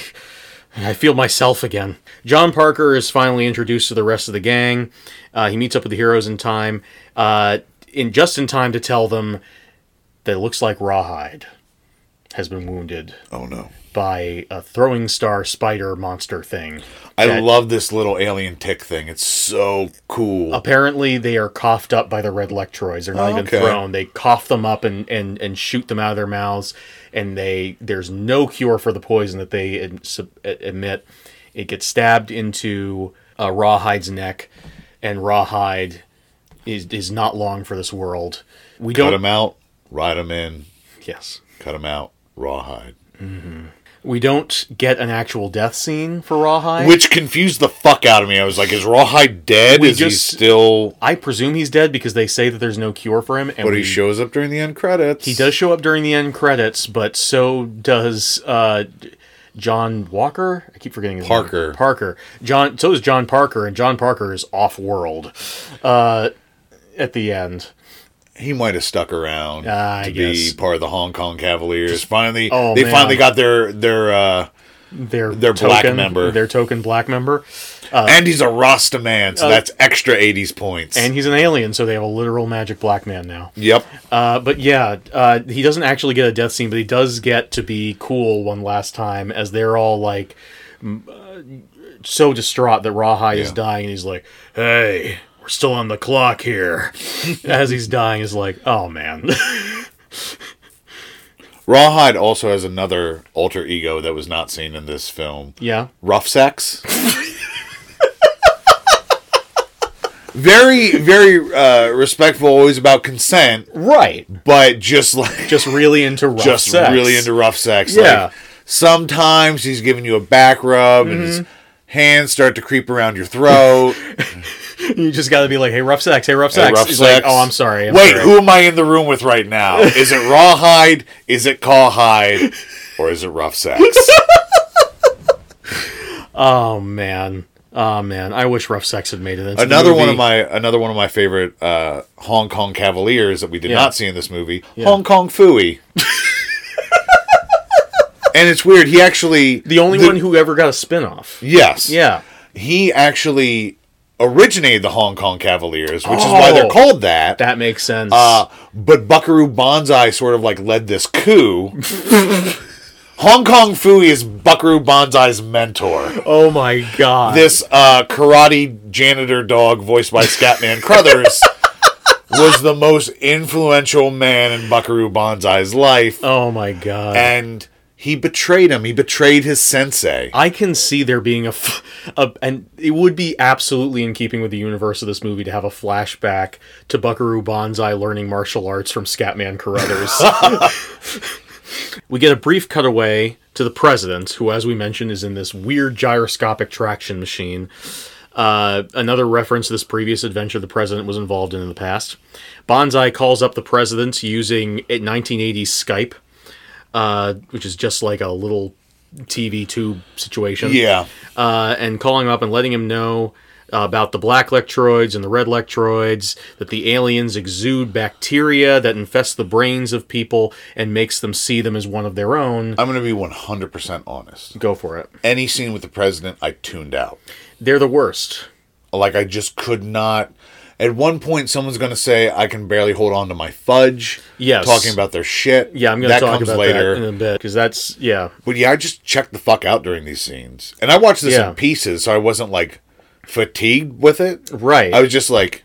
I feel myself again. John Parker is finally introduced to the rest of the gang. Uh, he meets up with the heroes in time, uh, in just in time to tell them that it looks like Rawhide has been wounded. oh no. by a throwing star spider monster thing. I that love this little alien tick thing. It's so cool. Apparently, they are coughed up by the red lectroids. They're not even Okay. thrown. They cough them up and, and, and shoot them out of their mouths. And they there's no cure for the poison that they em- sub- e- emit. It gets stabbed into uh, Rawhide's neck, and Rawhide is is not long for this world. We cut don't. him out, ride him in, Yes. cut him out, rawhide. We don't get an actual death scene for Rawhide. Which confused the fuck out of me. I was like, is Rawhide dead? We is he just- still? I presume he's dead because they say that there's no cure for him. And But he we- shows up during the end credits. He does show up during the end credits, but so does uh, John Walker. I keep forgetting his name. Parker. Parker. John. So is John Parker, and John Parker is off world uh, at the end. he might have stuck around Ah, I to guess. be part of the Hong Kong Cavaliers. finally, oh, they man. finally got their their. uh Their Their black member. Their token black member. Uh, and he's a Rasta man, so that's extra 80s points. And he's an alien, so they have a literal magic black man now. yep. Uh, but yeah, uh, he doesn't actually get a death scene, but he does get to be cool one last time as they're all like m- uh, so distraught that Rawhide is Yeah. dying, and he's like, "Hey, we're still on the clock here." as he's dying, is like, "Oh man, Rawhide also has another alter ego that was not seen in this film. yeah, Rough Sex. very, very uh, respectful, always about consent, right." but just like Just really into rough just sex. really into rough sex. Yeah. Like, sometimes he's giving you a back rub and his Mm-hmm. hands start to creep around your throat. You just got to be like, "Hey, rough sex. Hey, rough Hey, sex." rough he's sex. like, "Oh, I'm sorry." I'm Wait, sorry." who am I in the room with right now? Is it Rawhide? Is it Cawhide? Or is it Rough Sex? Oh man. Oh man. I wish rough sex had made it. into the another one movie. of my another one of my favorite uh, Hong Kong Cavaliers that we did Yeah. not see in this movie. Hong Kong Fooey. and it's weird. He actually the only one who ever got a spin off. yes Yeah. he actually originated the Hong Kong Cavaliers, which is why they're Oh. called that. That makes sense. Uh, but Buckaroo Banzai sort of like led this coup. Hong Kong Fooey is Buckaroo Banzai's mentor. oh my god. This uh, karate janitor dog voiced by Scatman Crothers was the most influential man in Buckaroo Banzai's life. oh my god. And he betrayed him. He betrayed his sensei. I can see there being a, f- a- and it would be absolutely in keeping with the universe of this movie to have a flashback to Buckaroo Banzai learning martial arts from Scatman Carruthers. we get a brief cutaway to the president, who, as we mentioned, is in this weird gyroscopic traction machine. Uh, another reference to this previous adventure the president was involved in in the past. Banzai calls up the president using a 1980s Skype, uh, which is just like a little TV tube situation Yeah. uh, and calling him up and letting him know uh, about the black lectroids and the red lectroids that the aliens exude bacteria that infest the brains of people and makes them see them as one of their own I'm going to be 100% honest. go for it Any scene with the president, I tuned out. they're the worst like I just could not. At one point, someone's going to say, "I can barely hold on to my fudge." Yes. talking about their shit. yeah i'm gonna That talk comes about later. that Mm. in a bit because that's yeah But yeah, I just checked the fuck out during these scenes, and I watched this Yeah. in pieces, so I wasn't like fatigued with it. Right. I was just like,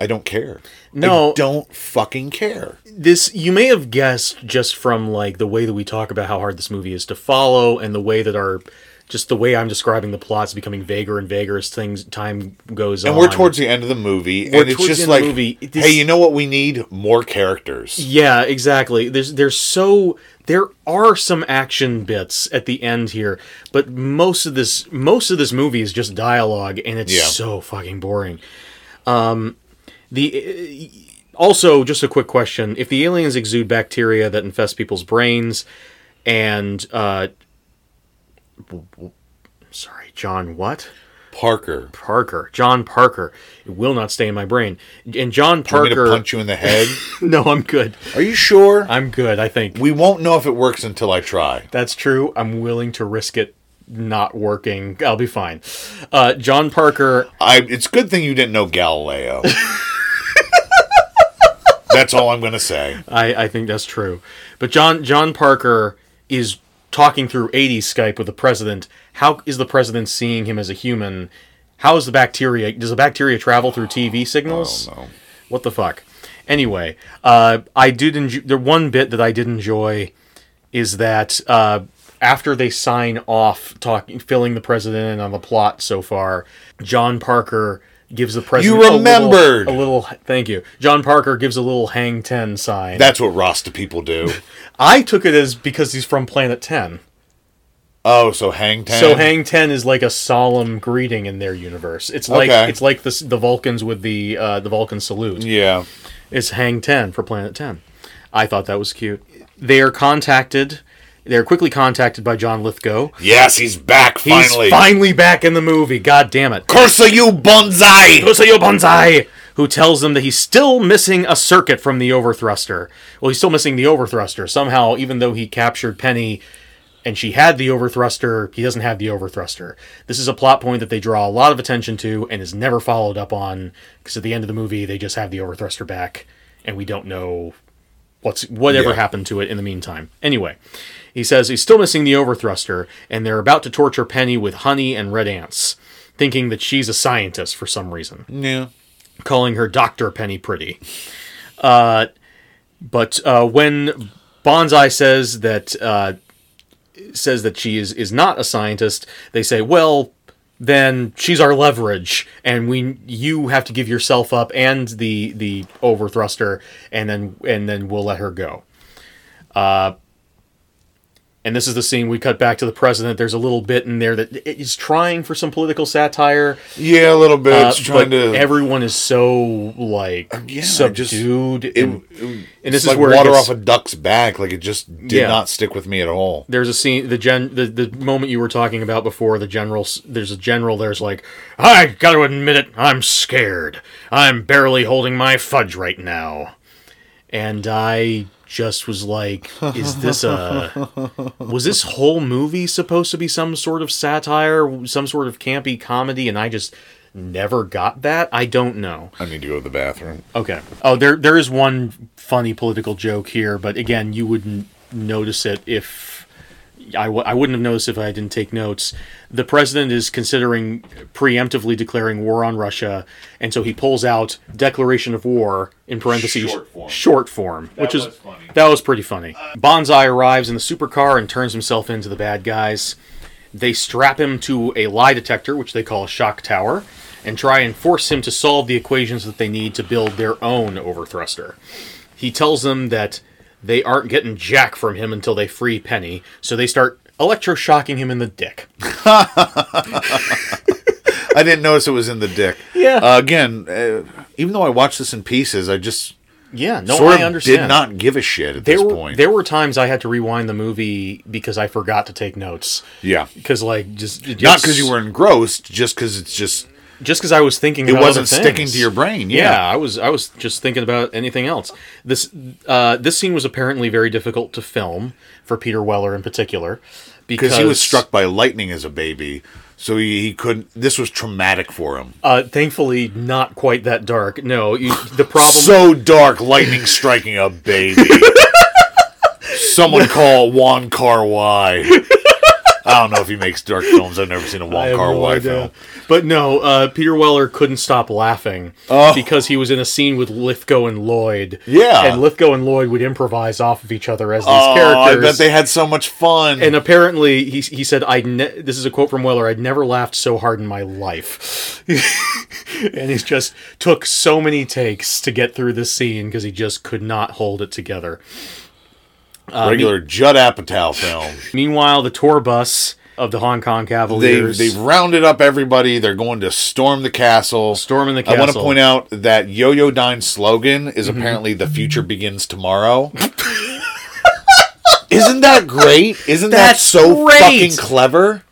I don't care. No. I don't fucking care. this you may have guessed just from like the way that we talk about how hard this movie is to follow and the way that our just the way i'm describing the plot's becoming vaguer and vaguer as things time goes on And we're towards the end of the movie, We're and it's towards the just end of like, the movie. This- hey, you know what? We need more characters. Yeah, exactly. There's there's so there are some action bits at the end here, but most of this most of this movie is just dialogue and it's Yeah. so fucking boring. Um the uh, also just a quick question, if the aliens exude bacteria that infest people's brains and uh w- w- sorry, John what? Parker, Parker. John Parker. It will not stay in my brain. And John Parker, me to Parker punch you in the head. No, I'm good. Are you sure? I'm good, I think. we won't know if it works until I try. That's true. I'm willing to risk it not working. I'll be fine. Uh, John Parker. I it's a good thing you didn't know Galileo. That's all I'm gonna say. I, I think that's true. But John John Parker is talking through 80s Skype with the president. How is the president seeing him as a human? How is the bacteria? Does the bacteria travel through TV signals? I don't know. What the fuck? Anyway, uh, I did enjoy. The one bit that I did enjoy is that uh, after they sign off, talking, filling the president in on the plot so far, John Parker gives the president remembered! a little, a little. Thank you, John Parker gives a little hang ten sign. That's what Rasta people do. I took it as because he's from Planet 10. Oh, so hang ten. So Hang 10 is like a solemn greeting in their universe. It's like Okay. it's like the the Vulcans with the uh, the Vulcan salute. Yeah. It's Hang 10 for Planet 10. I thought that was cute. They are contacted. They are quickly contacted by John Lithgow. Yes, he's back He's finally. finally back in the movie. God damn it. Curse of you, bonsai! Kusayo Banzai, who tells them that he's still missing a circuit from the overthruster. Well, he's still missing the overthruster. Somehow, even though he captured Penny and she had the overthruster, he doesn't have the overthruster. This is a plot point that they draw a lot of attention to and is never followed up on because at the end of the movie, they just have the overthruster back and we don't know what's whatever Yeah. happened to it in the meantime. Anyway, he says he's still missing the overthruster, and they're about to torture Penny with honey and red ants, thinking that she's a scientist for some reason, Yeah. calling her Doctor Penny Pretty. Uh, but uh, when Bonsai says that uh, says that she is is not a scientist, they say, well. Then she's our leverage, and we you have to give yourself up and the the overthruster, and then and then we'll let her go. Uh, and this is the scene we cut back to the president. There's a little bit in there that is trying for some political satire, Yeah, a little bit. uh, it's trying but to. everyone is so like yeah, I just- subdued. it, and it- and this it's is like where it water gets- off a duck's back. Like it just did Yeah. not stick with me at all. there's a scene the gen the, the moment you were talking about before the general s- there's a general there's like I got to admit it I'm scared I'm barely holding my fudge right now and I just was like is this a was this whole movie supposed to be some sort of satire some sort of campy comedy and I just never got that I don't know I need to go to the bathroom. Okay. Oh, there there is one funny political joke here, but again, you wouldn't notice it if I w- I wouldn't have noticed if I didn't take notes. The president is considering preemptively declaring war on Russia, and so he pulls out declaration of war in parentheses Short form. short form, which is was funny. that was pretty funny. Bonsai arrives in the supercar and turns himself into the bad guys. They strap him to a lie detector, which they call a shock tower, and try and force him to solve the equations that they need to build their own overthruster. He tells them that they aren't getting jack from him until they free Penny, so they start electroshocking him in the dick. I didn't notice it was in the dick. Yeah. Uh, again, uh, even though I watched this in pieces, I just Yeah, no, sort Oh, I of understand. did not give a shit at There this were, point. there were times I had to rewind the movie because I forgot to take notes. yeah. Because like just it Not just- because you were engrossed, just because it's just just because I was thinking it about wasn't other sticking things. to your brain. Yeah. Yeah. I was I was just thinking about anything else. This uh, this scene was apparently very difficult to film for Peter Weller in particular because Because he was struck by lightning as a baby, so he, he couldn't. This was traumatic for him. Uh, thankfully, not quite that dark. No, you, the problem. so dark, lightning striking a baby. Someone call Juan Car Y. I don't know if he makes dark films. I've never seen a I Juan have Car no Y idea. film. But no, uh, Peter Weller couldn't stop laughing because he was in a scene with Lithgow and Lloyd. Oh. Yeah. and Lithgow and Lloyd would improvise off of each other as these Oh, I characters. bet they had so much fun. and apparently, he, he said, "I." Ne- this is a quote from Weller. I'd never laughed so hard in my life, and he just took so many takes to get through this scene because he just could not hold it together. Regular Judd Apatow film. Meanwhile, the tour bus of the Hong Kong They Cavaliers. they've rounded up everybody. They're going to storm the castle. Storming the I want to castle. Mm-hmm. point out that Yo-Yo Dine's slogan is apparently "The future begins tomorrow." Isn't that great? Isn't that That's so great. fucking clever?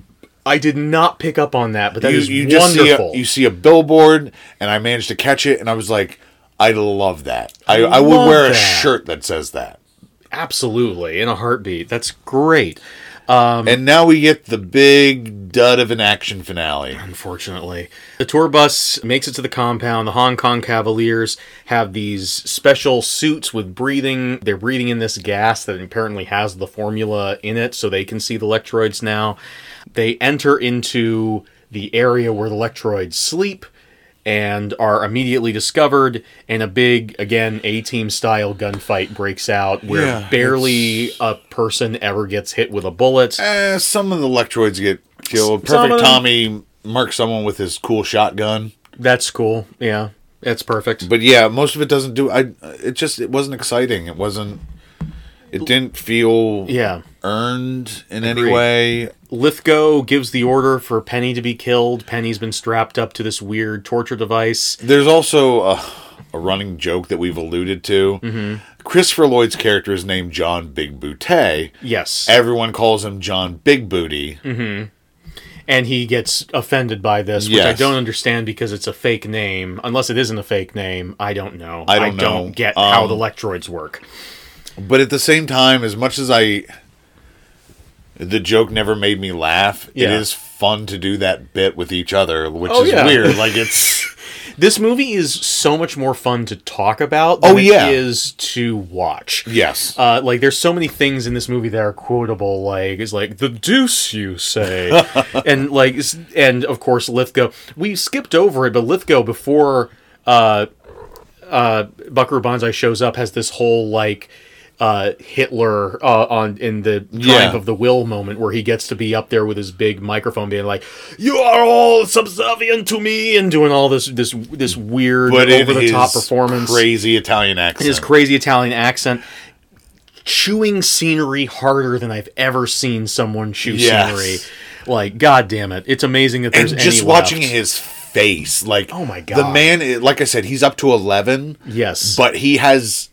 I did not pick up on that, but that you, is you just see wonderful. a, you see a billboard and i managed to catch it and i was like i love that i, I, would love wear a that. shirt that says that Absolutely, in a heartbeat. That's great. Um, and now we get the big dud of an action finale Um, Unfortunately, the tour bus makes it to the compound. The Hong Kong Cavaliers have these special suits with breathing. They're breathing in this gas that apparently has the formula in it, so they can see the Lectroids now. They enter into the area where the Lectroids sleep and are immediately discovered and a big again a team style gunfight breaks out where Yeah, barely a person ever gets hit with a bullet Eh, some of the electroids get killed Some of perfect them- tommy marks someone with his cool shotgun That's cool. Yeah, that's perfect. but yeah most of it doesn't do i it just it wasn't exciting it wasn't it didn't feel Yeah, earned in any Agreed. way Lithgow gives the order for Penny to be killed. Penny's been strapped up to this weird torture device. There's also a, a running joke that we've alluded to. Mm-hmm. Christopher Lloyd's character is named John Big Booty. Yes, Mm. Everyone calls him John Big Booty. and he gets offended by this, which I Yes. don't understand because it's a fake name. Unless it isn't a fake name, I don't know. I don't know. get how Um, the Lectroids work. But at the same time, as much as I, the joke never made me laugh. It Yeah. is fun to do that bit with each other, which Oh, is yeah. weird. Like it's This movie is so much more fun to talk about Oh, than yeah. it is to watch. yes, Uh, like there's so many things in this movie that are quotable. Like it's like the deuce you say, and like s- and of course Lithgow. We skipped over it, but Lithgow before uh, uh, Buckaroo Banzai shows up has this whole like uh, Hitler uh, on in the triumph Yeah. of the will moment where he gets to be up there with his big microphone, being like, "You are all subservient to me," and doing all this this this weird but over over the top performance crazy Italian accent. his crazy Italian accent, chewing scenery harder than I've ever seen someone chew Yes. scenery. Like, god damn it! It's amazing that there's and just any watching left. his face, like Oh my the God. man. i- Like I said, he's up to eleven, Yes, but he has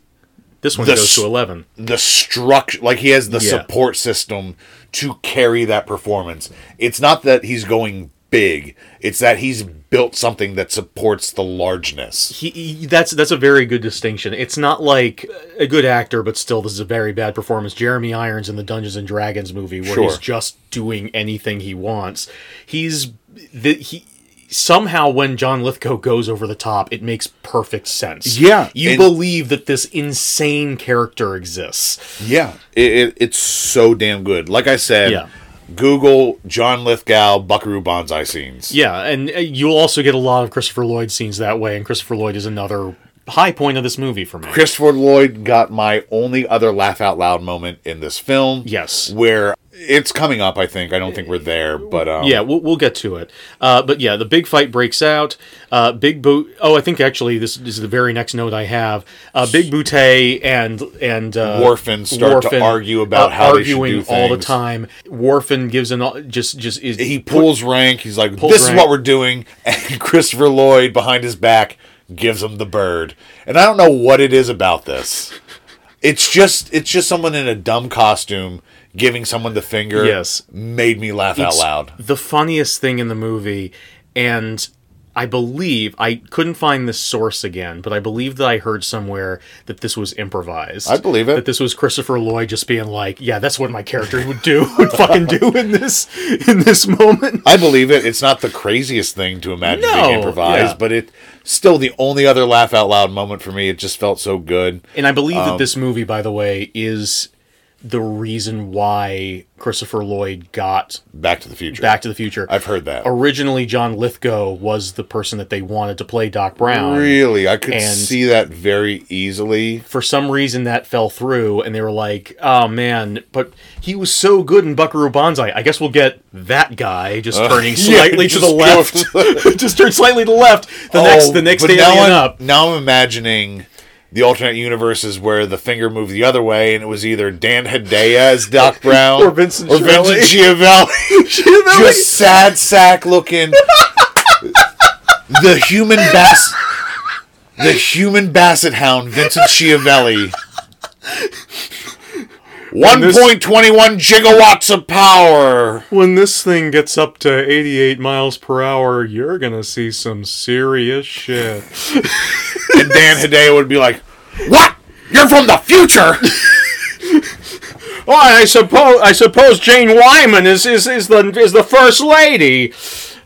this one the goes to s- eleven. the structure. Like he has the Yeah. support system to carry that performance. It's not that he's going big; it's that he's built something that supports the largeness. He, he- that's that's a very good distinction. It's not like a good actor, but still, this is a very bad performance. Jeremy Irons in the Dungeons and Dragons movie, where he's Sure. just doing anything he wants. He's the he. Somehow, when John Lithgow goes over the top, it makes perfect sense. Yeah, you and- believe that this insane character exists. Yeah, it, it, it's so damn good. Like I said, Yeah. Google John Lithgow Buckaroo Banzai scenes. Yeah, and uh, you'll also get a lot of Christopher Lloyd scenes that way. And Christopher Lloyd is another high point of this movie for me. Christopher Lloyd got my only other laugh out loud moment in this film. Yes. Where it's coming up, I think. I don't think we're there, but um, Yeah, we'll, we'll get to it. Uh, but yeah, the big fight breaks out. Uh, big Boot. Oh, I think actually this, is the very next note I have. Uh, big Bootay and and uh, Worfen start to argue about how they should do arguing all the things. time. Worfen gives an au- just just is He pulls rank. He's like, Pulls this rank. is what we're doing. And Christopher Lloyd, behind his back, gives him the bird. And I don't know what it is about this. It's just it's just someone in a dumb costume giving someone the finger. Yes. Made me laugh out It's loud. The funniest thing in the movie, and I believe I couldn't find this source again, but I believe that I heard somewhere that this was improvised. I believe it. That this was Christopher Lloyd just being like, "Yeah, that's what my character would do, would fucking do in this in this moment." I believe it. It's not the craziest thing to imagine No, being improvised, yeah. but it still the only other laugh out loud moment for me. It just felt so good. And I believe Um, that this movie, by the way, is the reason why Christopher Lloyd got Back to the Future. Back to the Future. I've heard that. Originally, John Lithgow was the person that they wanted to play Doc Brown. Really, I could And- see that very easily. for some reason that fell through and they were like oh man but he was so good in buckaroo banzai i guess we'll get that guy just turning yeah, slightly to just the left Uh, just turn slightly to the Oh, left the next the next Oh, but day now alien I'm, up Now I'm imagining the alternate universes where the finger moved the other way, and it was either Dan Hedaya as Doc Brown Or Vincent or Vincent Giavelli. Just sad sack looking. the human bass. The human basset hound, Vincent Schiavelli. 1.21 gigawatts of power. when this thing gets up to 88 miles per hour you're gonna see some serious shit And Dan Hedaya would be like, What? You're from the future? oh i suppose i suppose jane wyman is is, is the is the first lady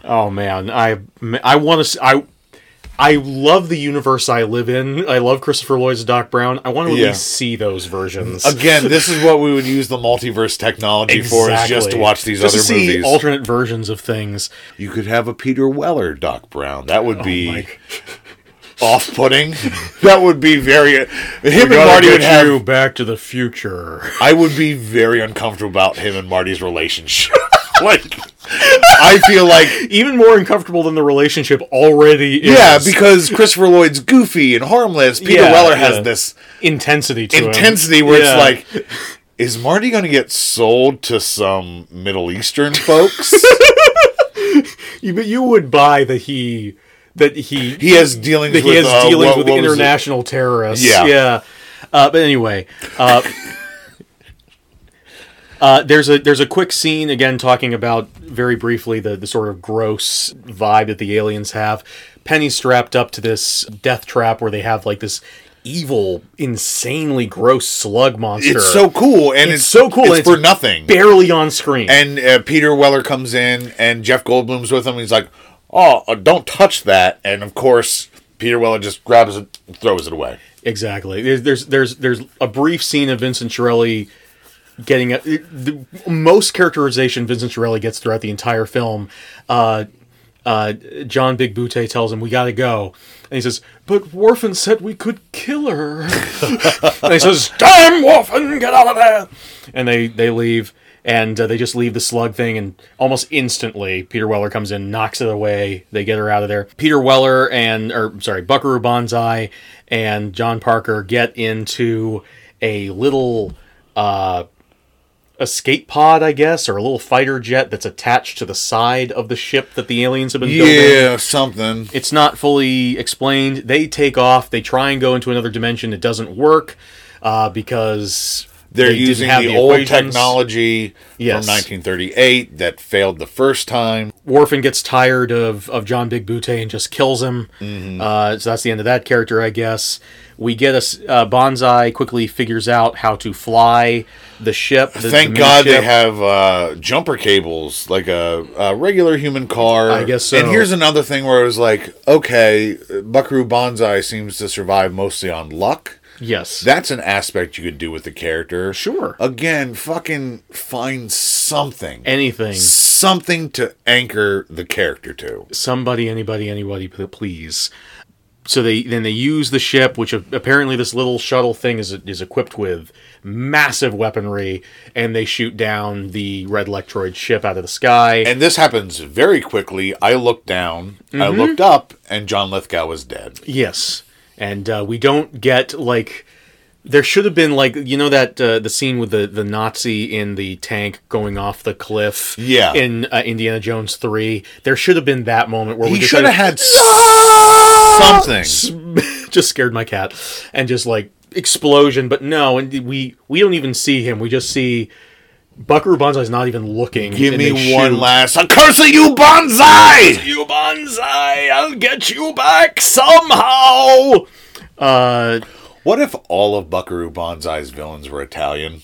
oh man i i want to i I love the universe I live in. I love Christopher Lloyd's Doc Brown. I want to at Yeah. least see those versions. Again, this is what we would use the multiverse technology for is just to Exactly. watch these Just other to see movies. alternate versions of things. you could have a Peter Weller Doc Brown. That would be Like, off putting. that would be very uh, him and we gotta Marty get would you have Back to the Future. I would be very uncomfortable about him and Marty's relationship. like I feel like Even more uncomfortable than the relationship already is. Yeah, because Christopher Lloyd's goofy and harmless. Peter Yeah, Weller has yeah. this intensity to him. intensity where Yeah. it's like is Marty going to get sold to some Middle Eastern folks? You- But you would buy that he that he he has dealings that with he has uh, dealings what- with what was it? international terrorists. Yeah. yeah. Uh, but anyway, uh, Uh, there's a there's a quick scene again talking about very briefly the the sort of gross vibe that the aliens have. Penny's strapped up to this death trap where they have like this evil, insanely gross slug monster. It's so cool, and It's so cool, It's, and for it's nothing. barely on screen. and uh, Peter Weller comes in, and Jeff Goldblum's with him. And he's like, "Oh, uh, don't touch that!" And of course, Peter Weller just grabs it, and throws it away. Exactly. There's there's there's there's a brief scene of Vincent Chirelli getting a, the most characterization Vincent Chirelli gets throughout the entire film. Uh, uh, John Big Butte tells him, "We got to go," and he says, "But Worfen said we could kill her." and he says, "Damn Worfen, get out of there!" And they they leave. And uh, they just leave the slug thing, and almost instantly, Peter Weller comes in, knocks it away. They get her out of there. Peter Weller and, or sorry, Buckaroo Banzai and John Parker get into a little uh, escape pod, I guess, or a little fighter jet that's attached to the side of the ship that the aliens have been building. Yeah, something. It's not fully explained. They take off. They try and go into another dimension. It doesn't work uh, because They're they didn't using have the, old equations. technology Yes. from 1938 that failed the first time. Worfen gets tired of of John Big Butte and just kills him. Mm-hmm. Uh, so that's the end of that character, I guess. We get us uh, Bonsai quickly figures out how to fly the ship. the- the Thank mini God they ship. have uh, jumper cables like a, a regular human car. I guess so. And here's another thing where it was like, okay, Buckaroo Banzai seems to survive mostly on luck. yes. That's an aspect you could do with the character. Sure. Again, fucking find something. Anything, something to anchor the character to. somebody, anybody, anybody, p- please. So they then they use the ship, which a- apparently this little shuttle thing is is equipped with massive weaponry, and they shoot down the red electroid ship out of the sky. And this happens very quickly. I looked down, I Mm-hmm. looked up, and John Lithgow was dead. Yes, and uh, we don't get like there should have been like you know that uh, the scene with the the Nazi in the tank going off the cliff. Yeah. in uh, Indiana Jones three, there should have been that moment where we He just should have had- had something. just scared my cat and just like explosion. But no, and we we don't even see him. We just see. Buckaroo Banzai's not even looking. Give and they me one shoot. last. I curse you, bonsai! You Banzai, I'll get you back somehow. Uh, What if all of Buckaroo Banzai's villains were Italian?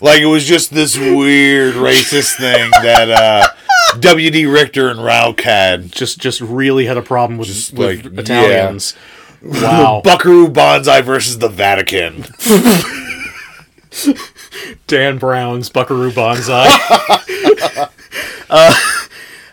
like it was just this weird racist thing that uh, W.D. Richter and Rao Cad. just just really had a problem with, with like, Italians. Wow. Buckaroo Banzai versus the Vatican. Dan Brown's Buckaroo Banzai. uh,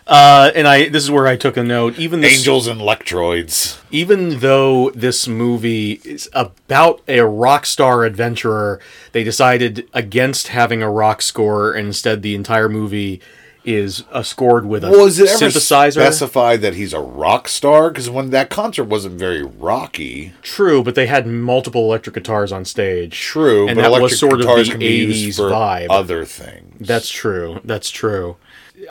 uh, and I this is where I took a note. Even this, Angels and Lectroids. even though this movie is about a rock star adventurer, they decided against having a rock score. and Instead, the entire movie is uh, scored with a Was it ever synthesizer. specified that he's a rock star? Because when that concert wasn't very rocky. True, but they had multiple electric guitars on stage. True, and but that electric was sort of guitars the can be used '80s for vibe. other things. That's true. That's true.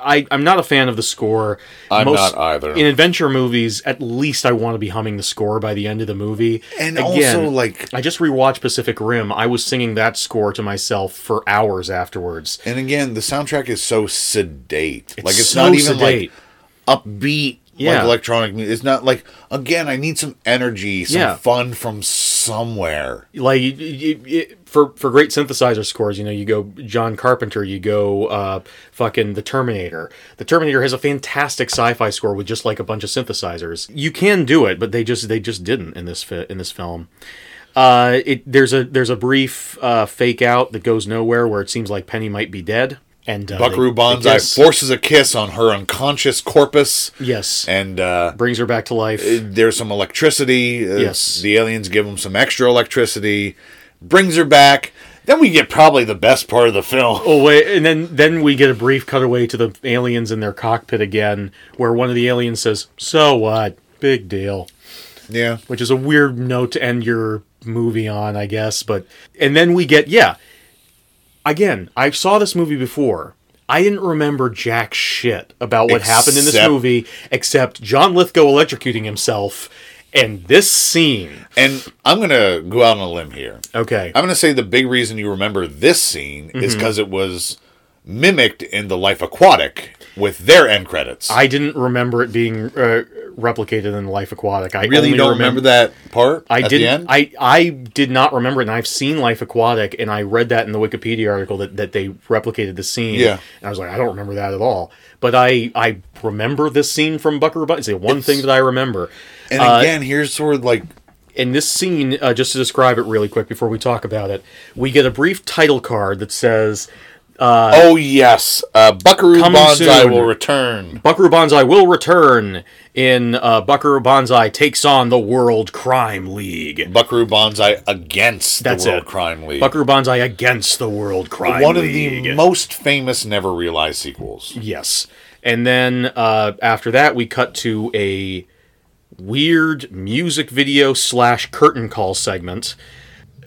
I, I'm not a fan of the score. I'm not either. In adventure movies, at least I want to be humming the score by the end of the movie. And also, like- I just rewatched Pacific Rim. I was singing that score to myself for hours afterwards. And again, the soundtrack is so sedate. like it's so not even sedate. like upbeat like Yeah. electronic music. It's not like again, I need some energy, some Yeah. fun from somewhere. like y- y- y- for for great synthesizer scores, you know, you go John Carpenter, you go uh, fucking the Terminator. The Terminator has a fantastic sci-fi score with just like a bunch of synthesizers. You can do it, but they just they just didn't in this fi- in this film. Uh, it there's a there's a brief uh, fake out that goes nowhere where it seems like Penny might be dead and uh, Buckaroo they- they Banzai kiss. forces a kiss on her unconscious corpus, yes and uh, brings her back to life. there's some electricity. Uh, Yes. the aliens give him some extra electricity, brings her back. Then we get probably the best part of the film. Oh wait, and then then we get a brief cutaway to the aliens in their cockpit again, where one of the aliens says, "So what? Big deal," Yeah, which is a weird note to end your movie on, I guess. But and then we get yeah. Again, I saw this movie before. I didn't remember jack shit about what happened in this Except- movie except John Lithgow electrocuting himself And this scene. And I'm gonna go out on a limb here. Okay. I'm gonna say the big reason you remember this scene Mm-hmm. is because it was mimicked in the Life Aquatic with their end credits. I didn't remember it being uh, replicated in Life Aquatic. I really only don't remember remem- that part. I at The end? didn't. I I did not remember it, and I've seen Life Aquatic, and I read that in the Wikipedia article that, that they replicated the scene. Yeah. and I was like, I don't remember that at all. But I I remember this scene from Buckaroo Banzai. It's the one thing that I remember. and uh, again, here's sort of like in this scene, uh, just to describe it really quick before we talk about it, we get a brief title card that says Oh yes, uh, Buckaroo Coming Banzai soon. will return. Buckaroo Banzai will return in uh, Buckaroo Banzai takes on the World Crime League. Buckaroo Banzai against That's the World it. Crime League. Buckaroo Banzai against the World Crime One of League. the most famous never realized sequels. yes. And then uh, after that, we cut to a weird music video slash curtain call segment.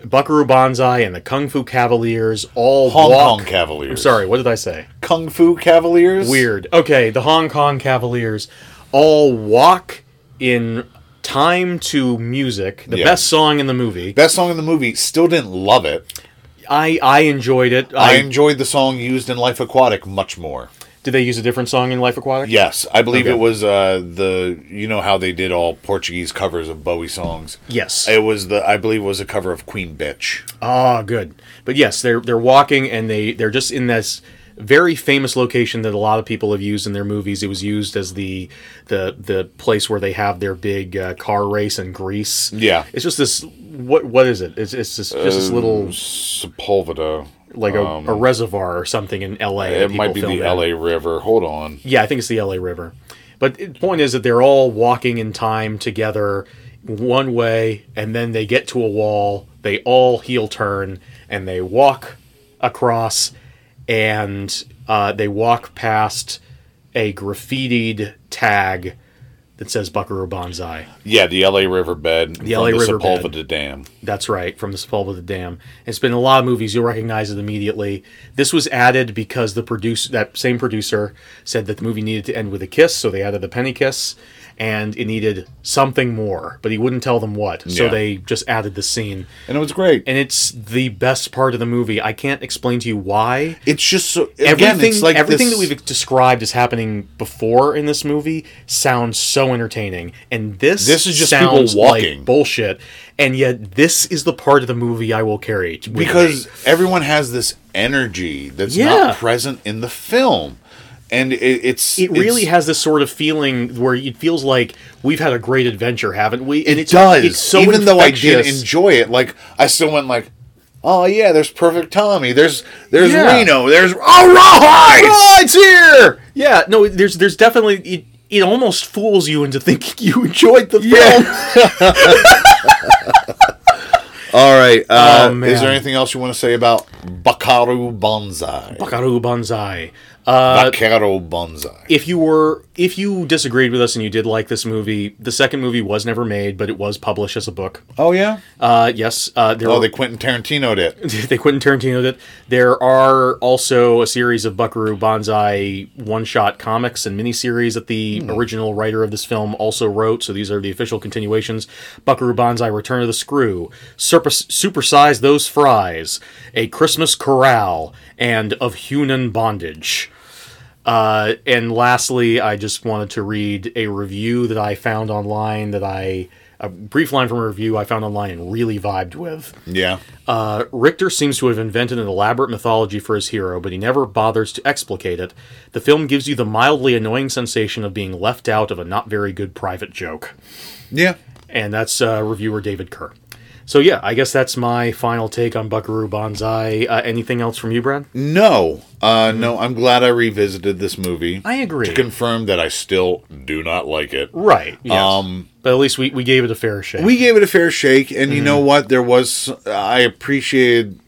Buckaroo Banzai and the Kung Fu Cavaliers all Hong walk. Kong Cavaliers. I'm sorry, what did I say? Kung Fu Cavaliers. Weird. Okay, the Hong Kong Cavaliers all walk in time to music, the Yeah. best song in the movie. Best song in the movie. Still didn't love it. I I enjoyed it. I, I, enjoyed the song used in Life Aquatic much more. did they use a different song in Life Aquatic? Yes, I believe Okay. it was uh, the you know how they did all Portuguese covers of Bowie songs. Yes. It was the I believe it was a cover of Queen Bitch. Ah, good. But yes, they're they're walking and they they're just in this very famous location that a lot of people have used in their movies. It was used as the the the place where they have their big uh, car race in Greece. Yeah. It's just this what what is it? It's it's this, just this little Sepulveda. Um, like a, a reservoir or something in LA. that It might be people the film at. LA River. Hold on. Yeah, I think it's the LA River. But the point is that they're all walking in time together one way and then they get to a wall, they all heel turn and they walk across and uh, they walk past a graffitied tag that says Buckaroo Banzai. Yeah, the LA riverbed. The LA riverbed. Sepulveda Dam. That's right, from the Sepulveda Dam. It's been in a lot of movies. You'll recognize it immediately. This was added because the producer, that same producer, said that the movie needed to end with a kiss, so they added the penny kiss, and it needed something more, but he wouldn't tell them what. So Yeah. they just added the scene, And it was great. and it's the best part of the movie. I can't explain to you why. it's just so Everything, again, it's like everything this- that we've described as happening before in this movie sounds so entertaining, and this This is just people sounds walking. like bullshit. And yet, this is the part of the movie I will carry with me. because everyone has this energy that's Yeah. not present in the film, and it, it's it really it's- has this sort of feeling where it feels like we've had a great adventure, haven't we? And it does. It's so even though I did infectious. enjoy it, like I still went like, oh yeah, there's Perfect Tommy, there's there's Yeah. Reno, there's oh Rawhide. Ah, it's here. Yeah, no, there's there's definitely it, it almost fools you into thinking you enjoyed the film. All right, uh, Oh, man. is there anything else you want to say about Bakaru Banzai? Buckaroo Banzai. Uh, Bakaru Banzai. if you were if you disagreed with us and you did like this movie, the second movie was never made, but it was published as a book. Oh yeah. Uh, yes, uh, there Oh, they Quentin Tarantino did. they Quentin Tarantino did. There are also a series of Buckaroo Banzai one-shot comics and miniseries that the original writer of this film also wrote. So these are the official continuations: Buckaroo Banzai, Return of the Screw, Super Supersize Those Fries, A Christmas Corral, and Of Hunan Bondage. Uh, and lastly, I just wanted to read a review that I found online that I a brief line from a review I found online and really vibed with. Yeah. Uh, Richter seems to have invented an elaborate mythology for his hero, but he never bothers to explicate it. The film gives you the mildly annoying sensation of being left out of a not very good private joke. Yeah. And that's uh, reviewer David Kerr. So, yeah, I guess that's my final take on Buckaroo Banzai. Uh, anything else from you, Brad? No. Uh, no, I'm glad I revisited this movie. I agree. To confirm that I still do not like it. Right. Yes. Um, but at least we, we gave it a fair shake. We gave it a fair shake, and you Mm-hmm. know what? There was. I appreciated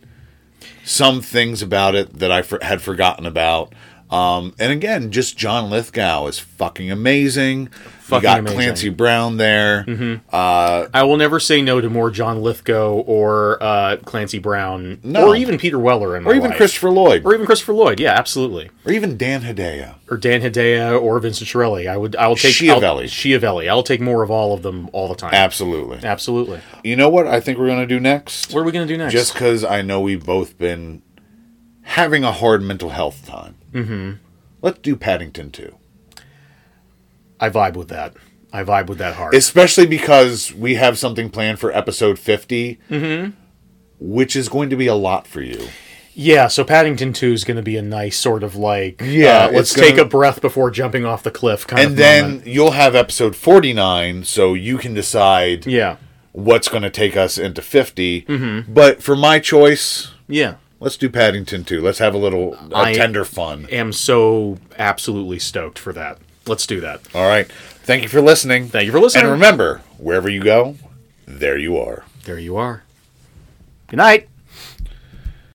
some things about it that I for, had forgotten about. Um, and again, just John Lithgow is fucking amazing. you fucking got amazing. Mm-hmm. Clancy Brown there. I will never say no to more John Lithgow or uh, Clancy Brown, No. or even Peter Weller in my Or even life. Christopher Lloyd. or even Christopher Lloyd. Yeah, absolutely. Or even Dan Hedaya. Or Dan Hedaya or Vincent Chiarelli. I would. I'll take Schiavelli. I'll, Schiavelli. I'll take more of all of them all the time. Absolutely. absolutely. You know what I think we're going to do next? What are we gonna do next? Just because I know we've both been having a hard mental health time. Mm-hmm. Let's do Paddington 2. I vibe with that. I vibe with that hard. Especially because we have something planned for episode 50, Mm-hmm. which is going to be a lot for you. yeah. So Paddington Two is gonna be a nice sort of like Yeah, uh, let's it's gonna- take a breath before jumping off the cliff kind of And then moment. you'll have episode 49, so you can decide yeah what's going to take us into 50. Mm-hmm. But for my choice, yeah. let's do Paddington 2. Let's have a little a I- tender fun. Am so absolutely stoked for that. Let's do that. All right. Thank you for listening. Thank you for listening. And remember, wherever you go, there you are. There you are. Good night.